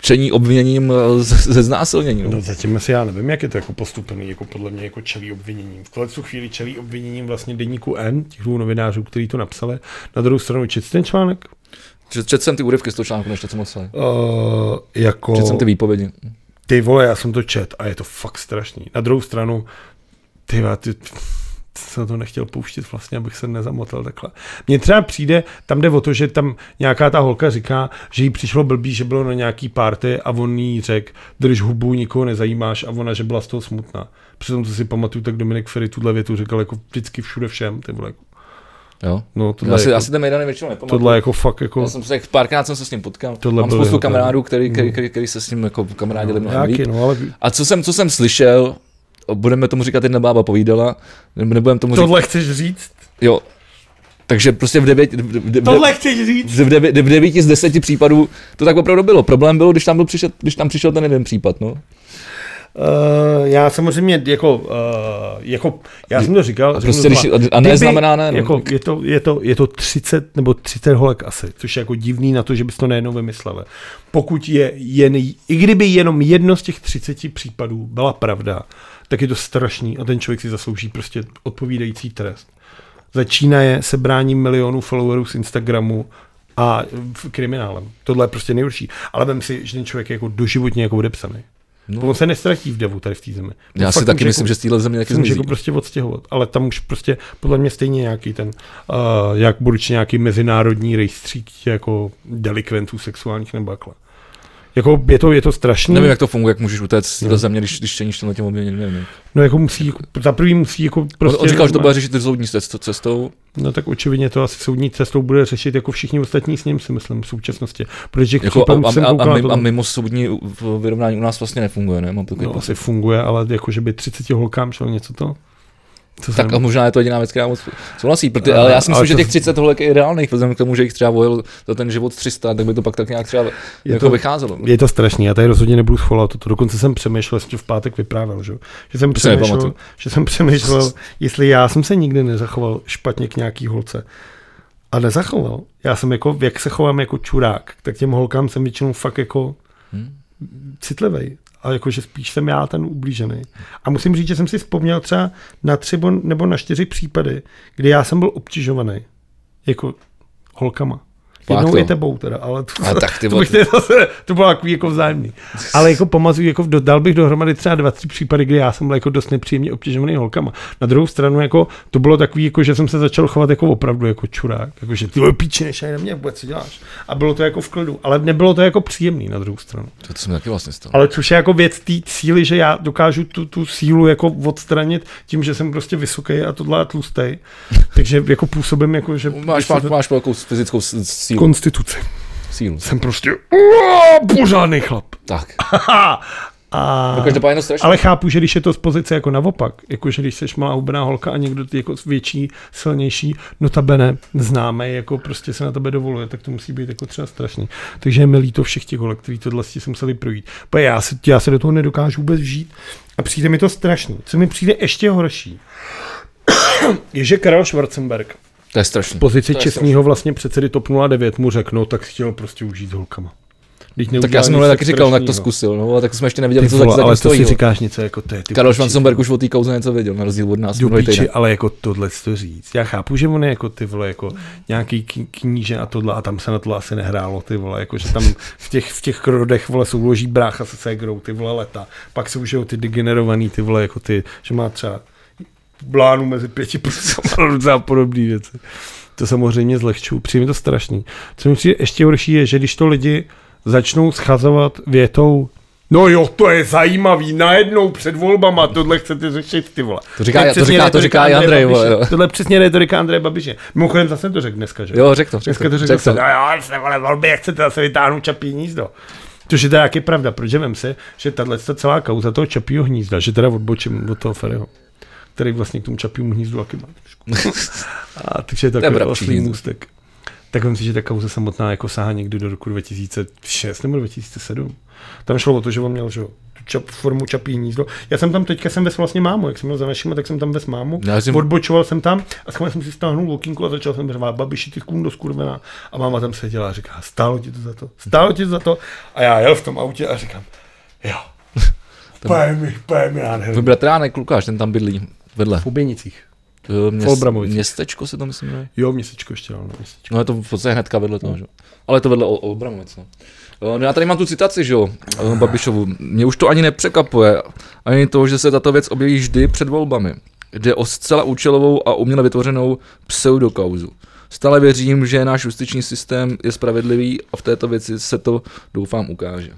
A: čení obviněním eh, z- ze znásilnění. No.
B: No zatím asi já nevím, jak je to jako postupný, jako podle mě jako čelí obviněním. V tohle chvíli čelí obviněním vlastně deníku N, těch dvou novinářů, kteří to napsali. Na druhou stranu čet ten článek?
A: Čet, čet jsem ty úryvky z toho článku, než to jsem moc celé.
B: Uh, jako...
A: Čet jsem ty výpovědi.
B: Ty vole, já jsem to čet a je to fakt strašný. Na druhou stranu, ty vole, ty, jsem to nechtěl pouštět vlastně, abych se nezamotal takhle. Mně třeba přijde, tam jde o to, že tam nějaká ta holka říká, že jí přišlo blbý, že bylo na nějaký party a on jí řekl, drž hubu, nikoho nezajímáš a ona, že byla z toho smutná. Přitom, co si pamatuju, tak Dominik Ferry tuhle větu říkal jako vždycky všude všem, ty vole.
A: Jo.
B: No,
A: Já
B: tohle,
A: si,
B: jako,
A: já si ten Mejdany většinou nepamatuju.
B: tohle jako fakt jako...
A: Já jsem se, párkrát jsem se s ním potkal.
B: Tohle
A: Mám
B: byl
A: spoustu
B: jeho ten.
A: kamarádů, který, který, který, který, se s ním jako kamarádili mnohem líp.
B: Nějaký, no, ale
A: A co jsem, co jsem slyšel, budeme tomu říkat jedna bába povídala, nebo nebudeme tomu říkat,
B: tohle chceš říct?
A: jo. Takže prostě v devět, v, v, v,
B: Tohle chceš říct?
A: v, devět, v devíti z deseti případů to tak opravdu bylo. Problém bylo, když tam, byl přišel, když tam přišel ten jeden případ, no.
B: Uh, já samozřejmě jako, uh, jako, já jsem to říkal.
A: A prostě
B: řeknu to
A: když,
B: znova.
A: a
B: Kdyby-
A: neznamená ne, no.
B: Jako, je, to, je, to, je to 30 nebo 30 holek asi, což je jako divný na to, že bys to nejenom vymyslel. Pokud je jen, i kdyby jenom jedno z těch 30 případů byla pravda, tak je to strašný a ten člověk si zaslouží prostě odpovídající trest. Začíná je sebráním milionů followerů z Instagramu a v- kriminálem. Tohle je prostě nejhorší. Ale vem si, že ten člověk je jako doživotně jako odepsaný. No. On se nestratí v devu tady v té zemi. On
A: Já
B: fakt
A: si taky
B: může
A: myslím,
B: jako-
A: že z téhle země taky
B: se může
A: zmizí.
B: jako prostě odstěhovat, ale tam už prostě podle mě stejně nějaký ten, uh, jak buduč nějaký mezinárodní rejstřík jako delikventů sexuálních nebo takhle. Jako je to, je to strašný,
A: Nevím, jak to funguje, jak můžeš utéct z téhle
B: No.
A: země, když, když čeníš tenhle těm obměněným, nevím.
B: no jako musí, jako, za prvý musí jako
A: Prostě
B: prostě...
A: on, on říkal, že to bude řešit soudní cest- cestou.
B: No tak očividně to asi soudní cestou bude řešit jako všichni ostatní s ním si myslím v současnosti, protože k
A: Jako a,
B: případům
A: a,
B: jsem
A: a,
B: koukal
A: a,
B: na
A: mimo,
B: to-
A: a mimo soudní uh, vyrovnání u nás vlastně nefunguje, ne? Mám takový
B: No
A: pocit.
B: asi funguje, ale jako že by 30 holkám šel něco to? Co
A: Tak a
B: jsem-
A: možná je to jediná věc, která moc souhlasí, protože,
B: Ale-
A: ale já si
B: ale
A: myslím, že
B: to-
A: těch 30 holek je reálných, vzhledem k tomu, že jich třeba vojel za ten život 300, tak by to pak tak nějak třeba jako
B: to-
A: vycházelo.
B: Je to strašný, já tady rozhodně nebudu schvalovat toto. Dokonce jsem přemýšlel, jestli to v pátek vyprávěl, že, jo? že jsem
A: To si
B: přemýšlel,
A: nepamatuju.
B: že jsem přemýšlel, jestli já jsem se nikdy nezachoval špatně k nějaký holce. A nezachoval. Já jsem jako, jak se chovám jako čurák, tak těm holkám jsem většinou fakt jako
A: Hm.
B: citlivý. A jakože spíš jsem já ten ublížený. A musím říct, že jsem si vzpomněl třeba na tři bo- nebo na čtyři případy, kdy já jsem byl obtěžovaný. Jako holkama.
A: Fakt,
B: Jednou
A: jo?
B: i tebou teda, ale to,
A: Ale tak ty
B: to,
A: vole,
B: bych nezase, to bylo takový jako vzájemný. Ale jako pomazu, jako do- dal bych dohromady třeba dva, tři případy, kdy já jsem byl jako dost nepříjemně obtěžovaný holkama. Na druhou stranu, jako to bylo takový, jako, že jsem se začal chovat jako opravdu jako čurák. Jako, že ty vole, píče, nešaj na mě, vůbec co děláš. A bylo to jako v klidu, ale nebylo to jako příjemný na druhou stranu.
A: to, to se mi taky vlastně stalo.
B: Ale což je jako věc té síly, že já dokážu tu, tu sílu jako odstranit tím, že jsem prostě vysoký a tohle a tlustej. Takže jako působím jako, že
A: Máš, máš, máš velkou fyzickou s- s- sílu.
B: konstituci.
A: sílu.
B: Jsem prostě uá, pořádný chlap.
A: Tak.
B: Aha. A...
A: No, každopádně je to strašné.
B: Ale chápu, že když je to z pozice jako naopak, jako že když seš malá hubená holka a někdo ty jako větší, silnější, notabene známe, jako prostě se na tebe dovoluje, tak to musí být jako třeba strašný. Takže je mi líto všech těch holek, který tohle si museli projít. Protože já se, já se do toho nedokážu vůbec žít a přijde mi to strašný. Co mi přijde ještě horší, (coughs) je, že Karel Schwarzenberg
A: To je strašné.
B: pozici
A: To je
B: čestného vlastně předsedy TOP 09 mu řekl, no tak chtěl prostě užít s holkama. Vždyť
A: Tak
B: neudělal
A: já jsem
B: nic
A: minule taky říkal, tak to
B: strašnýho.
A: zkusil, no, a tak jsme ještě neviděli,
B: Ty
A: co za
B: vole,
A: zatím
B: ale to
A: stojí.
B: si
A: vole.
B: říkáš něco jako to je ty
A: Karel
B: piči,
A: Schwarzenberg už o té kauze něco věděl, na rozdíl od nás.
B: do
A: minulý
B: píči,
A: týden.
B: ale jako tohle to říct. Já chápu, že on je jako ty vole, jako nějaký kni- kníže a tohle, a tam se na tohle asi nehrálo, ty vole, jako že tam v těch, v těch rodech, vole, souloží brácha se ségrou, ty vole, leta. Pak jsou, že jo, ty degenerovaný, ty vole, jako ty, že má třeba blánu mezi pěti (laughs) prsama, docela podobné věci. To samozřejmě zlehčuju, přijde mi to strašný. Co mi přijde ještě horší je, že když to lidi začnou schazovat větou No jo, to je zajímavý, najednou před volbama tohle chcete řešit, ty vole.
A: To říká-
B: je
A: to
B: přesně
A: říká- to
B: retorika
A: říká i Andrej,
B: Babiše.
A: vole, jo.
B: Tohle je přesně retorika Andreje Babiše. Mimochodem zase to řekl dneska, že?
A: Jo, řekl to, řekl
B: Dneska
A: to,
B: to řekl
A: řekl
B: se,
A: to.
B: no jo, se vole volby, jak chcete zase vytáhnout čapí hnízdo. Což je teda taky pravda, protože vem si, že tahle celá kauza toho čapího hnízda, že teda odbočím od toho Ferryho, který vlastně k tomu čapímu hnízdu taky má trošku. A, takže je takový
A: vrabčí
B: oslý
A: hnízdo.
B: můstek. Tak vím si, že ta kauza samotná jako sahá někdy do roku 2006 nebo 2007. Tam šlo o to, že on měl že, jo, tu čap, formu čapí hnízdo. Já jsem tam teďka jsem ves vlastně mámu, jak jsem měl za našima, tak jsem tam ves mámu.
A: Já jsem-
B: Odbočoval jsem tam a schválně jsem si stáhnul lokínku a začal jsem řvát, babiši, ty kundo skurvená. A máma tam seděla a říká, stálo ti to za to, stálo ti to za to. A já jel v tom autě a říkám,
A: (laughs)
B: jo, pej mi, pej mi
A: Můj
B: nádherný.
A: bratránek Lukáš, ten tam bydlí vedle.
B: V Uběnicích.
A: To měs-
B: Olbramovic.
A: Městečko se to myslím, že?
B: Jo, měsíčko ještě, no, měsíčko.
A: No je to v podstatě hnedka vedle toho, že? jo. Ale je to vedle o- Olbramovic, no. Eh, No já tady mám tu citaci, že jo, eh, Babišovu. Mě už to ani nepřekapuje, ani to, že se tato věc objeví vždy před volbami. Jde o zcela účelovou a uměle vytvořenou pseudokauzu. Stále věřím, že náš justiční systém je spravedlivý a v této věci se to, doufám, ukáže.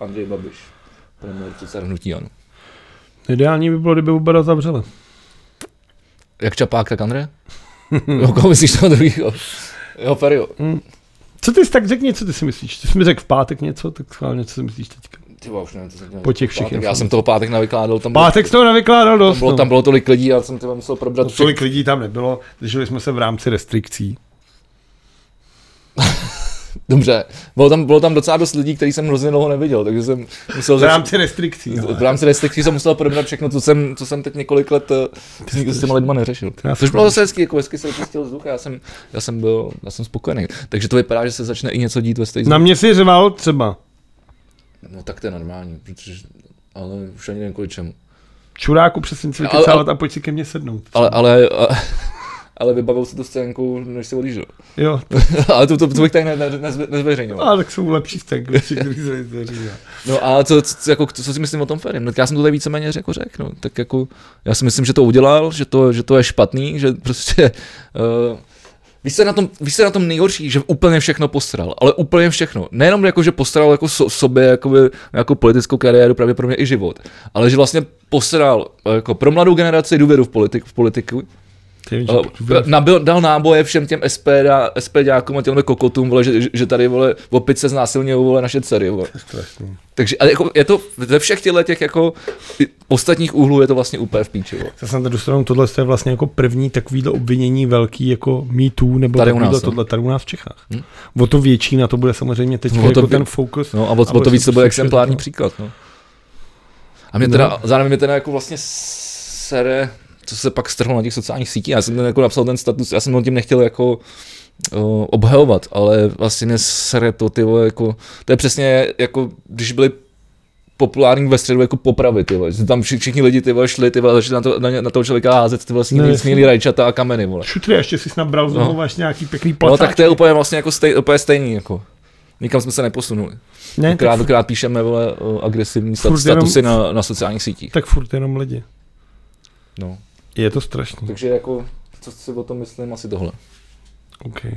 A: Andrej Babiš, premiér předseda hnutí ano.
B: Ideální by bylo, kdyby Ubera zavřela.
A: Jak Čapák, tak Andrej? jo, koho myslíš toho druhého? Jo, Ferio.
B: Co ty jsi tak řekni, co ty si myslíš? Ty jsi mi řekl v pátek něco, tak schválně, co si myslíš teďka.
A: Ty vole, už nevím, co jsem dělal.
B: Po těch všech
A: Pátek, Já
B: informacích.
A: jsem toho pátek navykládal, tam bylo,
B: Pátek jsi toho navykládal dost.
A: tam bylo, tam bylo tolik lidí, já jsem to musel probrat.
B: no. Tolik lidí tam nebylo, drželi jsme se v rámci restrikcí.
A: Dobře, bylo tam, bylo tam docela dost lidí, který jsem hrozně dlouho neviděl, takže jsem musel...
B: V rámci restrikcí. no. ale.
A: v rámci restrikcí jsem musel probrat všechno, co jsem, co jsem teď několik let eh, s, nik- s těma lidma neřešil.
B: já
A: Což
B: jsem-
A: bylo zase hezký, jako hezky se vypustil vzduch a já jsem, já jsem byl, já jsem spokojený. Takže to vypadá, že se začne i něco dít ve stejném.
B: Na mě si řval třeba.
A: No tak to je normální, protože, ale už ani nevím kvůli čemu.
B: Čuráku přesně si
A: Ale-
B: vykecávat a pojď si ke mně sednout.
A: Ale, ale, a- ale vybavil se tu scénku, než se odjížděl.
B: Jo,
A: (laughs) ale to, to, to bych tady ne, ne, nezve- nezveřejňoval.
B: ale tak jsou lepší stenky, který se zveřejnil.
A: No a co, co, jako, co si myslím o tom Ferim? No, tak já jsem to tady víceméně řekl, řekl. No. Tak jako, já si myslím, že to udělal, že to, že to je špatný, že prostě... (laughs) Uh, Víš, co je na tom, víš, co je na tom nejhorší, že úplně všechno posral, ale úplně všechno. Nejenom jako, že posral jako so, sobě jakoby, jako politickou kariéru, právě pro mě i život, ale že vlastně posral jako pro mladou generaci důvěru v, politik, v politiku, ale Nabil, Eh, dal náboje všem těm SPD, SPDákům a těm kokotům, vole, že, že, tady vole, opice znásilňují vole, naše dcery. Vole.
B: Strašný.
A: Takže ale jako, je to ze všech těchto těch jako i ostatních úhlů je to vlastně úplně v píči. vole.
B: Zase na druhou stranu, tohle je vlastně jako první takovýhle obvinění velký jako Me Too, nebo
A: Tady u nás,
B: takovýhle
A: no.
B: tohle tady u nás v Čechách. O to větší na to bude samozřejmě teď
A: No, o
B: jako
A: to vě-
B: ten fokus.
A: No a o, o to
B: prostě
A: víc to bude
B: přesvědčit,
A: exemplární
B: no.
A: příklad. No. A mě teda, zároveň mě teda jako vlastně sere, co se pak strhlo na těch sociálních sítích. Já jsem ten jako napsal ten status, já jsem ho tím nechtěl jako o, obhajovat, ale vlastně mě sere to, ty vole, jako, to je přesně jako, když byly populární ve středu jako popravy, ty vole. že Tam vši- všichni lidi, ty vole, šli, ty vole, začali na, to, na, ně- na toho člověka házet, ty vole,
B: Ne,
A: sníli, sníli rajčata a kameny, vole.
B: Šutry, ještě jsi nabral
A: No.
B: znovu až nějaký pěkný
A: No
B: placáčky.
A: tak to je úplně vlastně jako stej, úplně stejný, jako. Nikam jsme se neposunuli.
B: ne, tak,
A: Krát, krát píšeme vole, o, agresivní stat,
B: Furt jenom-
A: statusy na, na sociálních sítích.
B: tak furt jenom lidi.
A: No.
B: Je to strašný.
A: Takže jako, co si o tom myslím, asi tohle. Eh.
B: Okay.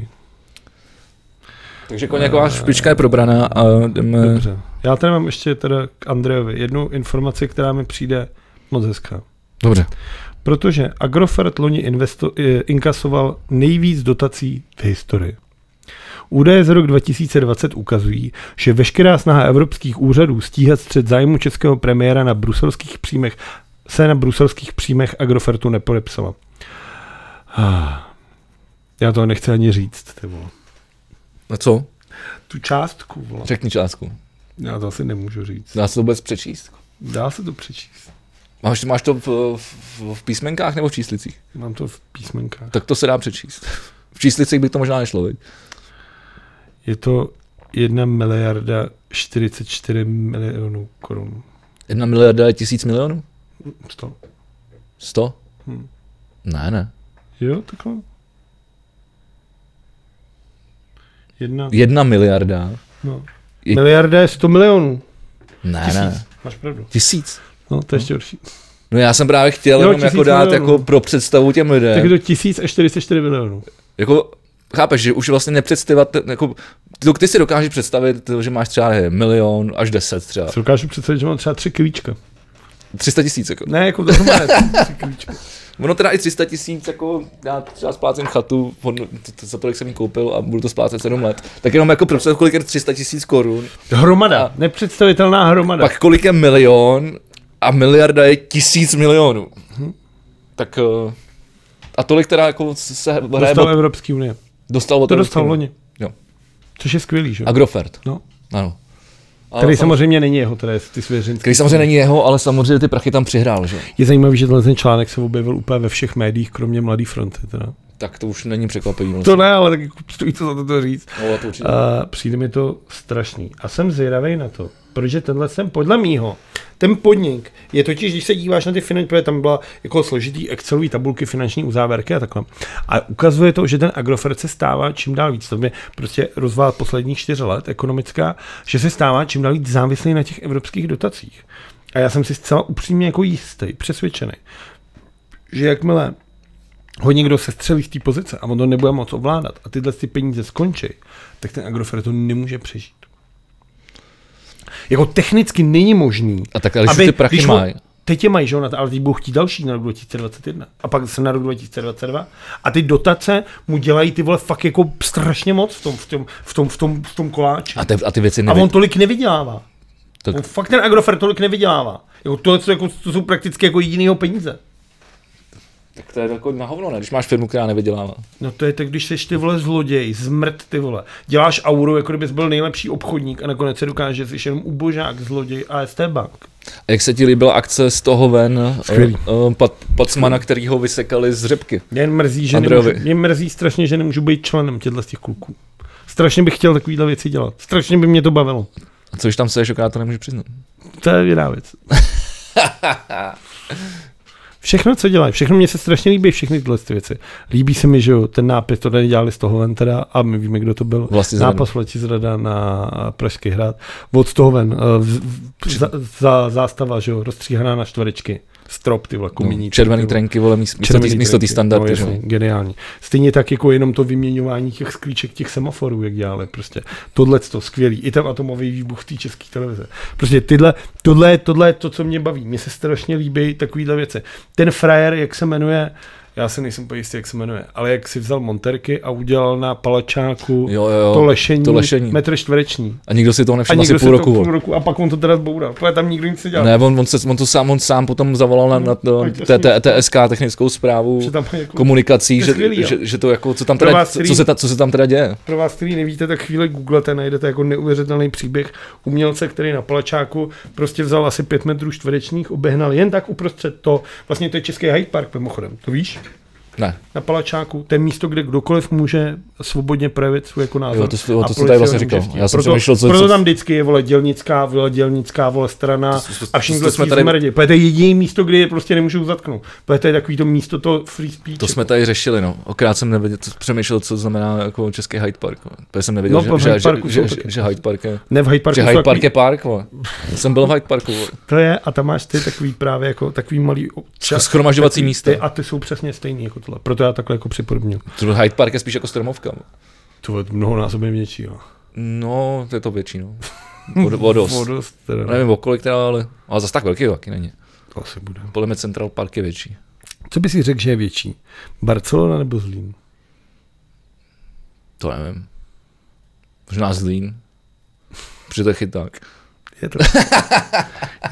A: Takže koněková špička je probraná a jdeme...
B: Dobře. Já tady mám ještě teda k Andrejovi jednu informaci, která mi přijde moc hezká.
A: Dobře.
B: Protože Agrofert loni investo- eh, inkasoval nejvíc dotací v historii. Údaje z rok 2020 ukazují, že veškerá snaha evropských úřadů stíhat střed zájmu českého premiéra na bruselských příjmech se na bruselských příjmech Agrofertu nepodepsala. (sighs) Ah, Já to nechci ani říct, ty vole.
A: No co?
B: Tu částku, vole.
A: Řekni částku.
B: Já to asi nemůžu říct.
A: Dá se to vůbec přečíst?
B: Dá se to přečíst.
A: Máš, máš to v, v, v písmenkách nebo v číslicích?
B: Mám to v písmenkách.
A: Tak to se dá přečíst. V číslicích by to možná nešlo, viď?
B: Je to 1 miliarda 44 milionů korun.
A: Jedna miliarda je tisíc milionů?
B: To.
A: Sto?
B: Hm.
A: Ne, ne.
B: Jo, takhle. Jedna.
A: Jedna miliarda?
B: No.
A: Je-
B: Miliarda je 100 milionů.
A: Ne,
B: Tisíc.
A: ne.
B: Máš pravdu.
A: Tisíc?
B: No, to je ještě horší.
A: No já jsem právě chtěl
B: Jo,
A: jenom jako
B: tisíc
A: dát
B: milionů.
A: jako pro představu těm lidem.
B: Tak do 1044 milionů.
A: Jako, chápeš, že už vlastně nepředstavovat, jako, ty, ty si dokážeš představit, že máš třeba nevím, milion až deset třeba,
B: Si dokážu představit, že mám třeba tři klíčka.
A: 300 tisíc jako.
B: Ne, jako (laughs) dohromady. tři klíčka.
A: Ono teda i 300 tisíc, jako já třeba splácím chatu, on, t- t- za tolik jsem ji koupil a budu to splácet 7 let, tak jenom jako představ, kolik je 300 tisíc korun,
B: Hromada. Nepředstavitelná hromada.
A: pak kolik je milion a miliarda je tisíc milionů. Tak eh, a tolik teda jako se- se hraje,
B: dostal
A: o-
B: Evropský unie.
A: dostal od
B: To dostal
A: Evropské
B: loni.
A: Jo.
B: Což je skvělý, že?
A: Agrofert,
B: No.
A: ano. Ale
B: Který
A: sam-
B: samozřejmě není jeho, teda je ty svěřenský.
A: který samozřejmě není jeho, ale samozřejmě ty prachy tam přihrál, že? jo.
B: Je zajímavý, že tenhle ten článek se objevil úplně ve všech médiích, kromě Mladý fronty. Teda.
A: Tak to už není překvapení. vlastně.
B: To ne, ale tak jako stojí to za to, to říct.
A: No, to určitě.
B: A přijde mi to strašný. A jsem zvědavý na to, protože tenhle jsem podle mýho, ten podnik je totiž, když se díváš na ty finanční, protože tam byla jako složitý Excelový tabulky finanční uzávěrky a takhle. A ukazuje to, že ten Agrofert se stává čím dál víc. To je prostě rozvál posledních čtyř let ekonomická, že se stává čím dál víc závislý na těch evropských dotacích. A já jsem si zcela upřímně jako jistý, přesvědčený, že jakmile ho někdo sestřelí z té pozice a on to nebude moc ovládat a tyhle ty peníze skončí, tak ten Agrofert to nemůže přežít. Jako technicky není možný.
A: A tak ale když už ty prachy
B: když
A: mají.
B: Ho, teď je mají, že ona, ale teď budou chtít další na rok 2021. A pak se na rok 2022. A ty dotace mu dělají ty vole fakt jako strašně moc v tom, v tom, v tom, v tom, v tom koláči.
A: A, te, a ty věci
B: A
A: neví.
B: on tolik nevydělává.
A: Tak-
B: Tak. On fakt ten Agrofert tolik nevydělává. Jako to, co, jako, to jsou prakticky jako jedinýho peníze.
A: Tak to je jako na hovno, ne? Když máš firmu, která nevydělává.
B: No to je tak, když seš ty vole zloděj, zmrt ty vole. Děláš auru, jako kdybys byl nejlepší obchodník a nakonec se dokáže, že jsi jenom ubožák, zloděj a ST bank.
A: A jak se ti líbila akce z toho ven,
B: Skvělý.
A: uh, pat, pacmana, který ho vysekali z řepky?
B: Mě jen mrzí, že
A: Andrejovi.
B: nemůžu, mě mrzí strašně, že nemůžu být členem těchto z těch kluků. Strašně bych chtěl takovýhle věci dělat. Strašně by mě to bavilo.
A: A co když tam seš, akorát to nemůžu přiznat?
B: To je jiná věc. (laughs) Všechno, co dělají, všechno mě se strašně líbí, všechny tyhle ty věci. Líbí se mi, že jo, ten nápis, to tady dělali z toho ven teda, a my víme, kdo to byl.
A: Vlastně zrada.
B: Nápas letí zrada na Pražský hrad. Od toho ven, eh, v, v, za, za, zástava, že jo, rozstříhaná na čtverečky. Strop, ty vole,
A: No,
B: komíní.
A: červený trenky, vole, místo, místo tý- místo té
B: trenky.
A: standardy.
B: No, jasně,
A: No,
B: geniální. Stejně tak jako jenom to vyměňování těch sklíček, těch semaforů, jak dělali. Prostě tohle to skvělý. I ten atomový výbuch v té české televize. Prostě tyhle, tohle, je- tohle je to, co mě baví. Mně se strašně líbí takovýhle věci. Ten frajer, jak se jmenuje, já se nejsem pojistý, jak se jmenuje, ale jak si vzal monterky a udělal na palačáku
A: jo, jo.
B: to lešení,
A: to lešení.
B: metr čtvereční.
A: A nikdo si toho
B: A
A: nevšiml asi
B: někdo
A: půl
B: se
A: roku.
B: to půl
A: vole.
B: roku a pak on to teda zboural. Protože tam nikdo nic nedělal.
A: Ne, on, on, se, on, to sám, on sám potom zavolal na, na
B: No,
A: to-
B: tak
A: T-
B: jasně.
A: T- TSK, technickou zprávu
B: Že tam mají jako-
A: komunikací,
B: To je
A: že,
B: skvělý, jo.
A: že, že, to jako, co tam
B: Pro
A: teda,
B: vás,
A: co,
B: který-
A: co, se ta, co se tam teda děje.
B: Pro vás, který nevíte, tak chvíli googlete, najdete jako neuvěřitelný příběh umělce, který na palačáku prostě vzal asi 5 metrů čtverečních, obehnal jen tak uprostřed to. Vlastně to je Český Hyde Park, mimochodem, to víš?
A: Ne,
B: Na palačáku, to je místo, kde kdokoliv může svobodně projevit svůj jako názor.
A: Jo, to jsi- jo,
B: a
A: to jsi
B: policie
A: tady vlastně
B: ho nemůže
A: říkal.
B: chtít.
A: Já jsem
B: proto,
A: přemýšlel, co-
B: proto
A: co-
B: tam vždycky je vole dělnická, vole dělnická, vole strana
A: to- to-
B: a
A: to
B: všichni
A: jsme tady-
B: smrdi. Protože to je jediné místo, kde je prostě nemůžou zatknout. Protože to je takový to místo to free speech.
A: to jsme tady řešili, no. Okrát jsem nevěděl, co- přemýšlel, co znamená jako český Hyde Park. vole. Protože jsem nevěděl,
B: No, po
A: že,
B: Hyde
A: že,
B: Parku
A: že,
B: jsou
A: že,
B: taky.
A: že, Hyde Park je.
B: Ne v Hyde Parku.
A: Že
B: jsou
A: Hyde
B: takový-
A: Park je park, vole. Jsem byl v Hyde Parku, vole.
B: To je, a tam máš ty takový právě jako takový malý občas.
A: Jako Schromažďovací místa.
B: Ty, a ty jsou přesně stejný jako tohle. Proto já takhle jako připodobňuji.
A: To Hyde Park je spíš jako stromovka. vole.
B: To je mnohonásobně větší, jo.
A: No, to je to větší,
B: (laughs)
A: no. Vod- Vodost.
B: Vodost, teda. Ne.
A: Nevím, o kolik teda, ale, ale zas tak velký taky není.
B: To asi bude.
A: Podle mě Central Park je větší.
B: Co by si řekl, že je větší? Barcelona nebo Zlín?
A: To nevím. Možná Zlín. Protože to je chyták. (laughs)
B: Je to,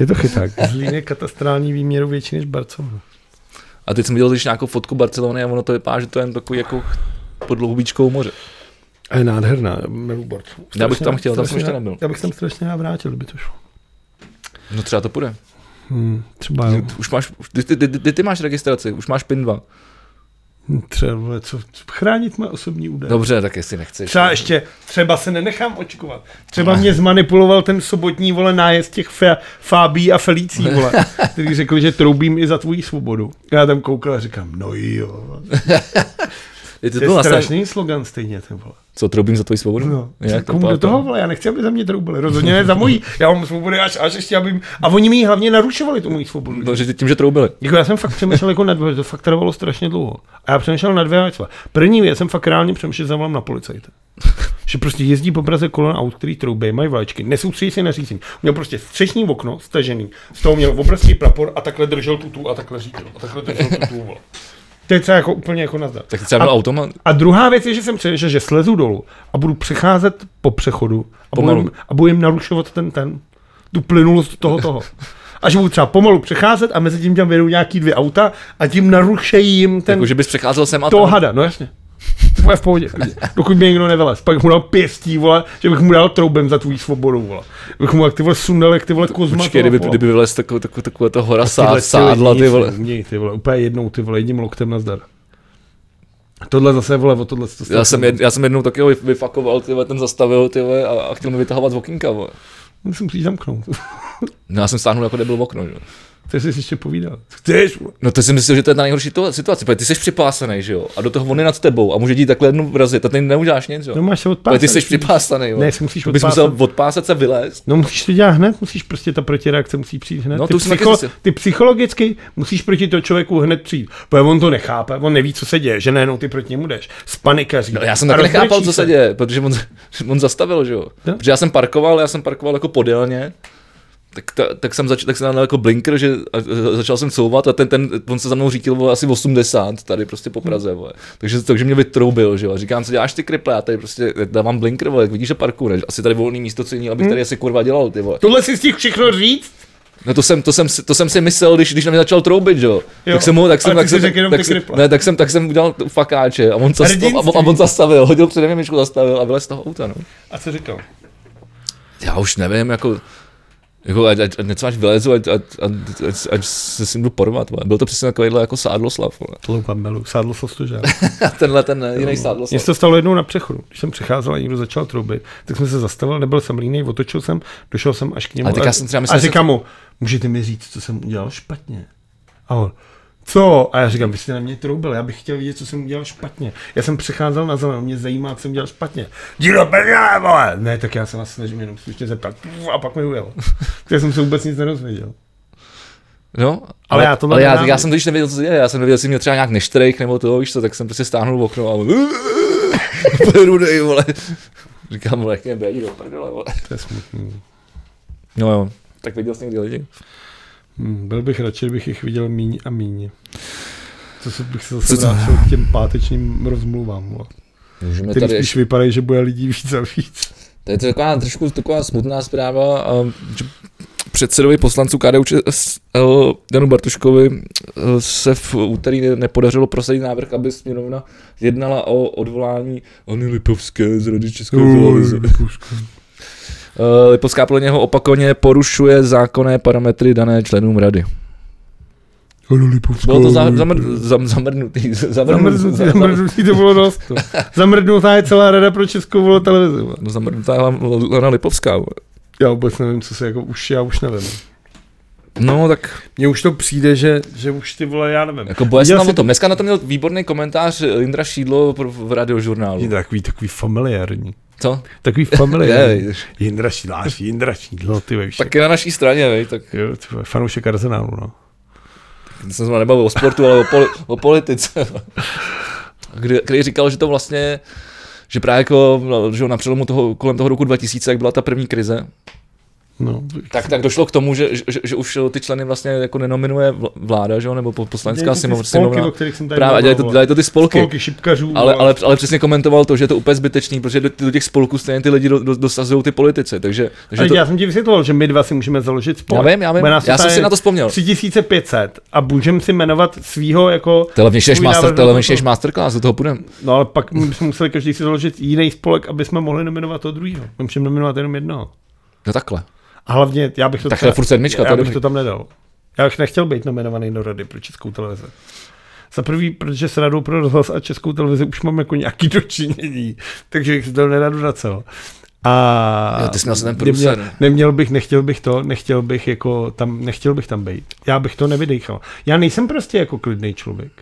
B: je to chyták. Zlín je katastrální výměru větší než Barcelona.
A: A teď jsem viděl když nějakou fotku Barcelony a ono to vypadá, že to je jen takový jako pod dlouhoubičkou moře.
B: A je nádherná, miluji Barcelonu.
A: Já bych
B: Strašně-
A: tam chtěl, tam jsem
B: strašně
A: ještě
B: rád-
A: nebyl.
B: Já bych tam strašně rád vrátil, kdyby to šlo.
A: No třeba to půjde.
B: Hmm, třeba jo.
A: Už máš, ty, ty, ty, ty, ty máš registraci, už máš PIN 2.
B: hm, Třeba, vole, co, co, chránit moje osobní údaje.
A: Dobře, tak jestli nechceš.
B: Třeba ještě, třeba se nenechám očkovat. Třeba mě zmanipuloval ten sobotní vole nájezd těch fe, fábí a felicí, vole,
A: (laughs)
B: který řekl, že troubím i za tvoji svobodu. Já tam koukal a říkám, no jo.
A: Je to, vlastně-
B: To je
A: to strašný.
B: strašný slogan stejně, ten vole.
A: Co, troubím za tvoji svobodu?
B: No,
A: Jak
B: komu
A: vypadá
B: do toho, vole, já nechci, aby za mě troubili, rozhodně ne za mojí. Já mám svobodu až, až ještě, aby... A oni mi ji hlavně narušovali, tu moji svobodu.
A: No, že tím, že troubili.
B: Jako já jsem fakt přemýšlel jako na dvě, to fakt trvalo strašně dlouho. A já přemýšlel na dvě věci. První věc jsem fakt reálně přemýšlel, že zavolám na policajta. (laughs) že prostě jezdí po Praze kolona aut, který troubej, mají vlaječky, nesoustředí se na řízení. Měl prostě střešní okno, stažený, z toho měl obrovský prapor a takhle držel tu tu a takhle řídil. A takhle držel tu tu. vole. To je třeba jako úplně jako nazdar.
A: Tak třeba byl automat.
B: A druhá věc je, že jsem přemýšlel, že slezu dolů a budu přecházet po přechodu a budu,
A: Pomalu.
B: jim, a budu jim narušovat ten ten, tu plynulost toho toho. A že budu třeba pomalu přecházet a mezi tím tam vedou nějaký dvě auta a tím narušejí jim ten,
A: Jako, že bys přecházel sem a
B: toho
A: tam.
B: hada, no jasně. Bude v pohodě, klidně. dokud mě někdo nevelez. Pak bych mu dal pěstí, vole, že bych mu dal troubem za tvůj svobodu, vole. Bych mu jak ty vole sundal, jak ty vole kozma.
A: Počkej, kdyby, kdyby vylez takové, takové, takové to hora
B: Prostě
A: sá, sádla, ty vole.
B: Měj, ty vole, úplně jednou, ty vole, jedním loktem nazdar. Tohle zase, vole, o tohle. to
A: Já jsem, jed, já jsem jednou taky ho vyfakoval, ty vole, ten zastavil ty vole, a, a chtěl mi vytahovat z okýnka. Vole.
B: Musím si ji zamknout. (laughs)
A: No, já jsem stáhnul jako debil v okno. Že?
B: Chceš si ještě povídat? Chceš? vole?
A: No to si myslím, že to je ta nejhorší to- situace, protože ty jsi připásaný, že jo? A do toho on je nad tebou a může ti takhle jednou vrazit a ty neuděláš nic, jo?
B: No máš se odpásat.
A: ale ty jsi připásaný, jo?
B: Ne, si musíš
A: To bys
B: odpásat.
A: musel odpásat se vylézt.
B: No musíš to dělat hned, musíš prostě ta protireakce musí přijít hned.
A: No,
B: ty,
A: to už jsem taky zjistil.
B: ty psychologicky musíš proti toho člověku hned přijít, protože on to nechápe, on neví, co se děje, že najednou ty proti němu jdeš, spanikaří.
A: No, já jsem
B: a
A: tak nechápal,
B: rozbrečí
A: co se děje, protože on, on (laughs) zastavil, že jo?
B: No.
A: Protože já jsem parkoval, já jsem parkoval jako podélně, tak, ta, tak, jsem zač, tak jsem dal jako blinker, že a, a začal jsem couvat a ten, ten, on se za mnou řítil vole, asi 80 tady prostě po Praze, vole. Takže, takže mě vytroubil, že jo. A říkám, co děláš ty kriple, já tady prostě dávám blinker, vole, jak vidíš, že parkour, asi tady volný místo cení,
B: Hmm.
A: abych tady asi kurva dělal, ty vole.
B: Tohle si stihl všechno říct?
A: No to jsem, to jsem, si- to jsem si myslel, když, když na mě začal troubit, že jo.
B: Jo,
A: Tak jsem mu, tak jsem,
B: ale ty
A: tak
B: jsi
A: jsem,
B: řekl jenom ty
A: tak, jsem,
B: kriple.
A: ne, tak jsem, tak jsem udělal tu fakáče a on, zas, a,
B: Hrdinství.
A: a on zastavil, hodil přede mě myšku, zastavil a vylez z toho auta, no.
B: A co říkal?
A: Já už nevím, jako, jako ať, ať, ať něco až vylezu, ať, ať, ať, ať, ať se s ním jdu porvat, vole. Byl to přesně takovýhle jako sádloslav, vole. No.
B: Tloupám melu, sádlo slostužák.
A: (laughs) A tenhle ten eh, jiný
B: Mně
A: sádloslav.
B: se to stalo jednou na přechodu. Když jsem přecházel a někdo začal troubit, tak jsem se zastavil, nebyl jsem líný, otočil jsem, došel jsem až k němu
A: Ale tak
B: a,
A: já jsem třeba
B: a
A: myslel, že-
B: říkám mu, můžete mi říct, co jsem udělal špatně. A on, co? A já říkám, vy jste na mě troubil, já bych chtěl vidět, co jsem udělal špatně. Já jsem přecházel na zelenou, mě zajímá, co jsem udělal špatně. Díro, prdele, vole! Ne, tak já se vás snažím jenom slušně zeptat. Puf, A pak mi ujel. (laughs) Tak já jsem se vůbec nic nedozvěděl.
A: No,
B: Ale já tohle
A: ale já,
B: nedám.
A: já, jsem totiž nevěděl, co se děje, já jsem nevěděl, jestli mě třeba nějak neštrejk nebo to, víš co, tak jsem prostě stáhnul okno a (laughs) rudej, vole. Říkám, vole, jak mě bedí do prdele, vole.
B: To je smutný.
A: No jo, tak viděl jsi někdy lidi.
B: Hmm, byl bych radši, kdybych jich viděl míň a míň. Co se bych se
A: Co
B: zase
A: to-
B: vrátil k těm pátečním rozmluvám. vole.
A: Můžeme
B: Který
A: tady,
B: spíš vypadají, že bude lidí víc a víc.
A: to je taková trošku taková smutná zpráva, a, že předsedovi poslanců KDU ČSL Janu Bartuškovi eh, se v úterý ne- nepodařilo prosadit návrh, aby směrovna jednala o odvolání Anny Lipovské z Rady České televize. Eh, Lipovská podle něho opakovaně porušuje zákonné parametry dané členům rady. Bylo to za, zamr, zam, zamrnutý. (laughs) Zamrnutý.
B: Zamrznutí, zamrznutí to
A: (laughs)
B: bylo dost. to. Zamrznutá je celá rada pro českou vole televizi. vole.
A: No, zamrnutá Lan- Lana Lipovská. vole.
B: Já vůbec nevím, co se jako už, já už nevím.
A: No tak
B: Mně už to přijde, že, že už ty vole, já nevím.
A: jako bolest
B: Viděl
A: tam
B: jsi-
A: o tom. Dneska na to měl výborný komentář Lindra Šídlo pro- v radiožurnálu.
B: Je to takový, takový familiární.
A: Co? (laughs)
B: Takový
A: Je,
B: familiární. Jindra Šidláš, Jindra Šidlo, no, ty veš.
A: tak je na naší straně, vej, tak
B: Jo, ty vole, fanoušek Arsenálu, no.
A: jsem se nebavil o sportu, ale o, poli, o politice. (laughs) Kdy, který říkal, že to vlastně, že právě jako, že jo, na přelomu toho, kolem toho roku 2000, jak byla ta první krize,
B: no.
A: Tak, tak došlo k tomu, že, že, že už ty členy vlastně jako nenominuje vl- vláda, že jo, nebo po- poslanecká
B: Dělají to
A: sněmov-
B: ty spolky,
A: sněmovna.
B: o kterých jsem tady
A: Právě, a dělají to,
B: mluvil,
A: dělají to ty spolky.
B: Spolky šipkařů. no.
A: Ale,
B: vole.
A: ale, ale přesně komentoval to, že je to úplně zbytečný, protože do, do těch spolků stejně ty lidi do, do, dosazují ty politice, takže, takže
B: Ale
A: to,
B: já jsem ti vysvětloval, že my dva si můžeme založit
A: já
B: spolek.
A: vím, já vím,
B: Bude nás
A: já jsem
B: tady
A: si na to vzpomněl.
B: 3500 a můžeme si jmenovat svýho jako...
A: To je levnější než
B: svůj
A: master,
B: návrh
A: to je
B: na
A: levnější
B: toto.
A: než masterclass, do toho půjdem.
B: No ale pak my bychom museli každý si založit jiný spolek, aby jsme mohli nominovat toho druhého. My můžeme nominovat jenom jednoho.
A: No takhle.
B: A hlavně, já bych to,
A: Takhle furt sedmička, to
B: já
A: je
B: bych
A: dobrý.
B: to tam nedal. Já bych nechtěl být nominovaný do Rady pro Českou televizi. Za prvý, protože s Radou pro rozhlas a Českou televizi už mám jako nějaký (laughs) dočinění, takže bych si to nedadu na celo. A
A: Jo, ty jsi měl asi ten
B: neměl,
A: průser.
B: neměl, bych, nechtěl bych to, nechtěl bych jako tam, nechtěl bych tam být. Já bych to nevydechal. Já nejsem prostě jako klidný člověk.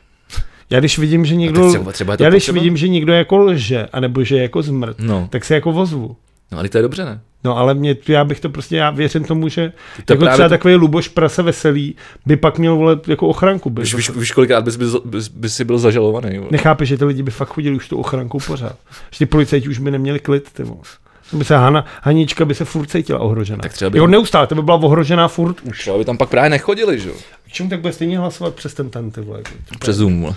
B: Já když vidím, že někdo,
A: třeba- třeba je to
B: já když
A: potřeba?
B: vidím, že někdo jako lže, anebo že je jako zmrt,
A: No.
B: tak se jako ozvu.
A: No ale to je dobře, ne?
B: No ale mě, já bych to prostě, já věřím tomu, že
A: To
B: to jako
A: právě
B: třeba
A: to-
B: to... takový Luboš Prase Veselý by pak měl volet jako ochranku. By,
A: Víš, víš, víš kolikrát bys, bys, bys, bys si byl zažalovaný. vole.
B: Nechápeš, že ty lidi by fakt chodili už tu ochranku pořád. Že ty policajti už by neměli klid, ty vole. To by se Hana, Hanička by se furt cítila ohrožena.
A: Tak třeba by-
B: Jako neustále, to by byla ohrožená furt už.
A: Třeba by tam pak právě nechodili, že jo?
B: K čemu tak bude stejně hlasovat přes ten ten, ty vole. jako.
A: Přes Zoom. vole.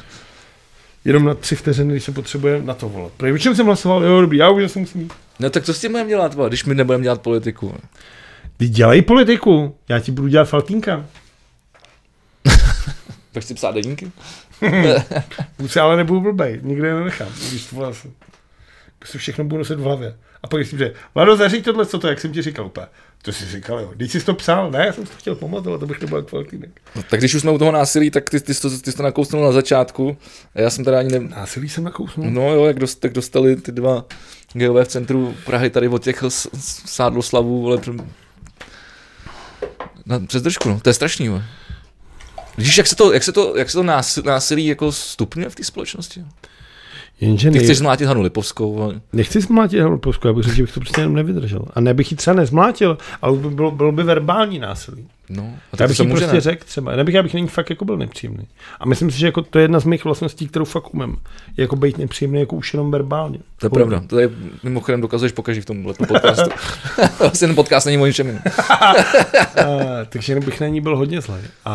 B: Jenom na tři vteřiny, když se potřebuje na to volat. Prej, o čem jsem hlasoval? Jo, dobrý, já už že se musím jít.
A: No tak co s tím budeme dělat, vole, když my nebudeme dělat politiku? vole?
B: Ty dělej politiku, já ti budu dělat faltínka.
A: Tak chci psát deníky?
B: Buď se ale nebudu blbej, nikde je nenechám, když to vlastně. Prostě všechno budu nosit v hlavě. A pak si že, Vlado, zaříď tohle, co to, jak jsem ti říkal úplně. To jsi říkal, jo. Když jsi to psal, ne, já jsem to chtěl pamatovat, abych nebyl jak Faltýnek.
A: No, tak když už jsme u toho násilí, tak ty, ty, jsi to, ty jsi to nakousnul na začátku. A já jsem teda ani ne...
B: Násilí jsem nakousnul.
A: No jo, jak, dost, jak dostali ty dva geové v centru Prahy tady od těch s- s- sádloslavů, vole, přem... na, přes držku, no. To je strašný, vole. Vidíš, jak se to, jak se to, jak se to nás- násilí jako stupňuje v té společnosti?
B: Jenže
A: Ty
B: nej...
A: chceš zmlátit Hanu Lipovskou, ale
B: nechci zmlátit Holopovskou, já bych řekl, že bych to prostě jenom nevydržel. A nebych ji třeba nezmlátil, ale by bylo, bylo by verbální násilí.
A: no, a
B: Já
A: tak to
B: bych
A: se
B: jí
A: může
B: prostě
A: ne.
B: řekl třeba, nebych, já bych na ní fakt jako byl nepříjemný. A myslím si, že jako to je jedna z mých vlastností, kterou fakt umím. Jako být nepříjemný, jako už jenom verbálně.
A: To je pravda. To je mimochodem dokazuješ pokaždé v tomhle podcastu. (laughs) vlastně ten podcast není o ničem jiném.
B: A, takže jenom bych na ní byl hodně zlej. A,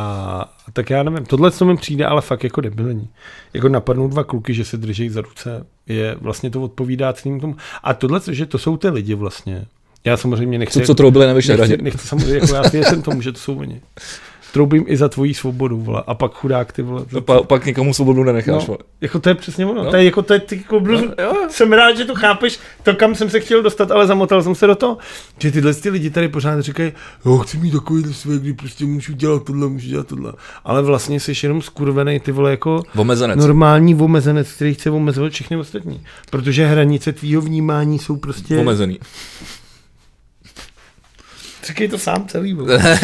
B: a tak já nevím, tohle, co mi přijde, ale fakt jako debilní. Jako napadnou dva kluky, že se drží za ruce, je vlastně to odpovídá celým tomu. A tohle, že to jsou ty lidi vlastně. Já samozřejmě nechci...
A: Co, co troubili na Vyšné radě.
B: nechci, nechci samozřejmě, jako já věřím tomu, že to jsou oni. Troubím i za tvoji svobodu, vole. A pak chudák, ty vole.
A: To No, pa, pak nikomu svobodu nenecháš.
B: No,
A: No.
B: jako to je přesně ono.
A: No.
B: No. To je jako to je, ty, jako, no, Jsem rád, že to chápeš, to kam jsem se chtěl dostat, ale zamotal jsem se do toho, že tyhle ty lidi tady pořád říkají, jo, chci mít takový své, kdy prostě můžu dělat tohle, můžu dělat tohle. Ale vlastně jsi jenom skurvený ty vole jako
A: Omezenec.
B: normální omezenec, který chce omezovat všechny ostatní. Protože hranice tvýho vnímání jsou prostě...
A: Omezený.
B: Říkej to sám celý. vole.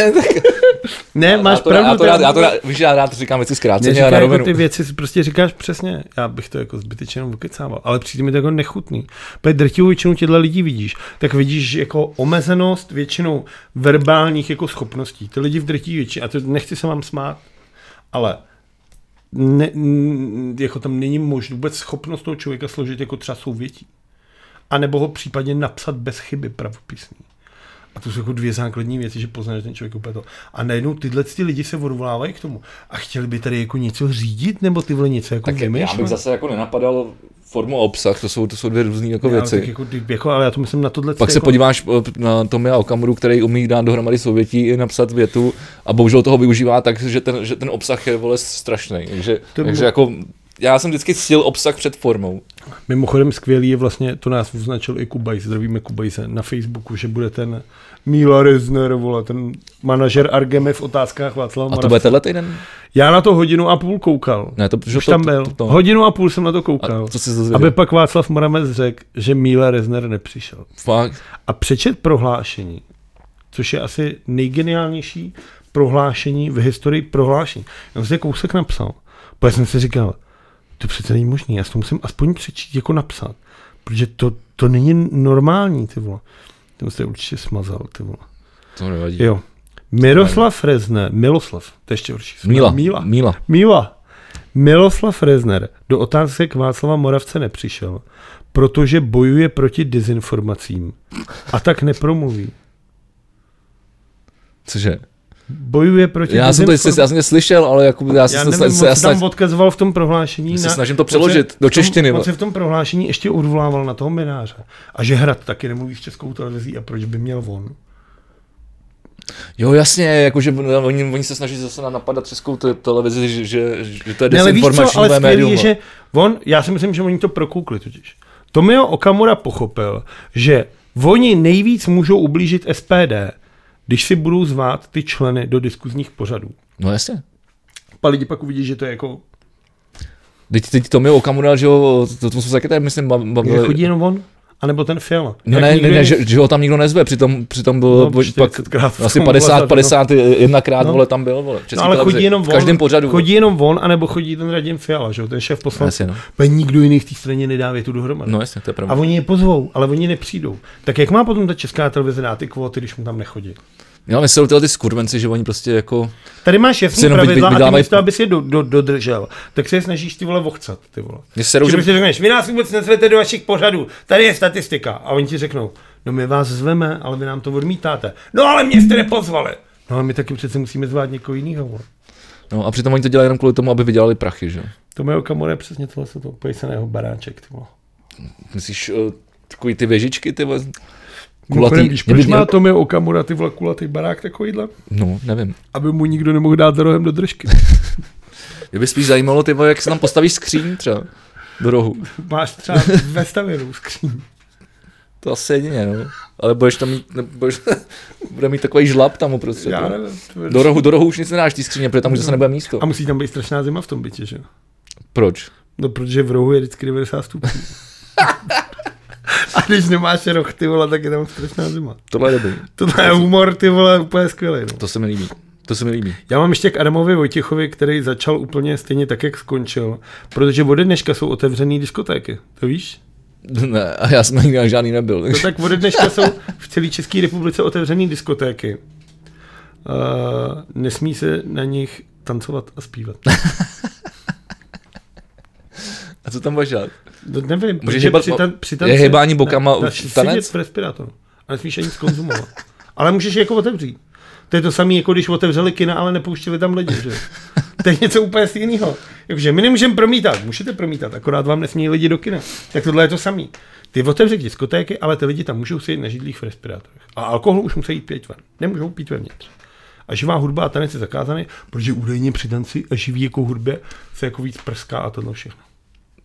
A: (laughs)
B: ne, máš
A: já to,
B: pravdu.
A: já to,
B: to
A: rád, já to rád, víš, já rád říkám věci zkráceně a
B: Neříká
A: na
B: jako
A: rovinu.
B: ty věci, prostě říkáš přesně, já bych to jako zbytečně jenom vykecával, ale přijde mi to jako nechutný. Protože drtivou většinu těchto lidí vidíš, tak vidíš jako omezenost většinou verbálních jako schopností. Ty lidi v drtí většině, a to nechci se vám smát, ale ne, n- jako tam není možná vůbec schopnost toho člověka složit jako třeba souvětí. A nebo ho případně napsat bez chyby pravopisný. A to jsou jako dvě základní věci, že poznáš že ten člověk úplně to. A najednou tyhle ty lidi se odvolávají k tomu. A chtěli by tady jako něco řídit, nebo tyhle něco jako
A: Tak já bych
B: vymýšlet?
A: zase jako nenapadal formu a obsah, to jsou, to jsou dvě různé jako
B: Ale tak
A: věci.
B: jako, ty- jako, ale já to myslím na tohle.
A: Pak se
B: jako,
A: podíváš eh, na Tomia Okamuru, který umí dát dohromady souvětí, i napsat větu a bohužel toho využívá tak, že ten, že ten obsah je vole strašný. Takže,
B: To by-
A: takže jako já jsem vždycky ctil obsah před formou.
B: Mimochodem skvělý je vlastně, to nás označil i Kubaj, zdravíme Kubajse na Facebooku, že bude ten Míla Rezner, vole, ten manažer Argemy v otázkách Václava
A: A
B: Moravce.
A: to bude tenhle týden?
B: Já na to hodinu a půl koukal.
A: Ne, to, že
B: Už
A: to,
B: tam
A: to-
B: byl.
A: To, to,
B: Hodinu a půl jsem na to koukal.
A: a co jsi se dozvěděl?
B: aby pak Václav Moramec řekl, že Míla Rezner nepřišel.
A: Fakt,
B: A přečet prohlášení, což je asi nejgeniálnější prohlášení v historii prohlášení. Já jsem si kousek napsal, protože jsem si říkal, to přece není možné, já si to musím aspoň přečít jako napsat, protože to, to není normální, ty vole. Ten se určitě smazal, ty vole.
A: to nevadí.
B: Jo. Miroslav Rezner, Miloslav, to je ještě horší.
A: Míla, Míla.
B: Míla.
A: Míla.
B: Míla. Miloslav Rezner do otázek Václava Moravce nepřišel, protože bojuje proti dezinformacím a tak nepromluví.
A: Cože?
B: Bojuje proti
A: Já jsem, to,
B: dezinformacím.
A: já jsem to slyšel, ale jako já,
B: já
A: jsem
B: nevím,
A: se,
B: on
A: se,
B: se
A: já
B: tam
A: snaž,
B: odkazoval v tom prohlášení.
A: Já se snažím to přeložit
B: on se
A: do
B: v tom-
A: češtiny,
B: On
A: vole.
B: se v tom prohlášení ještě odvolával na toho mináře. A že Hrad taky nemluví s českou televizí a proč by měl on.
A: Jo, jasně, jakože no, oni, oni se snaží zase na- napadat českou te- televizi, že, že, že to je
B: Ne, ale víš co, ale
A: dezinformační
B: skvělý
A: médium.
B: je,
A: no.
B: že on, já si myslím, že oni to prokoukli totiž. Tomio Okamura pochopil, že oni nejvíc můžou ublížit SPD, když si budou zvát ty členy do diskuzních pořadů.
A: No jasně.
B: Pa lidi pak uvidí, že to je jako...
A: Teď, teď to mi Okamura, že jo, to, to jsme se taky tady, myslím, bav-
B: Že chodí
A: bavili.
B: jenom on? A nebo ten Fiala?
A: No
B: Jak
A: ne,
B: nikdo
A: ne, ne
B: jiný?
A: že, že, ho tam nikdo nezve, přitom, přitom byl
B: No,
A: no, pak
B: 40krát v tom
A: asi
B: byla
A: 50,
B: zavedeno.
A: 51 krát
B: No.
A: vole tam byl, vole, v České
B: No, ale
A: televizi.
B: chodí jenom
A: v každém
B: on,
A: pořadu.
B: Chodí jenom on, anebo chodí ten Radim Fiala, že jo, ten šéf poslance.
A: Jasně, no.
B: Pe- Nikdo jiný v té straně nedá větu dohromady.
A: No jasně, to je
B: A
A: pravda.
B: oni je pozvou, ale oni nepřijdou. Tak jak má potom ta česká televize dát ty kvóty, když mu tam nechodí?
A: Já myslím, tyhle ty skurvenci, že oni prostě jako...
B: Tady máš jasný
A: Jenom vy-
B: pravidla a ty
A: vydávají-
B: místo, aby si je do, do, dodržel, tak se je snažíš ty vole vochcat, ty vole.
A: Mě serou,
B: Že
A: že-
B: si řekneš, vy nás vůbec nezvete do vašich pořadů, tady je statistika. A oni ti řeknou, no my vás zveme, ale vy nám to odmítáte. No ale mě jste nepozvali. No ale my taky přece musíme zvát někoho jiného. Vole.
A: No a přitom oni to dělají jenom kvůli tomu, aby vydělali prachy, že jo.
B: To mého kamora je přesně tohle, se to pojď se na jeho baráček, ty vole.
A: Myslíš, eh, takový ty věžičky, ty vole?
B: Kulatý, když,
A: mě
B: proč
A: by-
B: má Tomi Okamura ty vole kulatý barák takovýhle?
A: No, nevím.
B: Aby mu nikdo nemohl dát za rohem do držky.
A: Mě by spíš zajímalo, ty vole, jak se tam postavíš skříň třeba do rohu.
B: (laughs) Máš třeba ve stavěnou skříň.
A: To asi jedině, no. Ale budeš tam mít, ne, budeš, (laughs) bude mít takový žlab tam uprostřed.
B: Já
A: jo.
B: nevím. to je-
A: Do rohu, do rohu už nic nedáš, ty skříně, protože tam už zase nebude místo.
B: A musí tam být strašná zima v tom bytě, že? jo?
A: Proč?
B: No, protože v rohu je vždycky 90 stupňů. (laughs) A když nemáš roh, ty vole, tak je tam strašná zima.
A: Tohle je dobrý.
B: To je humor, ty vole, úplně skvělý. No.
A: To se mi líbí. To se mi líbí. (laughs)
B: Já mám ještě k Adamovi Vojtěchovi, který začal úplně stejně tak, jak skončil, protože ode dneška jsou otevřené diskotéky, to víš?
A: Ne, a já jsem nikdy na žádný nebyl.
B: No tak ode dneška jsou v celé České republice otevřené diskotéky. Uh, nesmí se na nich tancovat a zpívat.
A: (laughs) A co tam budeš dělat?
B: No, nevím,
A: Můžeš
B: protože
A: hebat-
B: při tan- při
A: je
B: tanci-
A: hebání bokama
B: na- na-
A: v tanec?
B: Sedět v respirátoru a nesmíš ani skonzumovat. ale můžeš je jako otevřít. To je to samé, jako když otevřeli kina, ale nepouštěli tam lidi.
A: (laughs)
B: Že? jo? To je něco úplně jiného. Jakože my nemůžeme promítat, můžete promítat, akorát vám nesmí lidi do kina. Tak tohle je to samé. Ty otevřeli diskotéky, ale ty lidi tam můžou sedět na židlích v respirátorech. A alkohol už musí jít pět ven. Nemůžou pít vevnitř. A živá hudba a tanec je zakázaný, protože údajně při tanci a živý jako hudbě se jako víc prská a tohle všechno.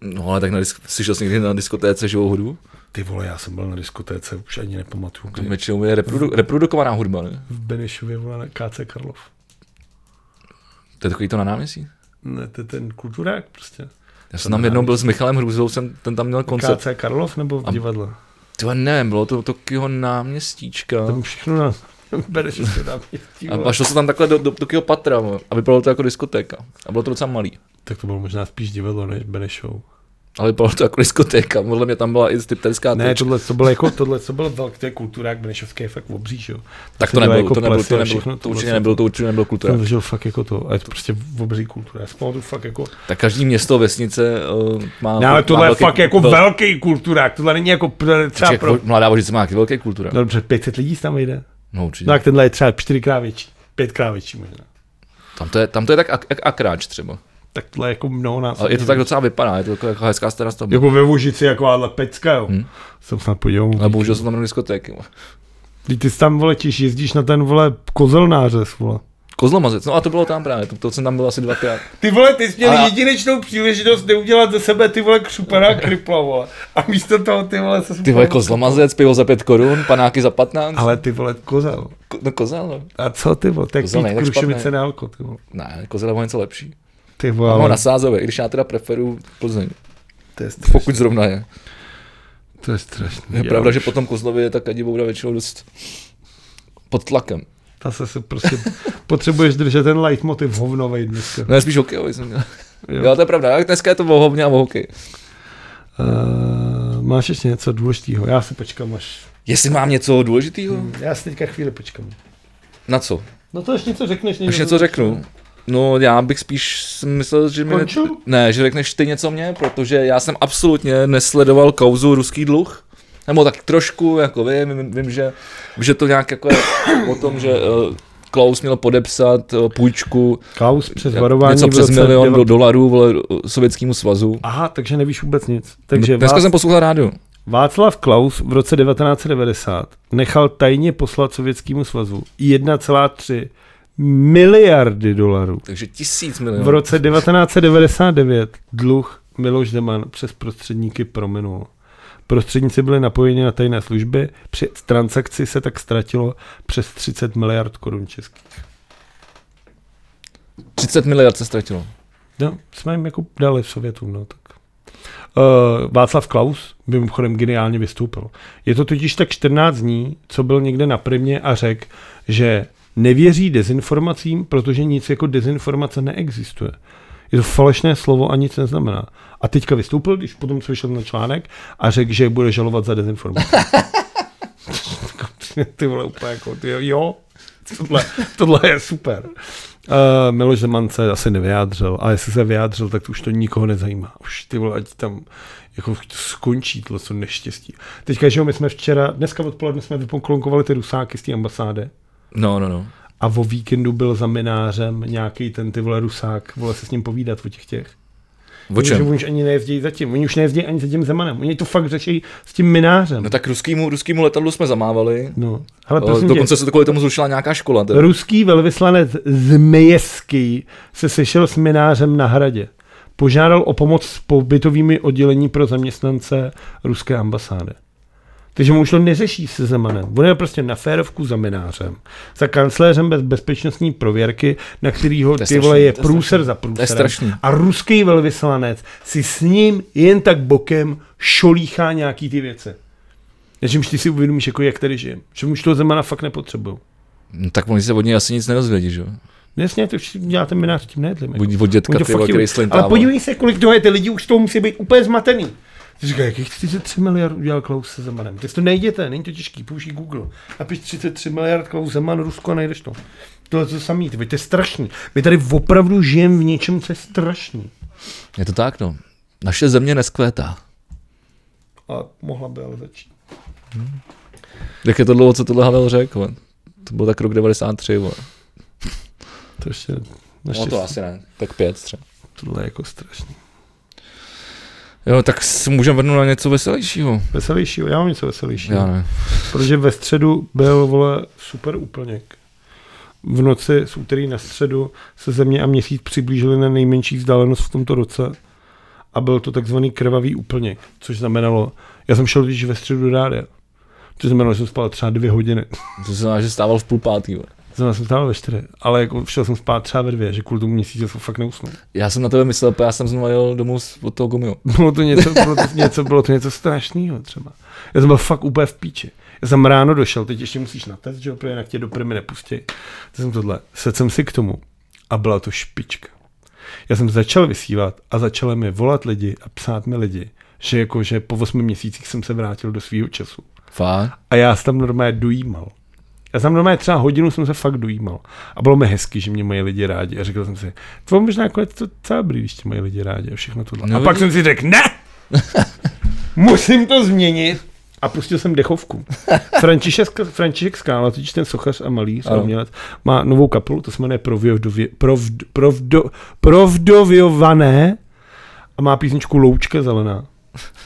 A: No ale tak na disk- slyšel jsi někdy na diskotéce živou hudbu?
B: Ty vole, já jsem byl na diskotéce, už ani nepamatuju, kdy.
A: Většinou je
B: Mhm.
A: reprodu- reprodukovaná hudba, ne?
B: V Benešově vole na KC Karlov.
A: To je takový to na náměstí.
B: Ne, to je ten kulturák prostě.
A: Já jsem tam jednou byl s Michalem Hrůzou, jsem, ten tam měl koncert.
B: KC Karlov nebo v divadle?
A: To nevím, bylo to Tokio náměstíčka.
B: Tam všechno na (laughs) Benešově náměstí.
A: A, a
B: vole.
A: šlo se tam takhle do, do Tokio Patra vole. a vypadalo to jako diskotéka. A bylo to docela malý.
B: Tak to bylo možná spíš divadlo než Benešov.
A: Ale vypadalo to jako diskotéka. Podle mě tam byla i stripterská
B: Ne,
A: ne, to...
B: tohle, to bylo jako, tohle, to byl velký, to je kulturák Benešovský, je fakt obří, že jo.
A: Tak
B: se
A: to
B: dělá
A: nebylo, jako to nebylo,
B: plesy
A: to
B: a
A: nebylo,
B: všechno,
A: to určitě
B: bylo-
A: nebylo, to určitě nebylo kultura.
B: Jsem zažil fakt jako to, a je to prostě obří kultura. Já jsem pamatuju fakt jako...
A: Tak každý město, vesnice uh, má...
B: Ne, ale tohle
A: má
B: je fakt jako
A: vel-
B: velký kulturák, tohle není jako pr- třeba
A: Počkej,
B: pro...
A: jako Mladá vožice má taky velké kultura.
B: No dobře, 500 lidí tam jde.
A: No určitě.
B: No tak tenhle je třeba čtyřikrát větší, pětkrát větší možná.
A: Tam to je, tam to je tak ak, ak, akráč třeba.
B: Tak tohle je jako mnohonásobně.
A: Ale je to tak docela vypadá, je to jako, jako hezká stará stavba.
B: Jako ve Vožici, jako ale pecka, jo. Hmm. Jsem snad podíval.
A: Ale bohužel jsou tam jenom diskotéky. vole.
B: Ty, ty jsi tam, vole, těž jezdíš na ten, vole, kozelnářez, vole.
A: Kozlomazec, no a to bylo tam právě, to, to jsem tam byl asi dvakrát.
B: Ty vole, ty jsi měl
A: Ale-
B: jedinečnou příležitost neudělat ze sebe ty
A: (laughs)
B: vole křupená kripla, vole. A místo toho ty vole se
A: Ty vole, kozlomazec, pivo za 5 korun, panáky za 15. Ale...
B: Ale ty vole, kozel.
A: Ko, no kozel, no.
B: A co ty vole, tak
A: Kozel
B: pít
A: není tak
B: krušovice
A: špatný.
B: na alko, ty vole.
A: Ne, kozel je o něco lepší.
B: Ty vole,
A: Mám ho na
B: ale
A: sázově, i když já teda preferu Plzeň,
B: to je strašný.
A: pokud zrovna je.
B: To je strašný.
A: Je
B: já
A: pravda,
B: už-
A: že potom Kozlovi je ta kadibouda většinou dost pod tlakem.
B: Ta se, se prostě, (laughs) potřebuješ držet ten leitmotiv hovnovej dneska. Eh,
A: No, je spíš hokejový jsem měl.
B: Jo.
A: Jo. to je pravda, jak dneska je to o hovně a o hokeji.
B: Uh, máš ještě něco důležitého? Já si počkám až.
A: Jestli mám něco důležitého?
B: Já si teďka chvíli počkám.
A: Na co?
B: No to ještě něco řekneš.
A: Už něco řeknu. No, já bych spíš si myslel, že mi... Ne,
B: Končil?
A: ne, že řekneš ty něco mě, protože já jsem absolutně nesledoval kauzu ruský dluh. Nebo tak trošku, jako vím, vím, vím že, že to nějak jako je o tom, že uh, Klaus měl podepsat uh, půjčku
B: Klaus přes varování.
A: něco
B: v
A: přes
B: roce
A: milion
B: deva-
A: do dolarů vole, Sovětskému svazu.
B: Aha, takže nevíš vůbec nic. Takže
A: Dneska
B: Vác...
A: jsem poslouchal rádio.
B: Václav Klaus v roce 1990 nechal tajně poslat Sovětskému svazu 1,3 miliardy dolarů.
A: Takže tisíc
B: V
A: milionů.
B: roce 1999 dluh Miloš Zeman přes prostředníky prominul. Prostředníci byli napojeni na tajné služby, při transakci se tak ztratilo přes 30 miliard korun českých.
A: 30 miliard se ztratilo.
B: No, jsme jim jako dali v Sovětům, no tak. Uh, Václav Klaus mimochodem geniálně vystoupil. Je to totiž tak 14 dní, co byl někde na primě a řekl, že nevěří dezinformacím, protože nic jako dezinformace neexistuje. Je to falešné slovo a nic neznamená. A teďka vystoupil, když potom co vyšel na článek a řekl, že bude žalovat za dezinformaci. (laughs) ty vole úplně jako, ty jo, tohle, tohle je super. Uh, Miloš Zeman se asi nevyjádřil, a jestli se vyjádřil, tak to už to nikoho nezajímá. Už ty vole, ať tam jako to skončí tohle to neštěstí. Teďka, že jo, my jsme včera, dneska odpoledne jsme vypoklonkovali ty rusáky z té ambasády
A: No, no, no.
B: a o víkendu byl za minářem nějaký ten ty vole rusák, vole se s ním povídat o těch těch.
A: O
B: Že
A: čem?
B: oni už ani nejezdí za tím, oni už nejezdí ani za tím Zemanem, oni to fakt řeší s tím minářem.
A: No tak ruskýmu, ruskýmu letadlu jsme zamávali.
B: No, ale
A: O,
B: prosím tě,
A: Dokonce se to kvůli tomu zrušila nějaká škola. Teda.
B: Ruský velvyslanec Zmijevský se sešel s minářem na hradě. Požádal o pomoc s pobytovými oddělení pro zaměstnance ruské ambasády. Takže mu už to neřeší se Zemanem. On je prostě na férovku za minářem. Za kancléřem bez bezpečnostní prověrky, na kterýho
A: To je
B: ty vole
A: strašný,
B: je
A: to je strašný.
B: průser za
A: To je strašný.
B: průserem. A ruský velvyslanec si s ním jen tak bokem šolíchá nějaký ty věci. Takže už ty si uvědomíš, jako jak tady žijem. Že už toho Zemana fakt nepotřebuju.
A: No, tak oni se od něj asi nic nedozvědí, že jo?
B: Jasně, to už dělá ten minář tím nejedli. Jako.
A: Buď od dětka,
B: Oni to
A: ty
B: fakt
A: vole,
B: jedou.
A: který slintává.
B: Ale podívej se, kolik toho je, ty lidi už to musí být úplně zmatený. Ty říká, jakých 33 miliard udělal Klaus se Zemanem. Ty to najděte, není to těžký, použij Google. Napiš 33 miliard Klaus Zeman, Rusko a najdeš to. To je to samý, ty, to je strašný. My tady opravdu žijeme v něčem, co je strašný.
A: Je to tak, no. Naše země neskvétá.
B: A mohla by ale začít.
A: Jak je to dlouho, co tohle Havel řekl? vole? To byl tak rok 93, vole.
B: To ještě,
A: No
B: naštěstí,
A: to asi ne, tak pět třeba.
B: tohle je jako strašný.
A: Jo, tak se můžeme vrnout na něco veselějšího.
B: Veselějšího, já mám něco veselějšího.
A: Já ne.
B: Protože ve středu byl, vole, super úplněk. V noci z úterý na středu se země a měsíc přiblížily na nejmenší vzdálenost v tomto roce a byl to takzvaný krvavý úplněk, což znamenalo, já jsem šel když ve středu do rádia, což znamenalo, že jsem spal třeba dvě hodiny. (laughs)
A: To znamená, že stával v půl pátý. vole.
B: To znamená, že jsem stál ve čtyři, ale jako šel jsem spát třeba ve dvě, že kvůli tomu měsíci jsem fakt neusnul.
A: Já jsem na tebe myslel, já jsem znovu jel domů z- od toho gumiho.
B: Bylo to něco, bylo to něco, bylo to něco strašného třeba. Já jsem byl fakt úplně v píči. Já jsem ráno došel, teď ještě musíš na test, že jo, protože jinak tě do primy nepustí. To jsem tohle, sedl jsem si k tomu a byla to špička. Já jsem začal vysílat a začali mi volat lidi a psát mi lidi, že jako, že po 8 měsících jsem se vrátil do svého času.
A: Fakt?
B: A já jsem tam normálně dojímal. Já jsem normálně třeba hodinu jsem se fakt dojímal. A bylo mi hezky, že mě mají lidi rádi. A řekl jsem si, to bylo možná nakonec to celá dobrý, když tě mají lidi rádi a všechno tohle.
A: No
B: a pak
A: vidíš.
B: jsem si
A: (laughs)
B: řekl, ne! Musím to změnit. A pustil jsem dechovku. František, František Skála, totiž ten sochař a malíř, a
A: Ano.
B: umělec, má novou kapelu, to se jmenuje Provdově, provd, provdo, Provdověvané a má písničku Loučka zelená.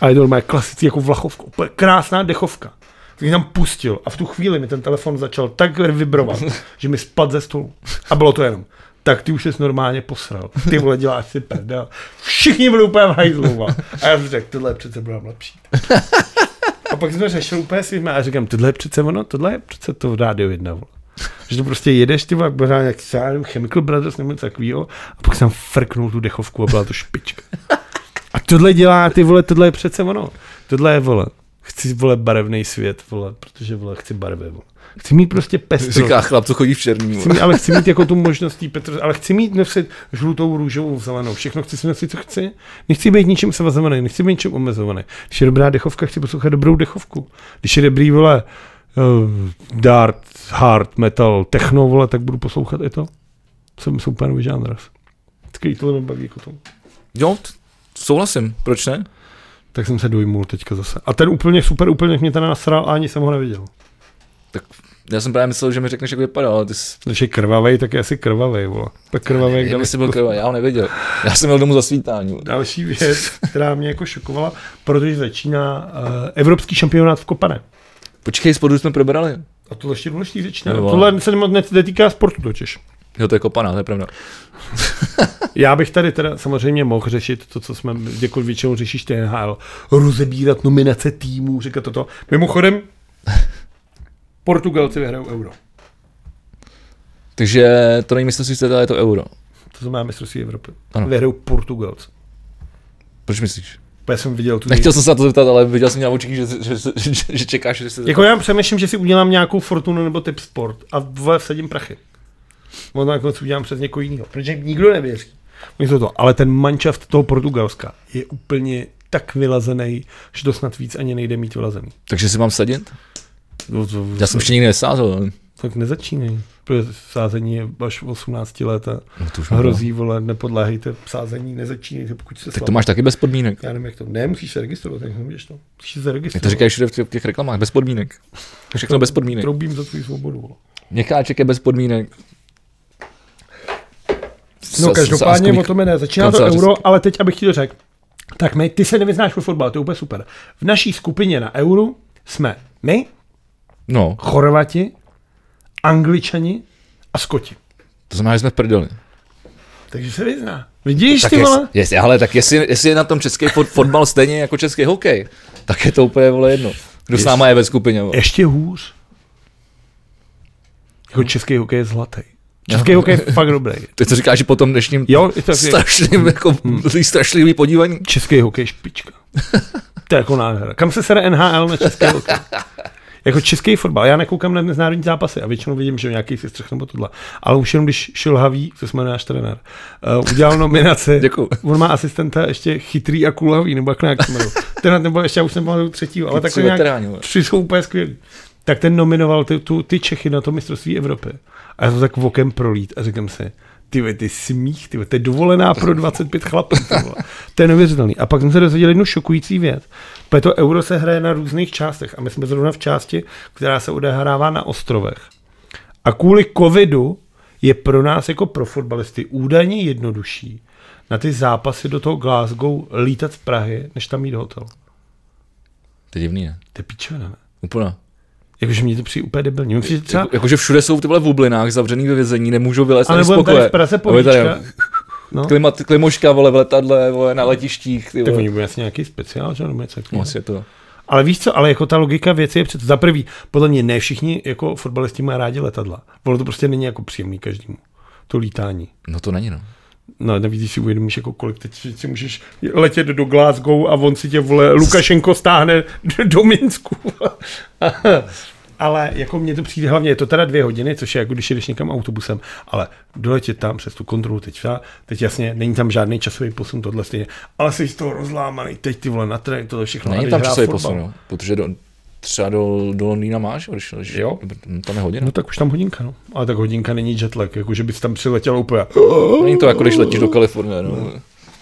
B: A je to normálně klasický jako vlachovka, úplně krásná dechovka. Tak jsem tam pustil a v tu chvíli mi ten telefon začal tak vibrovat, že mi spadl ze stolu. A bylo to jenom. Tak ty už jsi normálně posral. Ty vole, děláš si prdel. Všichni byli úplně v hajzlu, vole. A já jsem řekl, tohle je přece byla lepší. A pak jsem to řešil úplně svým a říkám, tohle je přece ono, tohle je přece to v rádiu jedna, vole. Že to prostě jedeš, ty vole, pořád nějaký, já nevím, Chemical Brothers nebo něco takového. A pak jsem frknul tu dechovku a byla to špička. A tohle dělá, ty vole, tohle je přece ono. Tohle je, vole, chci, vole, barevný svět, vole, protože, vole, chci barvy, vole. Chci mít prostě
A: (laughs)
B: pestrost.
A: Říká chlap, co chodí v černý.
B: Chci mít, ale chci mít jako tu možnost tý Petr, ale chci mít nosit žlutou, růžovou, zelenou. Všechno chci si nosit, co chci. Nechci být ničím svazovaný, nechci být ničím omezovaný. Když je dobrá dechovka, chci poslouchat dobrou dechovku. Když je dobrý, vole, uh, dart, hard, metal, techno, vole, tak budu poslouchat i to. Jsem jsou úplně nový žánr. Vždycky to baví jako tomu.
A: Jo, t- souhlasím, proč ne?
B: Tak jsem se dojmul teďka zase. A ten úplně super, úplně mě ten nasral a ani jsem ho neviděl.
A: Já jsem právě myslel, že mi řekneš, jak vypadal, ale ty jsi...
B: Když je krvavej, tak je asi krvavej, vole. Tak krvavej, jak
A: Nevím,
B: daleko-
A: jestli byl krvavý, já ho nevěděl. Já jsem jel domů za svítání. vole.
B: Další věc, která mě jako šokovala, protože začíná uh, evropský šampionát v Kopane.
A: Počkej, spodu jsme probrali.
B: A tohle ještě důležitý začíná.
A: Jo.
B: Tohle se moc net- netýká sportu totiž.
A: Jo, to je kopaná, to je pravda.
B: Já bych tady teda samozřejmě mohl řešit to, co jsme, jako většinou řešíš ty NHL, rozebírat nominace týmů, říkat toto. Mimochodem, Portugalci vyhrajou euro.
A: Takže to není mistrovství světa, ale je to euro.
B: To znamená mistrovství Evropy.
A: Ano.
B: Vyhrajou Portugalci.
A: Proč myslíš?
B: Já jsem viděl tu
A: Nechtěl jsem se na to zeptat, ale viděl jsem na očích, že, že, že, že čekáš, že se
B: Jako já přemýšlím, že si udělám nějakou fortunu nebo typ sport a vole vsadím prachy. Možná nakonec udělám přes někoho jiného, protože nikdo nevěří. Myslím to, ale ten manšaft toho Portugalska je úplně tak vylazený, že to snad víc ani nejde mít vylazený.
A: Takže si mám sadit?
B: To, to,
A: Já jsem ještě nikdy nesázel. ale-
B: Tak nezačínej, protože sázení je až 18 let a
A: No, to už mi
B: hrozí, vole, nepodléhejte sázení, nezačínejte, pokud se
A: bylo. Tak to máš taky bez podmínek.
B: Já nevím, jak to, ne, musíš se registrovat, tak nemůžeš to. Musíš se
A: Jak
B: zaregistrovat.
A: to říkají všude v těch- v těch reklamách, bez podmínek. Všechno bez podmínek.
B: Troubím za tvou svobodu, vole.
A: Měkáček je bez podmínek.
B: No
A: Sa-
B: každopádně
A: sáskový-
B: o tom je ne. Začíná to
A: kancelářský-
B: euro, ale teď abych ti to řekl. Tak my, ty se nevyznáš ve fotbalu, to je úplně super. V naší skupině na euro jsme my,
A: No,
B: Chorvati, Angličani a Skoti.
A: to znamená, že jsme v prdeli.
B: Takže se vyzná. Vidíš
A: Tak
B: ty vole?
A: jest, jest, ale tak jestli, jestli je na tom český fot, fotbal stejně jako český hokej, tak je to úplně vole jedno. Kdo s náma je ve skupině? Vole.
B: Ještě hůř. Jako český hokej je zlatý. Český
A: Jo.
B: hokej je fakt dobrý.
A: Ty to říkáš, že po tom dnešním
B: Jo, je to tak-
A: strašným, jako, strašlivý podívání.
B: (laughs) Český hokej je špička. To je jako nádhera. Kam se sere NHL na český hokej? Jako český fotbal, já nekoukám na mezinárodní zápasy a většinou vidím, že nějaký se střech nebo tohle. Ale už jenom když Šilhavý, co jsme náš trenér, uh, udělal nominaci.
A: Děkuju.
B: On má asistenta ještě chytrý a kulhavý, nebo jak nějak jmenuje. Ten nebo ještě, já už jsem byl třetího, ale
A: Ty tři
B: takhle No, nějak,
A: veteráni, vole.
B: tři jsou úplně skvělý. Tak ten nominoval ty, tu, ty Čechy na to mistrovství Evropy. A já jsem tak vokem prolít a říkám si, ty vole, ty smích, ty vole, to je dovolená pro 25 chlapů. ty vole. To je neuvěřitelný. A pak jsem se dozvěděl jednu šokující věc. Protože to euro se hraje na různých částech a my jsme zrovna v části, která se odehrává na ostrovech. A kvůli covidu je pro nás jako pro fotbalisty údajně jednodušší na ty zápasy do toho Glasgow lítat z Prahy, než tam mít hotel.
A: To je divný, ne?
B: To je pičovina, ne?
A: Úplně.
B: Jakože mě to přijde úplně debilní. Myslím, že třeba...
A: Jako, jakože všude jsou tyhle v bublinách zavřený ve vězení, nemůžou vylézt
B: A
A: ani z
B: nebo tady
A: pokoje.
B: v Praze
A: A bude tady,
B: povíčka. No.
A: Klimat, klimoška, vole, v letadle, vole, na letištích, ty
B: Tak
A: vole.
B: oni budou jasně nějaký speciál, že? Nebo něco
A: No,
B: takového.
A: asi je to.
B: Ale víš co, ale jako ta logika věci je přece za prvý. Podle mě ne všichni jako fotbalisti mají rádi letadla. Ono to prostě není jako příjemný každému. To lítání.
A: No to není, no.
B: No, navíc když si uvědomíš, jako kolik teď si si můžeš letět do Glasgow a on si tě vole, Lukašenko stáhne (laughs) do Minsku. (laughs) ale jako mně to přijde hlavně, je to teda dvě hodiny, což je jako když jedeš někam autobusem, ale doletět tam přes tu kontrolu teď, ta- teď jasně, není tam žádný časový posun tohle stejně, ale jsi z toho rozlámaný, teď ty vole na trénink, tohle všechno. a
A: Není
B: teď
A: tam
B: hrá
A: časový
B: fotbal.
A: posun, jo. no. Protože do, třeba do, do Londýna máš, jo, když, když
B: Jo.
A: tam je hodina.
B: No tak už tam hodinka, no. Ale tak hodinka není jetlag, jako že bys tam přiletěl úplně.
A: Není to jako když letíš do Kalifornie, no.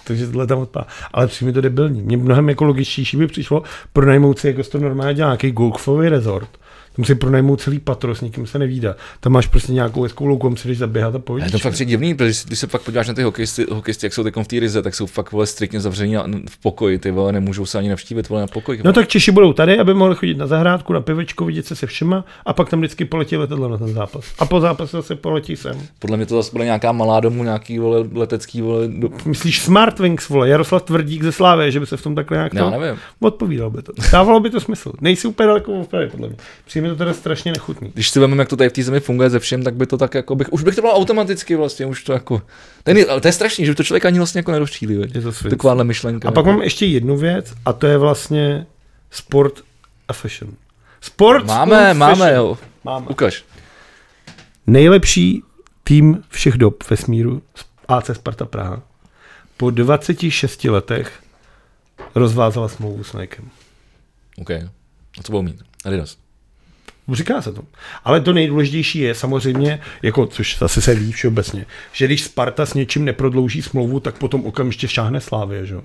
B: Takže tohle tam odpadá. Ale přijde mi to debilní. Mně mnohem ekologičtější by přišlo pronajmout si, jako se to normálně dělá, nějaký golfový resort. Tam si pronajmou celý patro, s nikým se nevídá. Tam máš prostě nějakou hezkou louku, kam si jdeš zaběhat a
A: Ale
B: pojď.
A: je to fakt přijde divný, protože když se pak podíváš na ty hokejisty, hokejisty jak jsou teď v té ryze, tak jsou fakt vole striktně zavření na- v pokoji, ty vole, nemůžou se ani navštívit, vole, na pokoj.
B: No tak Češi budou tady, aby mohli chodit na zahrádku, na pivečko, vidět se se všema a pak tam vždycky poletí letadlo na ten zápas. A po zápase zase poletí sem.
A: Podle mě to zase bude nějaká malá domů, nějaký vole, letecký vole, do...
B: Myslíš Smart Wings, vole, Jaroslav Tvrdík ze Slávy, že by se v tom takhle nějak
A: Já
B: to-
A: nevím.
B: Odpovídal by to. Dávalo by to smysl. Nejsi úplně daleko v pravě, podle mě. Přijde mi to teda strašně nechutný.
A: Když si vezmeme, jak to tady v té zemi funguje ze všem, tak by to tak jako bych, už bych to bylo automaticky vlastně, už to jako, ten je, ale to je strašný, že by to člověk ani vlastně jako nerozčílí, veď.
B: Je to svinc.
A: takováhle myšlenka.
B: A pak mám ještě jednu věc, a to je vlastně sport a fashion. Sport
A: Máme,
B: sport,
A: máme,
B: fashion.
A: jo.
B: máme.
A: Ukaž.
B: Nejlepší tým všech dob ve smíru AC Sparta Praha po 26 letech rozvázala smlouvu s Nikem.
A: OK. A co budou mít? Adidas.
B: Říká se to. Ale to nejdůležitější je samozřejmě, jako, což zase se ví všeobecně, že když Sparta s něčím neprodlouží smlouvu, tak potom okamžitě šáhne Slávě, že jo.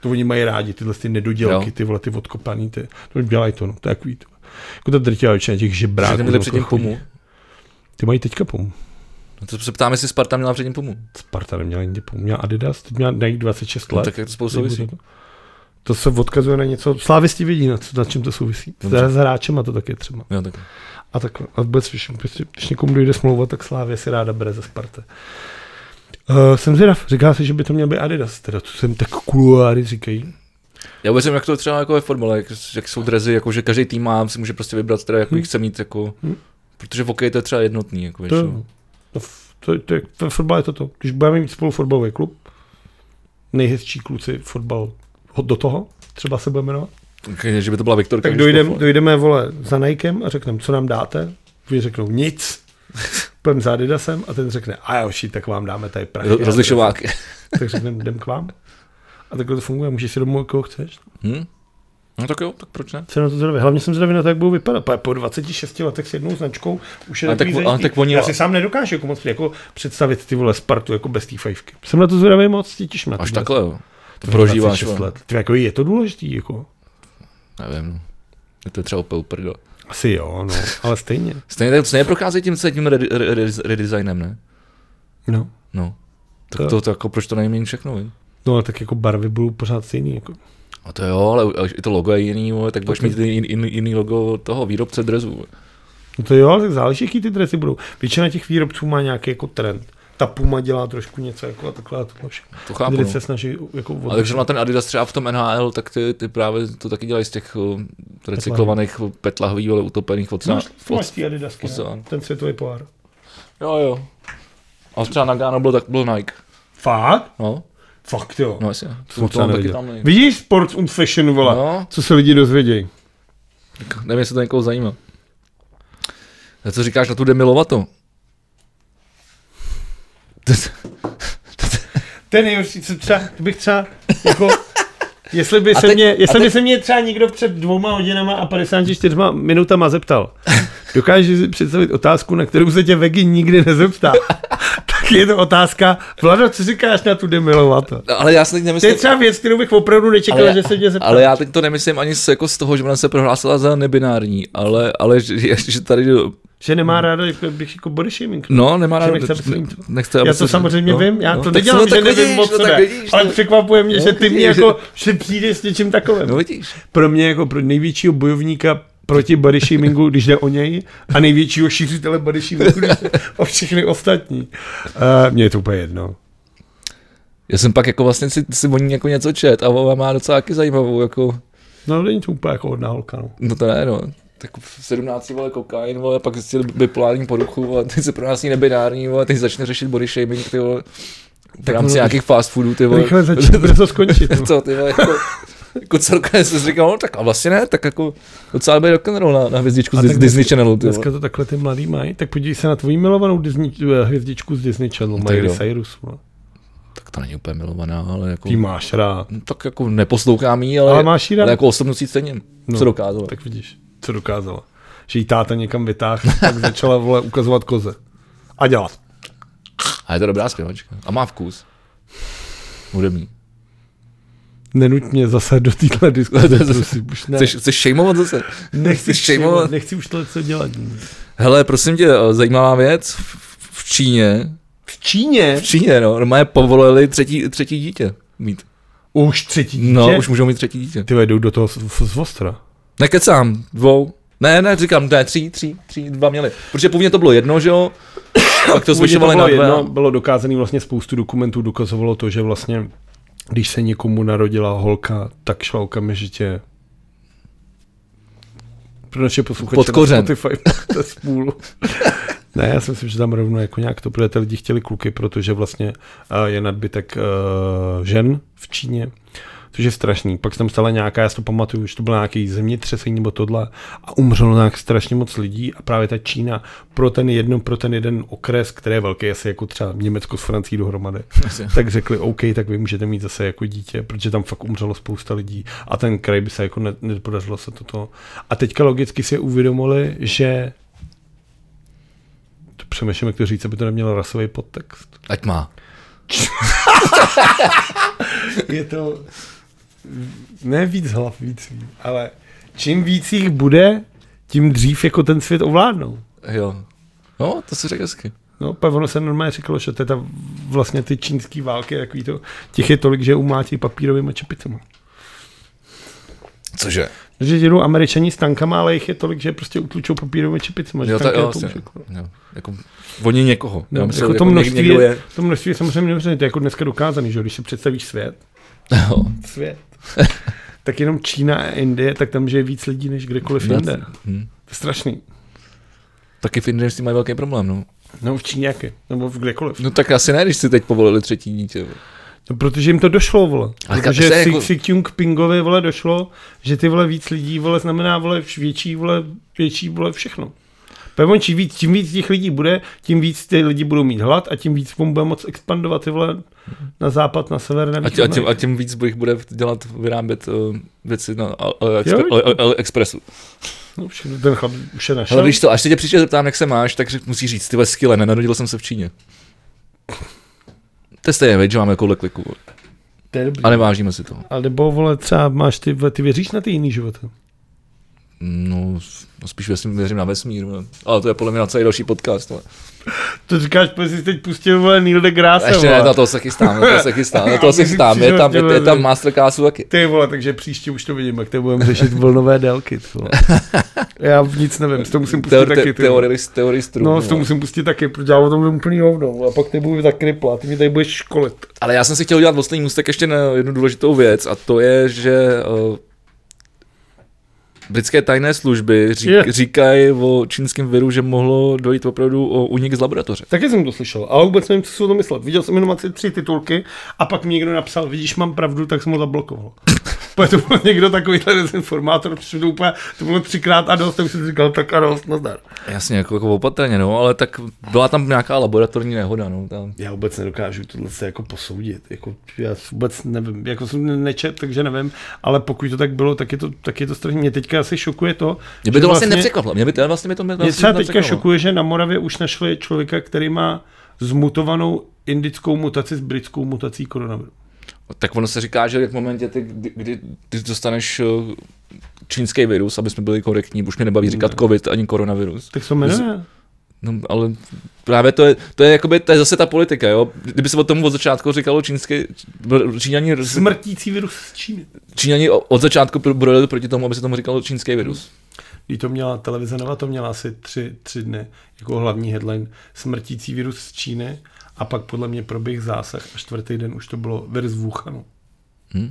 B: To oni mají rádi, tyhle ty nedodělky,
A: Jo.
B: ty vole, ty odkopaný, ty, to dělají to, no, to je takový to. Jako ta drtivá většina těch žebráků.
A: Že měli
B: no,
A: předtím
B: jako chodí.
A: Pumu.
B: Ty mají teďka pum.
A: No to se ptám, jestli Sparta měla předtím Pumu.
B: Sparta neměla nikdy pum. Měla Adidas, teď měla Nike 26 let.
A: No, tak jak to spolu souvisí?
B: To, to se odkazuje na něco. Slávisti vidí, na, co, na čím to souvisí.
A: Dobře.
B: S hráčem a to taky třeba.
A: Jo, tak.
B: A tak a vůbec, když, prostě, když někomu dojde smlouva, tak Slávě si ráda bere ze Sparte. Uh, jsem zvědav, říká se, že by to měl být Adidas, teda to jsem tak kuluáry říkají.
A: Já vůbec nevím, jak to třeba jako ve fotbale, jak, jak jsou drezy, jako že každý tým má, si může prostě vybrat, teda, jak hmm. chce mít, jako,
B: Hm.
A: protože v hokeji to je třeba jednotný, jako, víš,
B: To,
A: jo.
B: to, to, to, to, je- to, fotbal je to to. Když budeme mít spolu fotbalový klub, nejhezčí kluci fotbal ho- do toho, třeba se bude jmenovat,
A: Tak je, že by to byla Viktorka.
B: tak
A: když
B: dojdem,
A: to-
B: dojdeme, vole, za Nikem a řekneme, co nám dáte. Vy řeknou nic. (laughs) Půjdeme za Adidasem a ten řekne, a joši, tak vám dáme tady prachy.
A: Ro- Rozlišovák.
B: tak řekneme, jdem k vám. A takhle to funguje, můžeš si domů, koho chceš.
A: Hm? No tak jo, tak proč ne?
B: Jsem na to zvědavý. Hlavně jsem zvědavý na to, jak budou vypadat. Po- Po 26 letech s jednou značkou už je
A: Ale
B: takový
A: tak-
B: zajetý.
A: ale tak oni-
B: Já si sám nedokážu jako moc jako představit ty vole Spartu jako bez té fajfky. Jsem na to zvědavý moc, ti těším na
A: Až
B: tohle.
A: takhle, jo. To prožíváš,
B: 26
A: jo.
B: let. Ty, jako je to důležitý, jako.
A: Nevím, no. Je to třeba opel prdel.
B: Asi jo, no, ale stejně.
A: Stejně tak stejně procházejí tím celým tím redi- re- re- redesignem, ne?
B: No.
A: No. Tak
B: To-
A: to, to jako, proč to nejméně všechno, vím?
B: No, ale tak jako barvy budou pořád stejný, jako.
A: A to jo, ale u- i to logo je jiný, vole, tak budeš mít jiný, jiný, jiný logo toho výrobce drezů.
B: No to jo, ale tak záleží, jaký ty dresy budou. Většina těch výrobců má nějaký jako trend. Ta Puma dělá trošku něco jako a takhle a tohle všechno.
A: To chápu,
B: Dresy
A: no.
B: se snaží jako
A: A takže na ten Adidas třeba v tom NHL, tak ty, ty právě to taky dělají z těch uh, recyklovaných petlahových, ale utopených oceán.
B: Máš, co máš ty Adidasky, ne?
A: oceán.
B: ten světový pohár.
A: Jo, jo. A třeba Nagano byl tak byl Nike.
B: Fakt?
A: No,
B: Fakt jo.
A: no jasně. To,
B: jsem
A: to,
B: třeba
A: mám taky
B: nevěděl.
A: tam není.
B: Vidíš Sports and Fashion, vole,
A: No.
B: co se lidi dozvědějí.
A: Nevím, jestli to někoho zajímá. A co říkáš na tu Demilovato?
B: To je nejhorší, co třeba, bych třeba, jako, jestli by,
A: A
B: se,
A: teď-
B: mě, jestli
A: a
B: by se mě třeba někdo před dvouma hodinama a 54 minutama zeptal, dokážeš si představit otázku, na kterou se tě Vegi nikdy nezeptá, (laughs) tak je to otázka, Vlado, co říkáš na tu demilovata?
A: No, (laughs) ale já si teď
B: To je
A: nemyslím...
B: třeba věc, kterou bych opravdu nečekal,
A: Ale-
B: že se mě zeptá.
A: Ale já teď to nemyslím ani z, jako z toho, že ona se prohlásila za nebinární, ale, ale že, že tady...
B: Že nemá ráda, jako bych jako body shaming.
A: No, nemá rád...
B: Že nechce přijít.
A: nechce,
B: Já
A: aby
B: to
A: se-
B: samozřejmě
A: no,
B: vím, já
A: no,
B: to
A: tak
B: nedělám,
A: no,
B: že
A: tak
B: nevím
A: vidíš,
B: moc
A: no, tak
B: sebe,
A: vidíš,
B: ale
A: no.
B: překvapuje mě, že ty
A: vidíš,
B: mě
A: že-
B: jako, že přijdeš s něčím takovým.
A: No vidíš.
B: pro mě jako pro největšího bojovníka proti body shamingu, když jde o něj, a největšího šířitele body shamingu, když jde o všechny ostatní. Uh, mně je to úplně jedno.
A: Já jsem pak jako vlastně si, si o ní jako něco čet a ona má docela taky zajímavou, jako,
B: No, není to úplně jako hodná holka, no.
A: no to ne, no. Tak v 17 vole kokain, vole, pak zjistil bipolární poruchu, vole, teď se pro nás ní nebinární, vole, teď začne řešit body shaming, ty vole, v rámci
B: no,
A: nějakých fast foodů, ty vole.
B: Rychle začít, brzo skončit.
A: (laughs)
B: No.
A: Co, ty vole, jako, jako celkem jsem si říkal, no tak a vlastně ne, tak jako docela byl rock and roll na, na hvězdičku
B: A
A: z Dis-
B: tak
A: Disney Channelu, ty vole.
B: Dneska to takhle ty mladý mají. Tak podívej se na tvoji milovanou Disney, eh, hvězdičku z Disney Channel,
A: tak
B: Miley
A: jo.
B: Cyrus. No.
A: Tak to není úplně milovaná, ale jako,
B: Ty máš rád.
A: no, tak jako neposlouchám jí, ale,
B: Ale máš jí rád?
A: ale jako osobnost jí cením,
B: No,
A: co dokázala.
B: Tak vidíš, co dokázala. Že jí táta někam vytáhl, tak začala vole ukazovat koze. A dělat.
A: A je to dobrá zpěvačka. A má vkus. Hudební.
B: Nenutně zase do téhle (laughs) diskuze. prosím, už ne.
A: Chceš, chceš šejmovat zase?
B: Nechci,
A: Chceš šejmovat?
B: šejmovat, nechci už tohle co dělat.
A: Hele, prosím tě, eh, zajímavá věc. V, v Číně,
B: V Číně
A: v Číně, no, normálně povolili třetí, třítí dítě mít.
B: už třetí dítě.
A: No, už můžou mít třetí dítě.
B: Ty vedou do toho z, z Ostra.
A: Nekecám, dvou. Ne, ne, říkám, ne, tři, tři, tři, dva měli. Protože původně to bylo jedno, že (coughs) jo? Pak to
B: Původně
A: zvyšovali
B: bylo
A: na no. dva.
B: jedno, bylo dokázané vlastně spoustu dokumentů, dokazovalo to, že vlastně když se někomu narodila holka, tak šla okamžitě pro naše posluchače
A: Pod kořen.
B: na Spotify (laughs) to je spůl.
A: (laughs)
B: ne, já si myslím, že tam rovno jako nějak to, protože ty lidi chtěli kluky, protože vlastně eh, je nadbytek eh, žen v Číně, což je strašný. Pak se tam stala nějaká, já si to pamatuju, že to bylo nějaký zemětřesení nebo tohle a umřelo nějak strašně moc lidí a právě ta Čína pro ten jedno, pro ten jeden okres, který je velký, asi jako třeba Německo s Francií dohromady, tak řekli OK, tak vy můžete mít zase jako dítě, protože tam fakt umřelo spousta lidí a ten kraj by se jako ne, nepodařilo se toto. A teďka logicky si uvědomili, že to přemýšlím, jak to říct, aby to nemělo rasový podtext.
A: Ať má.
B: je to ne víc hlav, víc ví, ale čím víc jich bude, tím dřív jako ten svět ovládnou.
A: Jo. No, to si řekl hezky.
B: No, pak ono se normálně říkalo, že to je ta, vlastně ty čínský války, takový to, těch je tolik, že umátí papírovými čepicema.
A: Cože?
B: Že jedou američani s tankama, ale jich je tolik, že prostě utlučou papírovými čepicema. Že
A: Jo, tak
B: tanky
A: jo,
B: na to
A: vlastně,
B: uteklo.
A: jo, jako, oni někoho.
B: No,
A: Já myslel,
B: jako to,
A: něk-
B: množství
A: někdo (laughs)
B: je, to množství je samozřejmě neuvěřitelné, to je jako dneska dokázaný, že jo, když si představíš svět,
A: Jo.
B: svět. tak jenom Čína a Indie, tak tam žije víc lidí než kdekoliv
A: Jasně.
B: jinde.
A: Hm.
B: To je strašný.
A: Taky v Indii s tím mají velký problém, no.
B: No v Číňáky, nebo v kdekoliv.
A: No tak asi ne, když si teď povolili třetí dítě. vole.
B: No, protože jim to došlo, vole.
A: Ale
B: protože
A: chápeš, to je
B: si,
A: jako-
B: jako... si Tjung Pingovi, vole, došlo, že ty, vole, víc lidí, vole, znamená, vole, vš- větší, vole, větší, vole, všechno. Pevon, čím víc, čím víc těch lidí bude, tím víc ty lidi budou mít hlad a tím víc on bude moc expandovat, ty vole, na západ, na sever, na
A: A, tě,
B: východ.
A: a,
B: na
A: tím,
B: jih.
A: a tím víc bych bude dělat, vyrábět uh, věci na Al- Al-
B: Jo.
A: Expe- Al- Al- Expressu.
B: No, všechno, ten chlap už je našel.
A: Ale víš to, až se tě příště zeptám, jak se máš, tak řek- musíš říct, ty ve skile, nenarodil jsem se v Číně. To je stejné, veď, že máme kolik kliků. vole.
B: To je dobrý.
A: A nevážíme si toho.
B: A nebo, vole, třeba máš ty, vole, ty věříš na ty jiný životy?
A: No, s- no spíš věřím, věřím na vesmír, vole. ale to je podle mě na celý další podcast. vole.
B: To říkáš, protože jsi teď pustil, vole, Neil
A: A
B: deGrasse,
A: ještě ne,
B: vole.
A: na to se chystám, na to se chystám, na to se
B: Ty si
A: chystám, je tam, je, je
B: přišel,
A: tam masterclassu taky.
B: Ty vole, takže příště už to vidím, jak to budeme řešit vlnové délky. ty vole. Já nic nevím, s to musím pustit
A: Teor,
B: taky.
A: te,
B: Ty vole.
A: teorist, teoristů.
B: No, s to musím pustit taky, protože já o tom vím úplný hovno. vole, A pak ty budu tak rypla, ty mi tady budeš školit.
A: Ale já jsem si chtěl udělat vlastně můstek ještě na jednu důležitou věc a to je, že uh, britské tajné služby řík,
B: Je.
A: říkají o čínském viru, že mohlo dojít opravdu o únik z laboratoře.
B: Taky jsem to slyšel, ale vůbec nevím, co si o tom myslet. Viděl jsem jenom asi tři titulky a pak mi někdo napsal, vidíš, mám pravdu, tak jsem ho zablokoval. (laughs) Protože to byl někdo takovýhle dezinformátor, protože to úplně, to bylo třikrát a dost, tak jsem říkal, tak a dost, nazdar.
A: Jasně, jako, jako opatrně, no, ale tak byla tam nějaká laboratorní nehoda, no, tam.
B: Já vůbec nedokážu tohle se jako posoudit, jako já vůbec nevím, jako jsem nečet, takže nevím, ale pokud to tak bylo, tak je to, tak je to strašně, mě teďka asi šokuje to,
A: Mě by to vlastně, nepřekvapilo, mě by to vlastně mě to
B: mě
A: vlastně
B: třeba teďka
A: nepřekvapilo.
B: šokuje, že na Moravě už našli člověka, který má zmutovanou indickou mutaci s britskou mutací koronaviru.
A: Tak ono se říká, že v momentě, ty, kdy, kdy ty dostaneš eh, čínský virus, aby jsme byli korektní, už mě nebaví říkat covid ani koronavirus.
B: Tak se to jmenuje?
A: No, ale právě to je, to je, jakoby, to je zase ta politika, jo. Kdyby se o tom od začátku říkalo čínské, číňani,
B: Smrtící virus z Číny.
A: číňani od začátku pro- brojili proti tomu, aby se tomu říkalo čínský virus.
B: Když to měla televize Nova, to měla asi tři, tři dny jako hlavní headline. Smrtící virus z Číny a pak podle mě proběh zásah a čtvrtý den už to bylo virus Wuhanu.
A: Hm.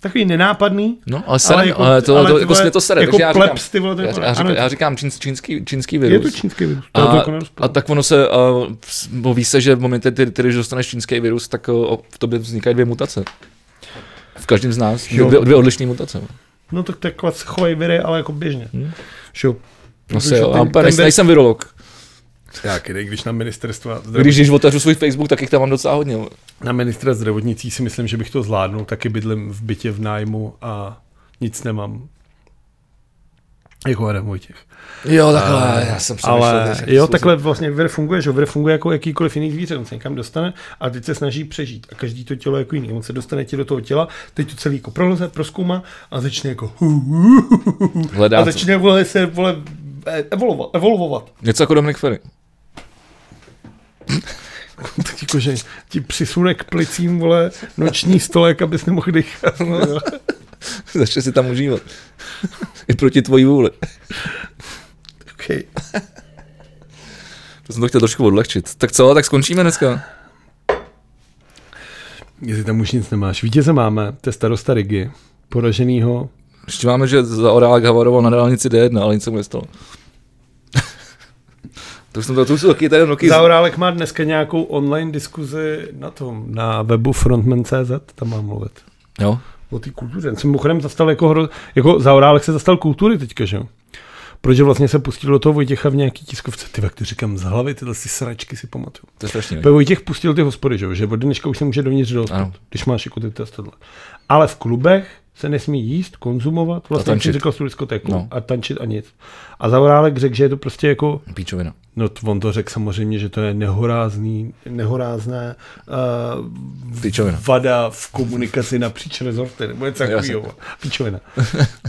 B: Takový nenápadný,
A: No, ale, serem, ale,
B: jako-
A: ale, to,
B: ale
A: ale to,
B: ty
A: jako
B: vole,
A: mě to sere.
B: jako
A: takže já
B: plebs,
A: říkám-
B: ty vole, to je
A: já,
B: ono.
A: já, říkám,
B: Ano.
A: já říkám čín, čínský, čínský
B: je to
A: virus.
B: čínský virus. to
A: a,
B: jako nerozporu.
A: a tak ono se, a, s- mluví se, že v momentě, ty, ty, když dostaneš čínský virus, tak o, v tobě vznikají dvě mutace. V každém z nás.
B: Jo.
A: Dvě, dvě odlišné mutace.
B: No tak takhle se chovají viry, ale jako běžně.
A: Hm.
B: Šo.
A: No
B: Protože
A: se, jo,
B: ten-
A: já úplně
B: ten
A: nejsem-
B: vir-
A: nejsem virolog.
B: Já kdy, když na ministerstva zdraví,
A: Když, když otevřu svůj Facebook, tak jich tam mám docela hodně.
B: na ministra zdravotnicí si myslím, že bych to zvládnul, taky bydlím v bytě v nájmu a nic nemám. Jako Adam Vojtěch.
A: Jo, takhle, já jsem
B: Ale jo, takhle vlastně vir funguje, že jo, vir funguje jako jakýkoliv jiný zvíře, on se někam dostane a teď se snaží přežít a každý to tělo je jako jiný, on se dostane ti do toho těla, teď to celý jako proleze, proskoumá a začne jako hu, hu, hu, hu, hu.
A: Hledá
B: a
A: to.
B: začne vole, se vole, eh, evolovat, evolvovat.
A: Něco jako Dominik Ferry.
B: (laughs) Tak jako, že ti přisune k plicím, vole, noční stolek, abys nemohl dýchat. (laughs) No.
A: (laughs) Začne si tam užívat. (laughs) I proti tvojí vůli.
B: Okay.
A: To jsem to chtěl trošku odlehčit. Tak co, tak skončíme dneska.
B: Jestli tam už nic nemáš. Vítěze máme, to je starosta Rigi, poraženýho.
A: Ještě máme, že za orálek havaroval na dálnici D1, ale nic se mu nestalo. (laughs) to už jsem to, to už jsou taky tady roky.
B: Zaurálek má dneska nějakou online diskuzi na tom, na webu frontman.cz, tam mám mluvit.
A: Jo.
B: O té kultuře. Jsem mimochodem zastal jako, hro... jako Zaurálek se zastal kultury teďka, že jo? Protože vlastně se pustil do toho Vojtěcha v nějaký tiskovce. Ty, jak to říkám z hlavy, tyhle si sračky si pamatuju.
A: To je strašný. no.
B: Pe Vojtěch pustil ty hospody, že, jo, že od dneška už se může dovnitř
A: Ano.
B: dostat, když máš jako ty test tohle. Ale v klubech se nesmí jíst, konzumovat, vlastně
A: A
B: jak jsi
A: tančit.
B: říkal s tu diskotéku
A: No.
B: a tančit a nic. A Zaurálek řekl, že je to prostě jako,
A: Píčovina.
B: no t- on to řekl samozřejmě, že to je nehorázný, nehorázné uh,
A: Píčovina.
B: vada v komunikaci napříč rezorty, nebo něco
A: Jasně.
B: takového. Píčovina.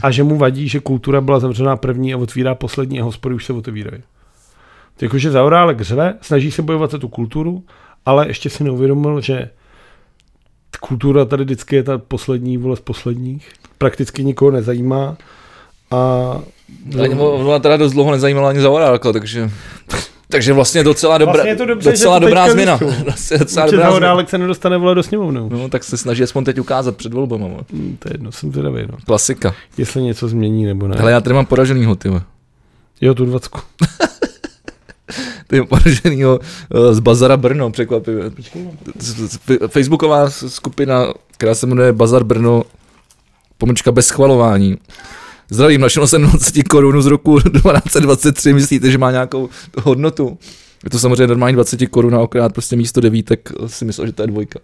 B: A že mu vadí, že kultura byla zavřená první a otvírá poslední a hospody už se otevírají. Jakože Zaurálek řve, snaží se bojovat za tu kulturu, ale ještě si neuvědomil, že kultura tady vždycky je ta poslední, vole z posledních. Prakticky nikoho nezajímá. A
A: Ale mě ona teda dost dlouho nezajímala ani za orálka, takže... Takže vlastně docela dobrá,
B: Vlastně je to dobře, že
A: docela
B: to
A: dobrá
B: teďka
A: změna.
B: zjistil.
A: (laughs) Vlastně docela
B: určitě
A: dobrá změna.
B: Zaurálek se nedostane vole do sněmovny.
A: No, tak se snaží aspoň teď ukázat před volbama. vole.
B: Hm, To je jedno, jsem zvědavý. No.
A: Klasika.
B: Jestli něco změní nebo ne.
A: Hele, já tady mám poraženýho, ty. vole.
B: Jo, tu dvacku.
A: Ty poraženýho eh, z Bazara Brno, překvapivě. Z- z- f- Facebooková s- skupina, která se jmenuje Bazar Brno, pomlčka bez schvalování. Zdravím, našel jsem 20 korun z roku (laughs) 1223, myslíte, že má nějakou hodnotu? Je to samozřejmě normální 20 korun a okrát prostě místo devítek eh, si myslel, že to je dvojka.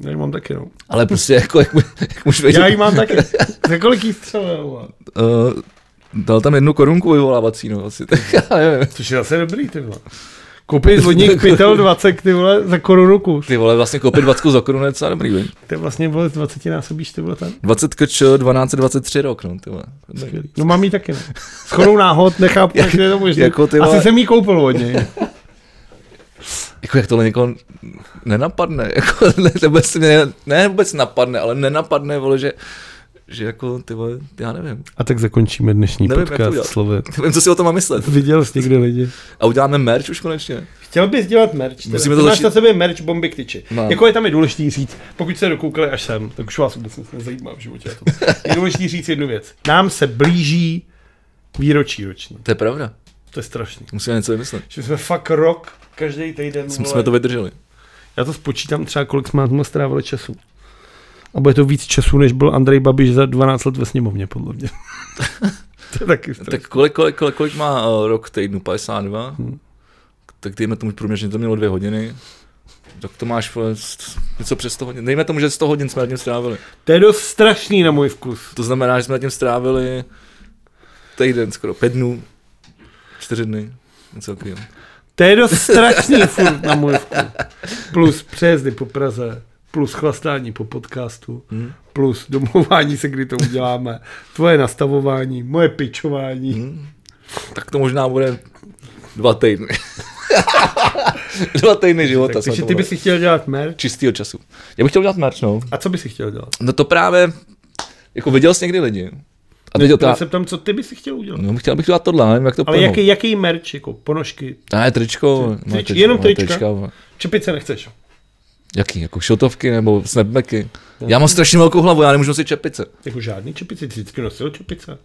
B: Já ji mám taky, no.
A: Ale prostě jako, jak, mu- jak můžu vědět,
B: Já ji mám taky. (laughs) Za kolik jí střelil?
A: uh, dal tam jednu korunku vyvolávací, no asi, tak (laughs) já nevím.
B: Což je zase dobrý, ty vole.
A: (laughs)
B: Koupit od nich pytel 20, ty vole, za korunu kus.
A: Ty vole, vlastně koupit 20 za korunu je docela dobrý, vím.
B: Ty vlastně, vole, z 20 násobíš, ty vole, ten.
A: 20 kč 1223 rok, no, ty vole.
B: Skvělý. No mám ji taky, ne. Schodou
A: (laughs)
B: náhod, nechápu, jak je to možné.
A: jako ty vole-
B: Asi jsem ji koupil od něj.
A: (laughs) Jako jak tohle někoho nenapadne, (laughs) jako ne, to vůbec, mě, ne vůbec napadne, ale nenapadne, vole, že, že jako, ty vole, já nevím.
B: A tak zakončíme dnešní
A: Nevím, jak to
B: podcast
A: udělat.
B: slovy.
A: Nevím, co si o tom mám myslet.
B: Viděl jsi někdy lidi?
A: A uděláme merch už konečně.
B: Chtěl bys dělat merch. teda.
A: Musíme
B: Ty
A: to
B: máš
A: začít-
B: na sebe merch bomby k tyči.
A: Mám.
B: Jako je tam je důležitý říct, pokud se dokoukali až sem, tak už vás vůbec nic nezajímá v životě. To. Je důležitý říct jednu věc. Nám se blíží výročí roční.
A: To je pravda.
B: To je strašný.
A: Musíme něco vymyslet.
B: Že jsme fakt rok, každý týden.
A: Jsme to vydrželi.
B: Já to spočítám třeba, kolik jsme na tom strávili času. A bude to víc času, než byl Andrej Babiš za 12 let ve sněmovně, podle mě. (laughs) to je taky strašný.
A: Tak kolik, kolik, kolik, kolik má uh, rok týdnu? 52? Hmm. Tak dejme tomu průměrně, to mělo dvě hodiny. Tak to máš vole, s- něco přes 100 hodin. Dejme tomu, že 100 hodin jsme nad tím strávili.
B: To je dost strašný na můj vkus.
A: To znamená, že jsme nad tím strávili týden, skoro pět dnů, čtyři dny, něco takového.
B: To je dost strašný furt na můj vkus. Plus přejezdy po Praze, plus chlastání po podcastu,
A: Hmm.
B: plus domluvání se, kdy to uděláme, tvoje nastavování, moje pičování.
A: Hmm. Tak to možná bude dva týdny. (laughs) dva týdny života.
B: Tak,
A: jsme
B: takže
A: to
B: ty
A: mohli.
B: bys si chtěl dělat merch?
A: Čistýho času. Já bych chtěl udělat merch, no.
B: A co bys si chtěl dělat?
A: No to právě, jako viděl jsi někdy lidi. A teď
B: Já
A: otázka.
B: se ptám, co ty bys si chtěl udělat?
A: No, chtěl bych dělat tohle, ale nevím, jak to no.
B: Ale
A: pojmu.
B: jaký, jaký merch, jako ponožky,
A: Ne, tričko.
B: Trič- jenom
A: ne,
B: trička?
A: vole.
B: čepice nechceš?
A: Jaký, jako šotovky nebo snapbacky. Já mám strašně velkou hlavu, já nemůžu si čepice.
B: Jako žádný čepice, ty jsi vždycky nosil čepice.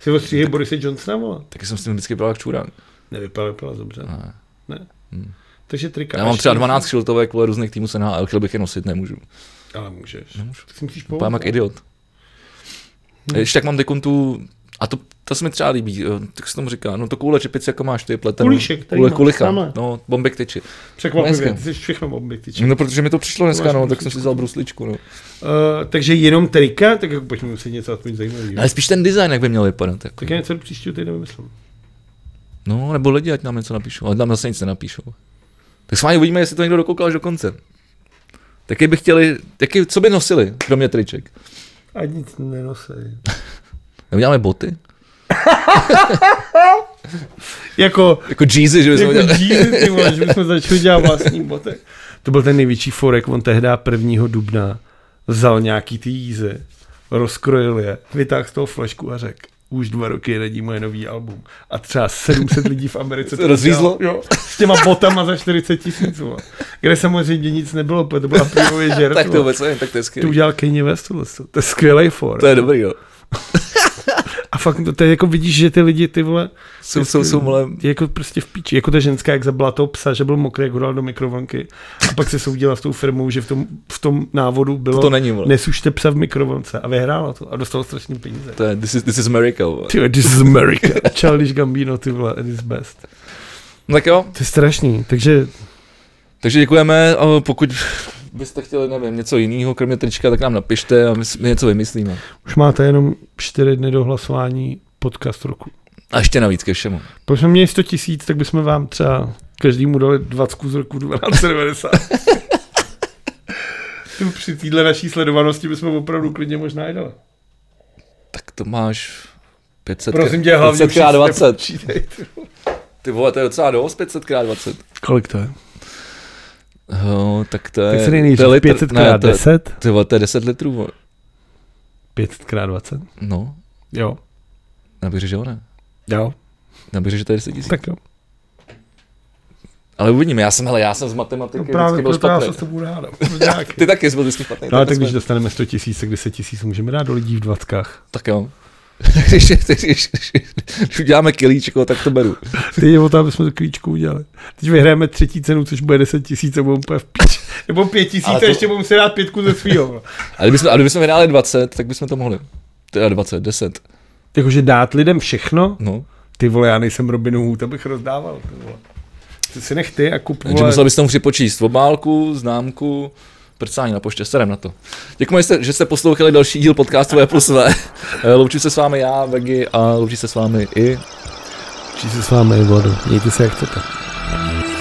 B: Jsi ostříhej Borise Johnsona, vole.
A: Taky jsem s tím vždycky byl jak čurák.
B: Nevypadá, vypadá dobře.
A: Ne. Hmm.
B: Ne. Takže trika.
A: Já mám třeba 12 šiltovek vole, různých týmů se na ale chtěl bych je nosit, nemůžu.
B: Ale můžeš. Nemůžu. Tak si musíš
A: Pám jak idiot.
B: Hm.
A: Ještě tak mám dekon tu, a to, to se mi třeba líbí, eh, tak se tomu říká, no to koule čepice, jako máš ty pleten.
B: Kulíšek, který
A: kule,
B: máš,
A: kulicha,
B: tamhle.
A: no, bombek tyči.
B: Překvapivě,
A: Dneska.
B: ty jsi všechno objektičný.
A: No, protože mi to přišlo dneska,
B: máš
A: no, tak jsem si vzal brusličku, no.
B: Uh, takže jenom trika, tak jako pojďme si něco aspoň zajímavého.
A: Ale spíš ten design, jak by měl vypadat. Jako.
B: Tak já něco do příštího týdne vymyslím.
A: No, nebo lidi, ať nám něco napíšou, ale nám zase nic nenapíšou. Tak s vámi uvidíme, jestli to někdo dokoukal až do konce. Taky by chtěli, taky, co by nosili, kromě triček?
B: A nic nenosej.
A: Neuděláme boty?
B: jako,
A: Jako Jeezy, že bychom
B: jako
A: udělali.
B: díly, ty vole, že bychom začali dělat vlastní boty. To byl ten největší forek, on tehdy 1. dubna vzal nějaký ty jízy, rozkrojil je, vytáhl z toho flašku a řekl, už dva roky radí moje nový album. A třeba 700 lidí v Americe
A: Se rozřízlo?
B: udělalo, jo, s těma botama za 40 tisíc. Kde samozřejmě nic nebylo, protože to byla
A: (laughs)
B: první
A: (laughs)
B: žert.
A: Tak to
B: vole.
A: vůbec nevím, tak to je
B: To
A: skvělý.
B: udělal Kanye West tohle, to je skvělý for.
A: To je dobrý, jo.
B: A fakt to, to je jako vidíš, že ty lidi ty vole,
A: Jsou, jsou, jsou, vole,
B: je jako prostě v píči, jako ta ženská, jak zabila toho psa, že byl mokrý, jak ho dala do mikrovlnky a pak se soudila s tou firmou, že v tom, v tom návodu bylo,
A: to není, vole.
B: nesušte psa v mikrovlnce a vyhrála to a dostala strašně peníze.
A: To je, this is, this is America, vole.
B: Ty, vole, this is America.
A: (laughs)
B: Childish Gambino, ty vole, it is best.
A: No Tak jo,
B: To je strašný, takže
A: takže děkujeme, a pokud byste chtěli, nevím, něco jiného, kromě trička, tak nám napište a my, s- my něco vymyslíme.
B: už máte jenom čtyři dny do hlasování podcast roku.
A: A ještě navíc ke všemu.
B: Pokud jsme měli 100 tisíc, tak bychom vám třeba každému dali 20 z roku 1290. (laughs) Tu Při téhle naší sledovanosti bychom opravdu klidně možná i dali.
A: Tak to máš 500
B: Prosím tě, hlavně
A: 500 krát
B: už
A: 20.
B: nepočítej.
A: Ty vole, to je docela dost, 500 krát 20.
B: Kolik to je?
A: Jo, tak to je...
B: Tak se dej
A: Eh, to je
B: nejdřív
A: litr-
B: 500
A: ne,
B: krát
A: to je-
B: 10.
A: Ty vole, to je 10 litrů, vole.
B: 500 krát 20.
A: No,
B: Jo.
A: já bych řekl, že jo, ne.
B: Jo.
A: Já bych řekl, že to je 10 tisíc.
B: Tak jo.
A: Ale uvidíme, já jsem, hele, já jsem z
B: No
A: matematiky vždycky byl špatný.
B: tebou rád.
A: (laughs) Ty taky jsi byl vždycky špatný.
B: No ale tak
A: jsme-
B: když dostaneme 100 tisíc, tak 10 tisíc můžeme dát do lidí v dvackách.
A: Tak jo. (laughs) když, když, když, když, když uděláme kilíčko, tak to beru.
B: Ty je o to, aby jsme tu klíčku udělali. Teď vyhráme třetí cenu, což bude 10 tisíc a budeme úplně v píč. Nebo 5 tisíc
A: Ale
B: to...
A: to-
B: a ještě budeme muset dát pětku ze svýho.
A: A kdybychom, a kdybychom vyhráli 20, tak bychom to mohli. Teda 20, 10,
B: Jakože dát lidem všechno?
A: no.
B: Ty vole, já nejsem Robin Hood, abych rozdával. Ty vole. Ty si nech ty a kup,
A: Takže
B: vole.
A: musel bys tomu připočíst obálku, známku, prcání na poště, serem na to. Děkujeme, že jste, že jste poslouchali další díl podcastu V plus V. (laughs) Eh, Loučím se s vámi já, Vegi, a loučí se s vámi i
B: Čí se s vámi, Vlado. Mějte se, jak chcete.
C: Thank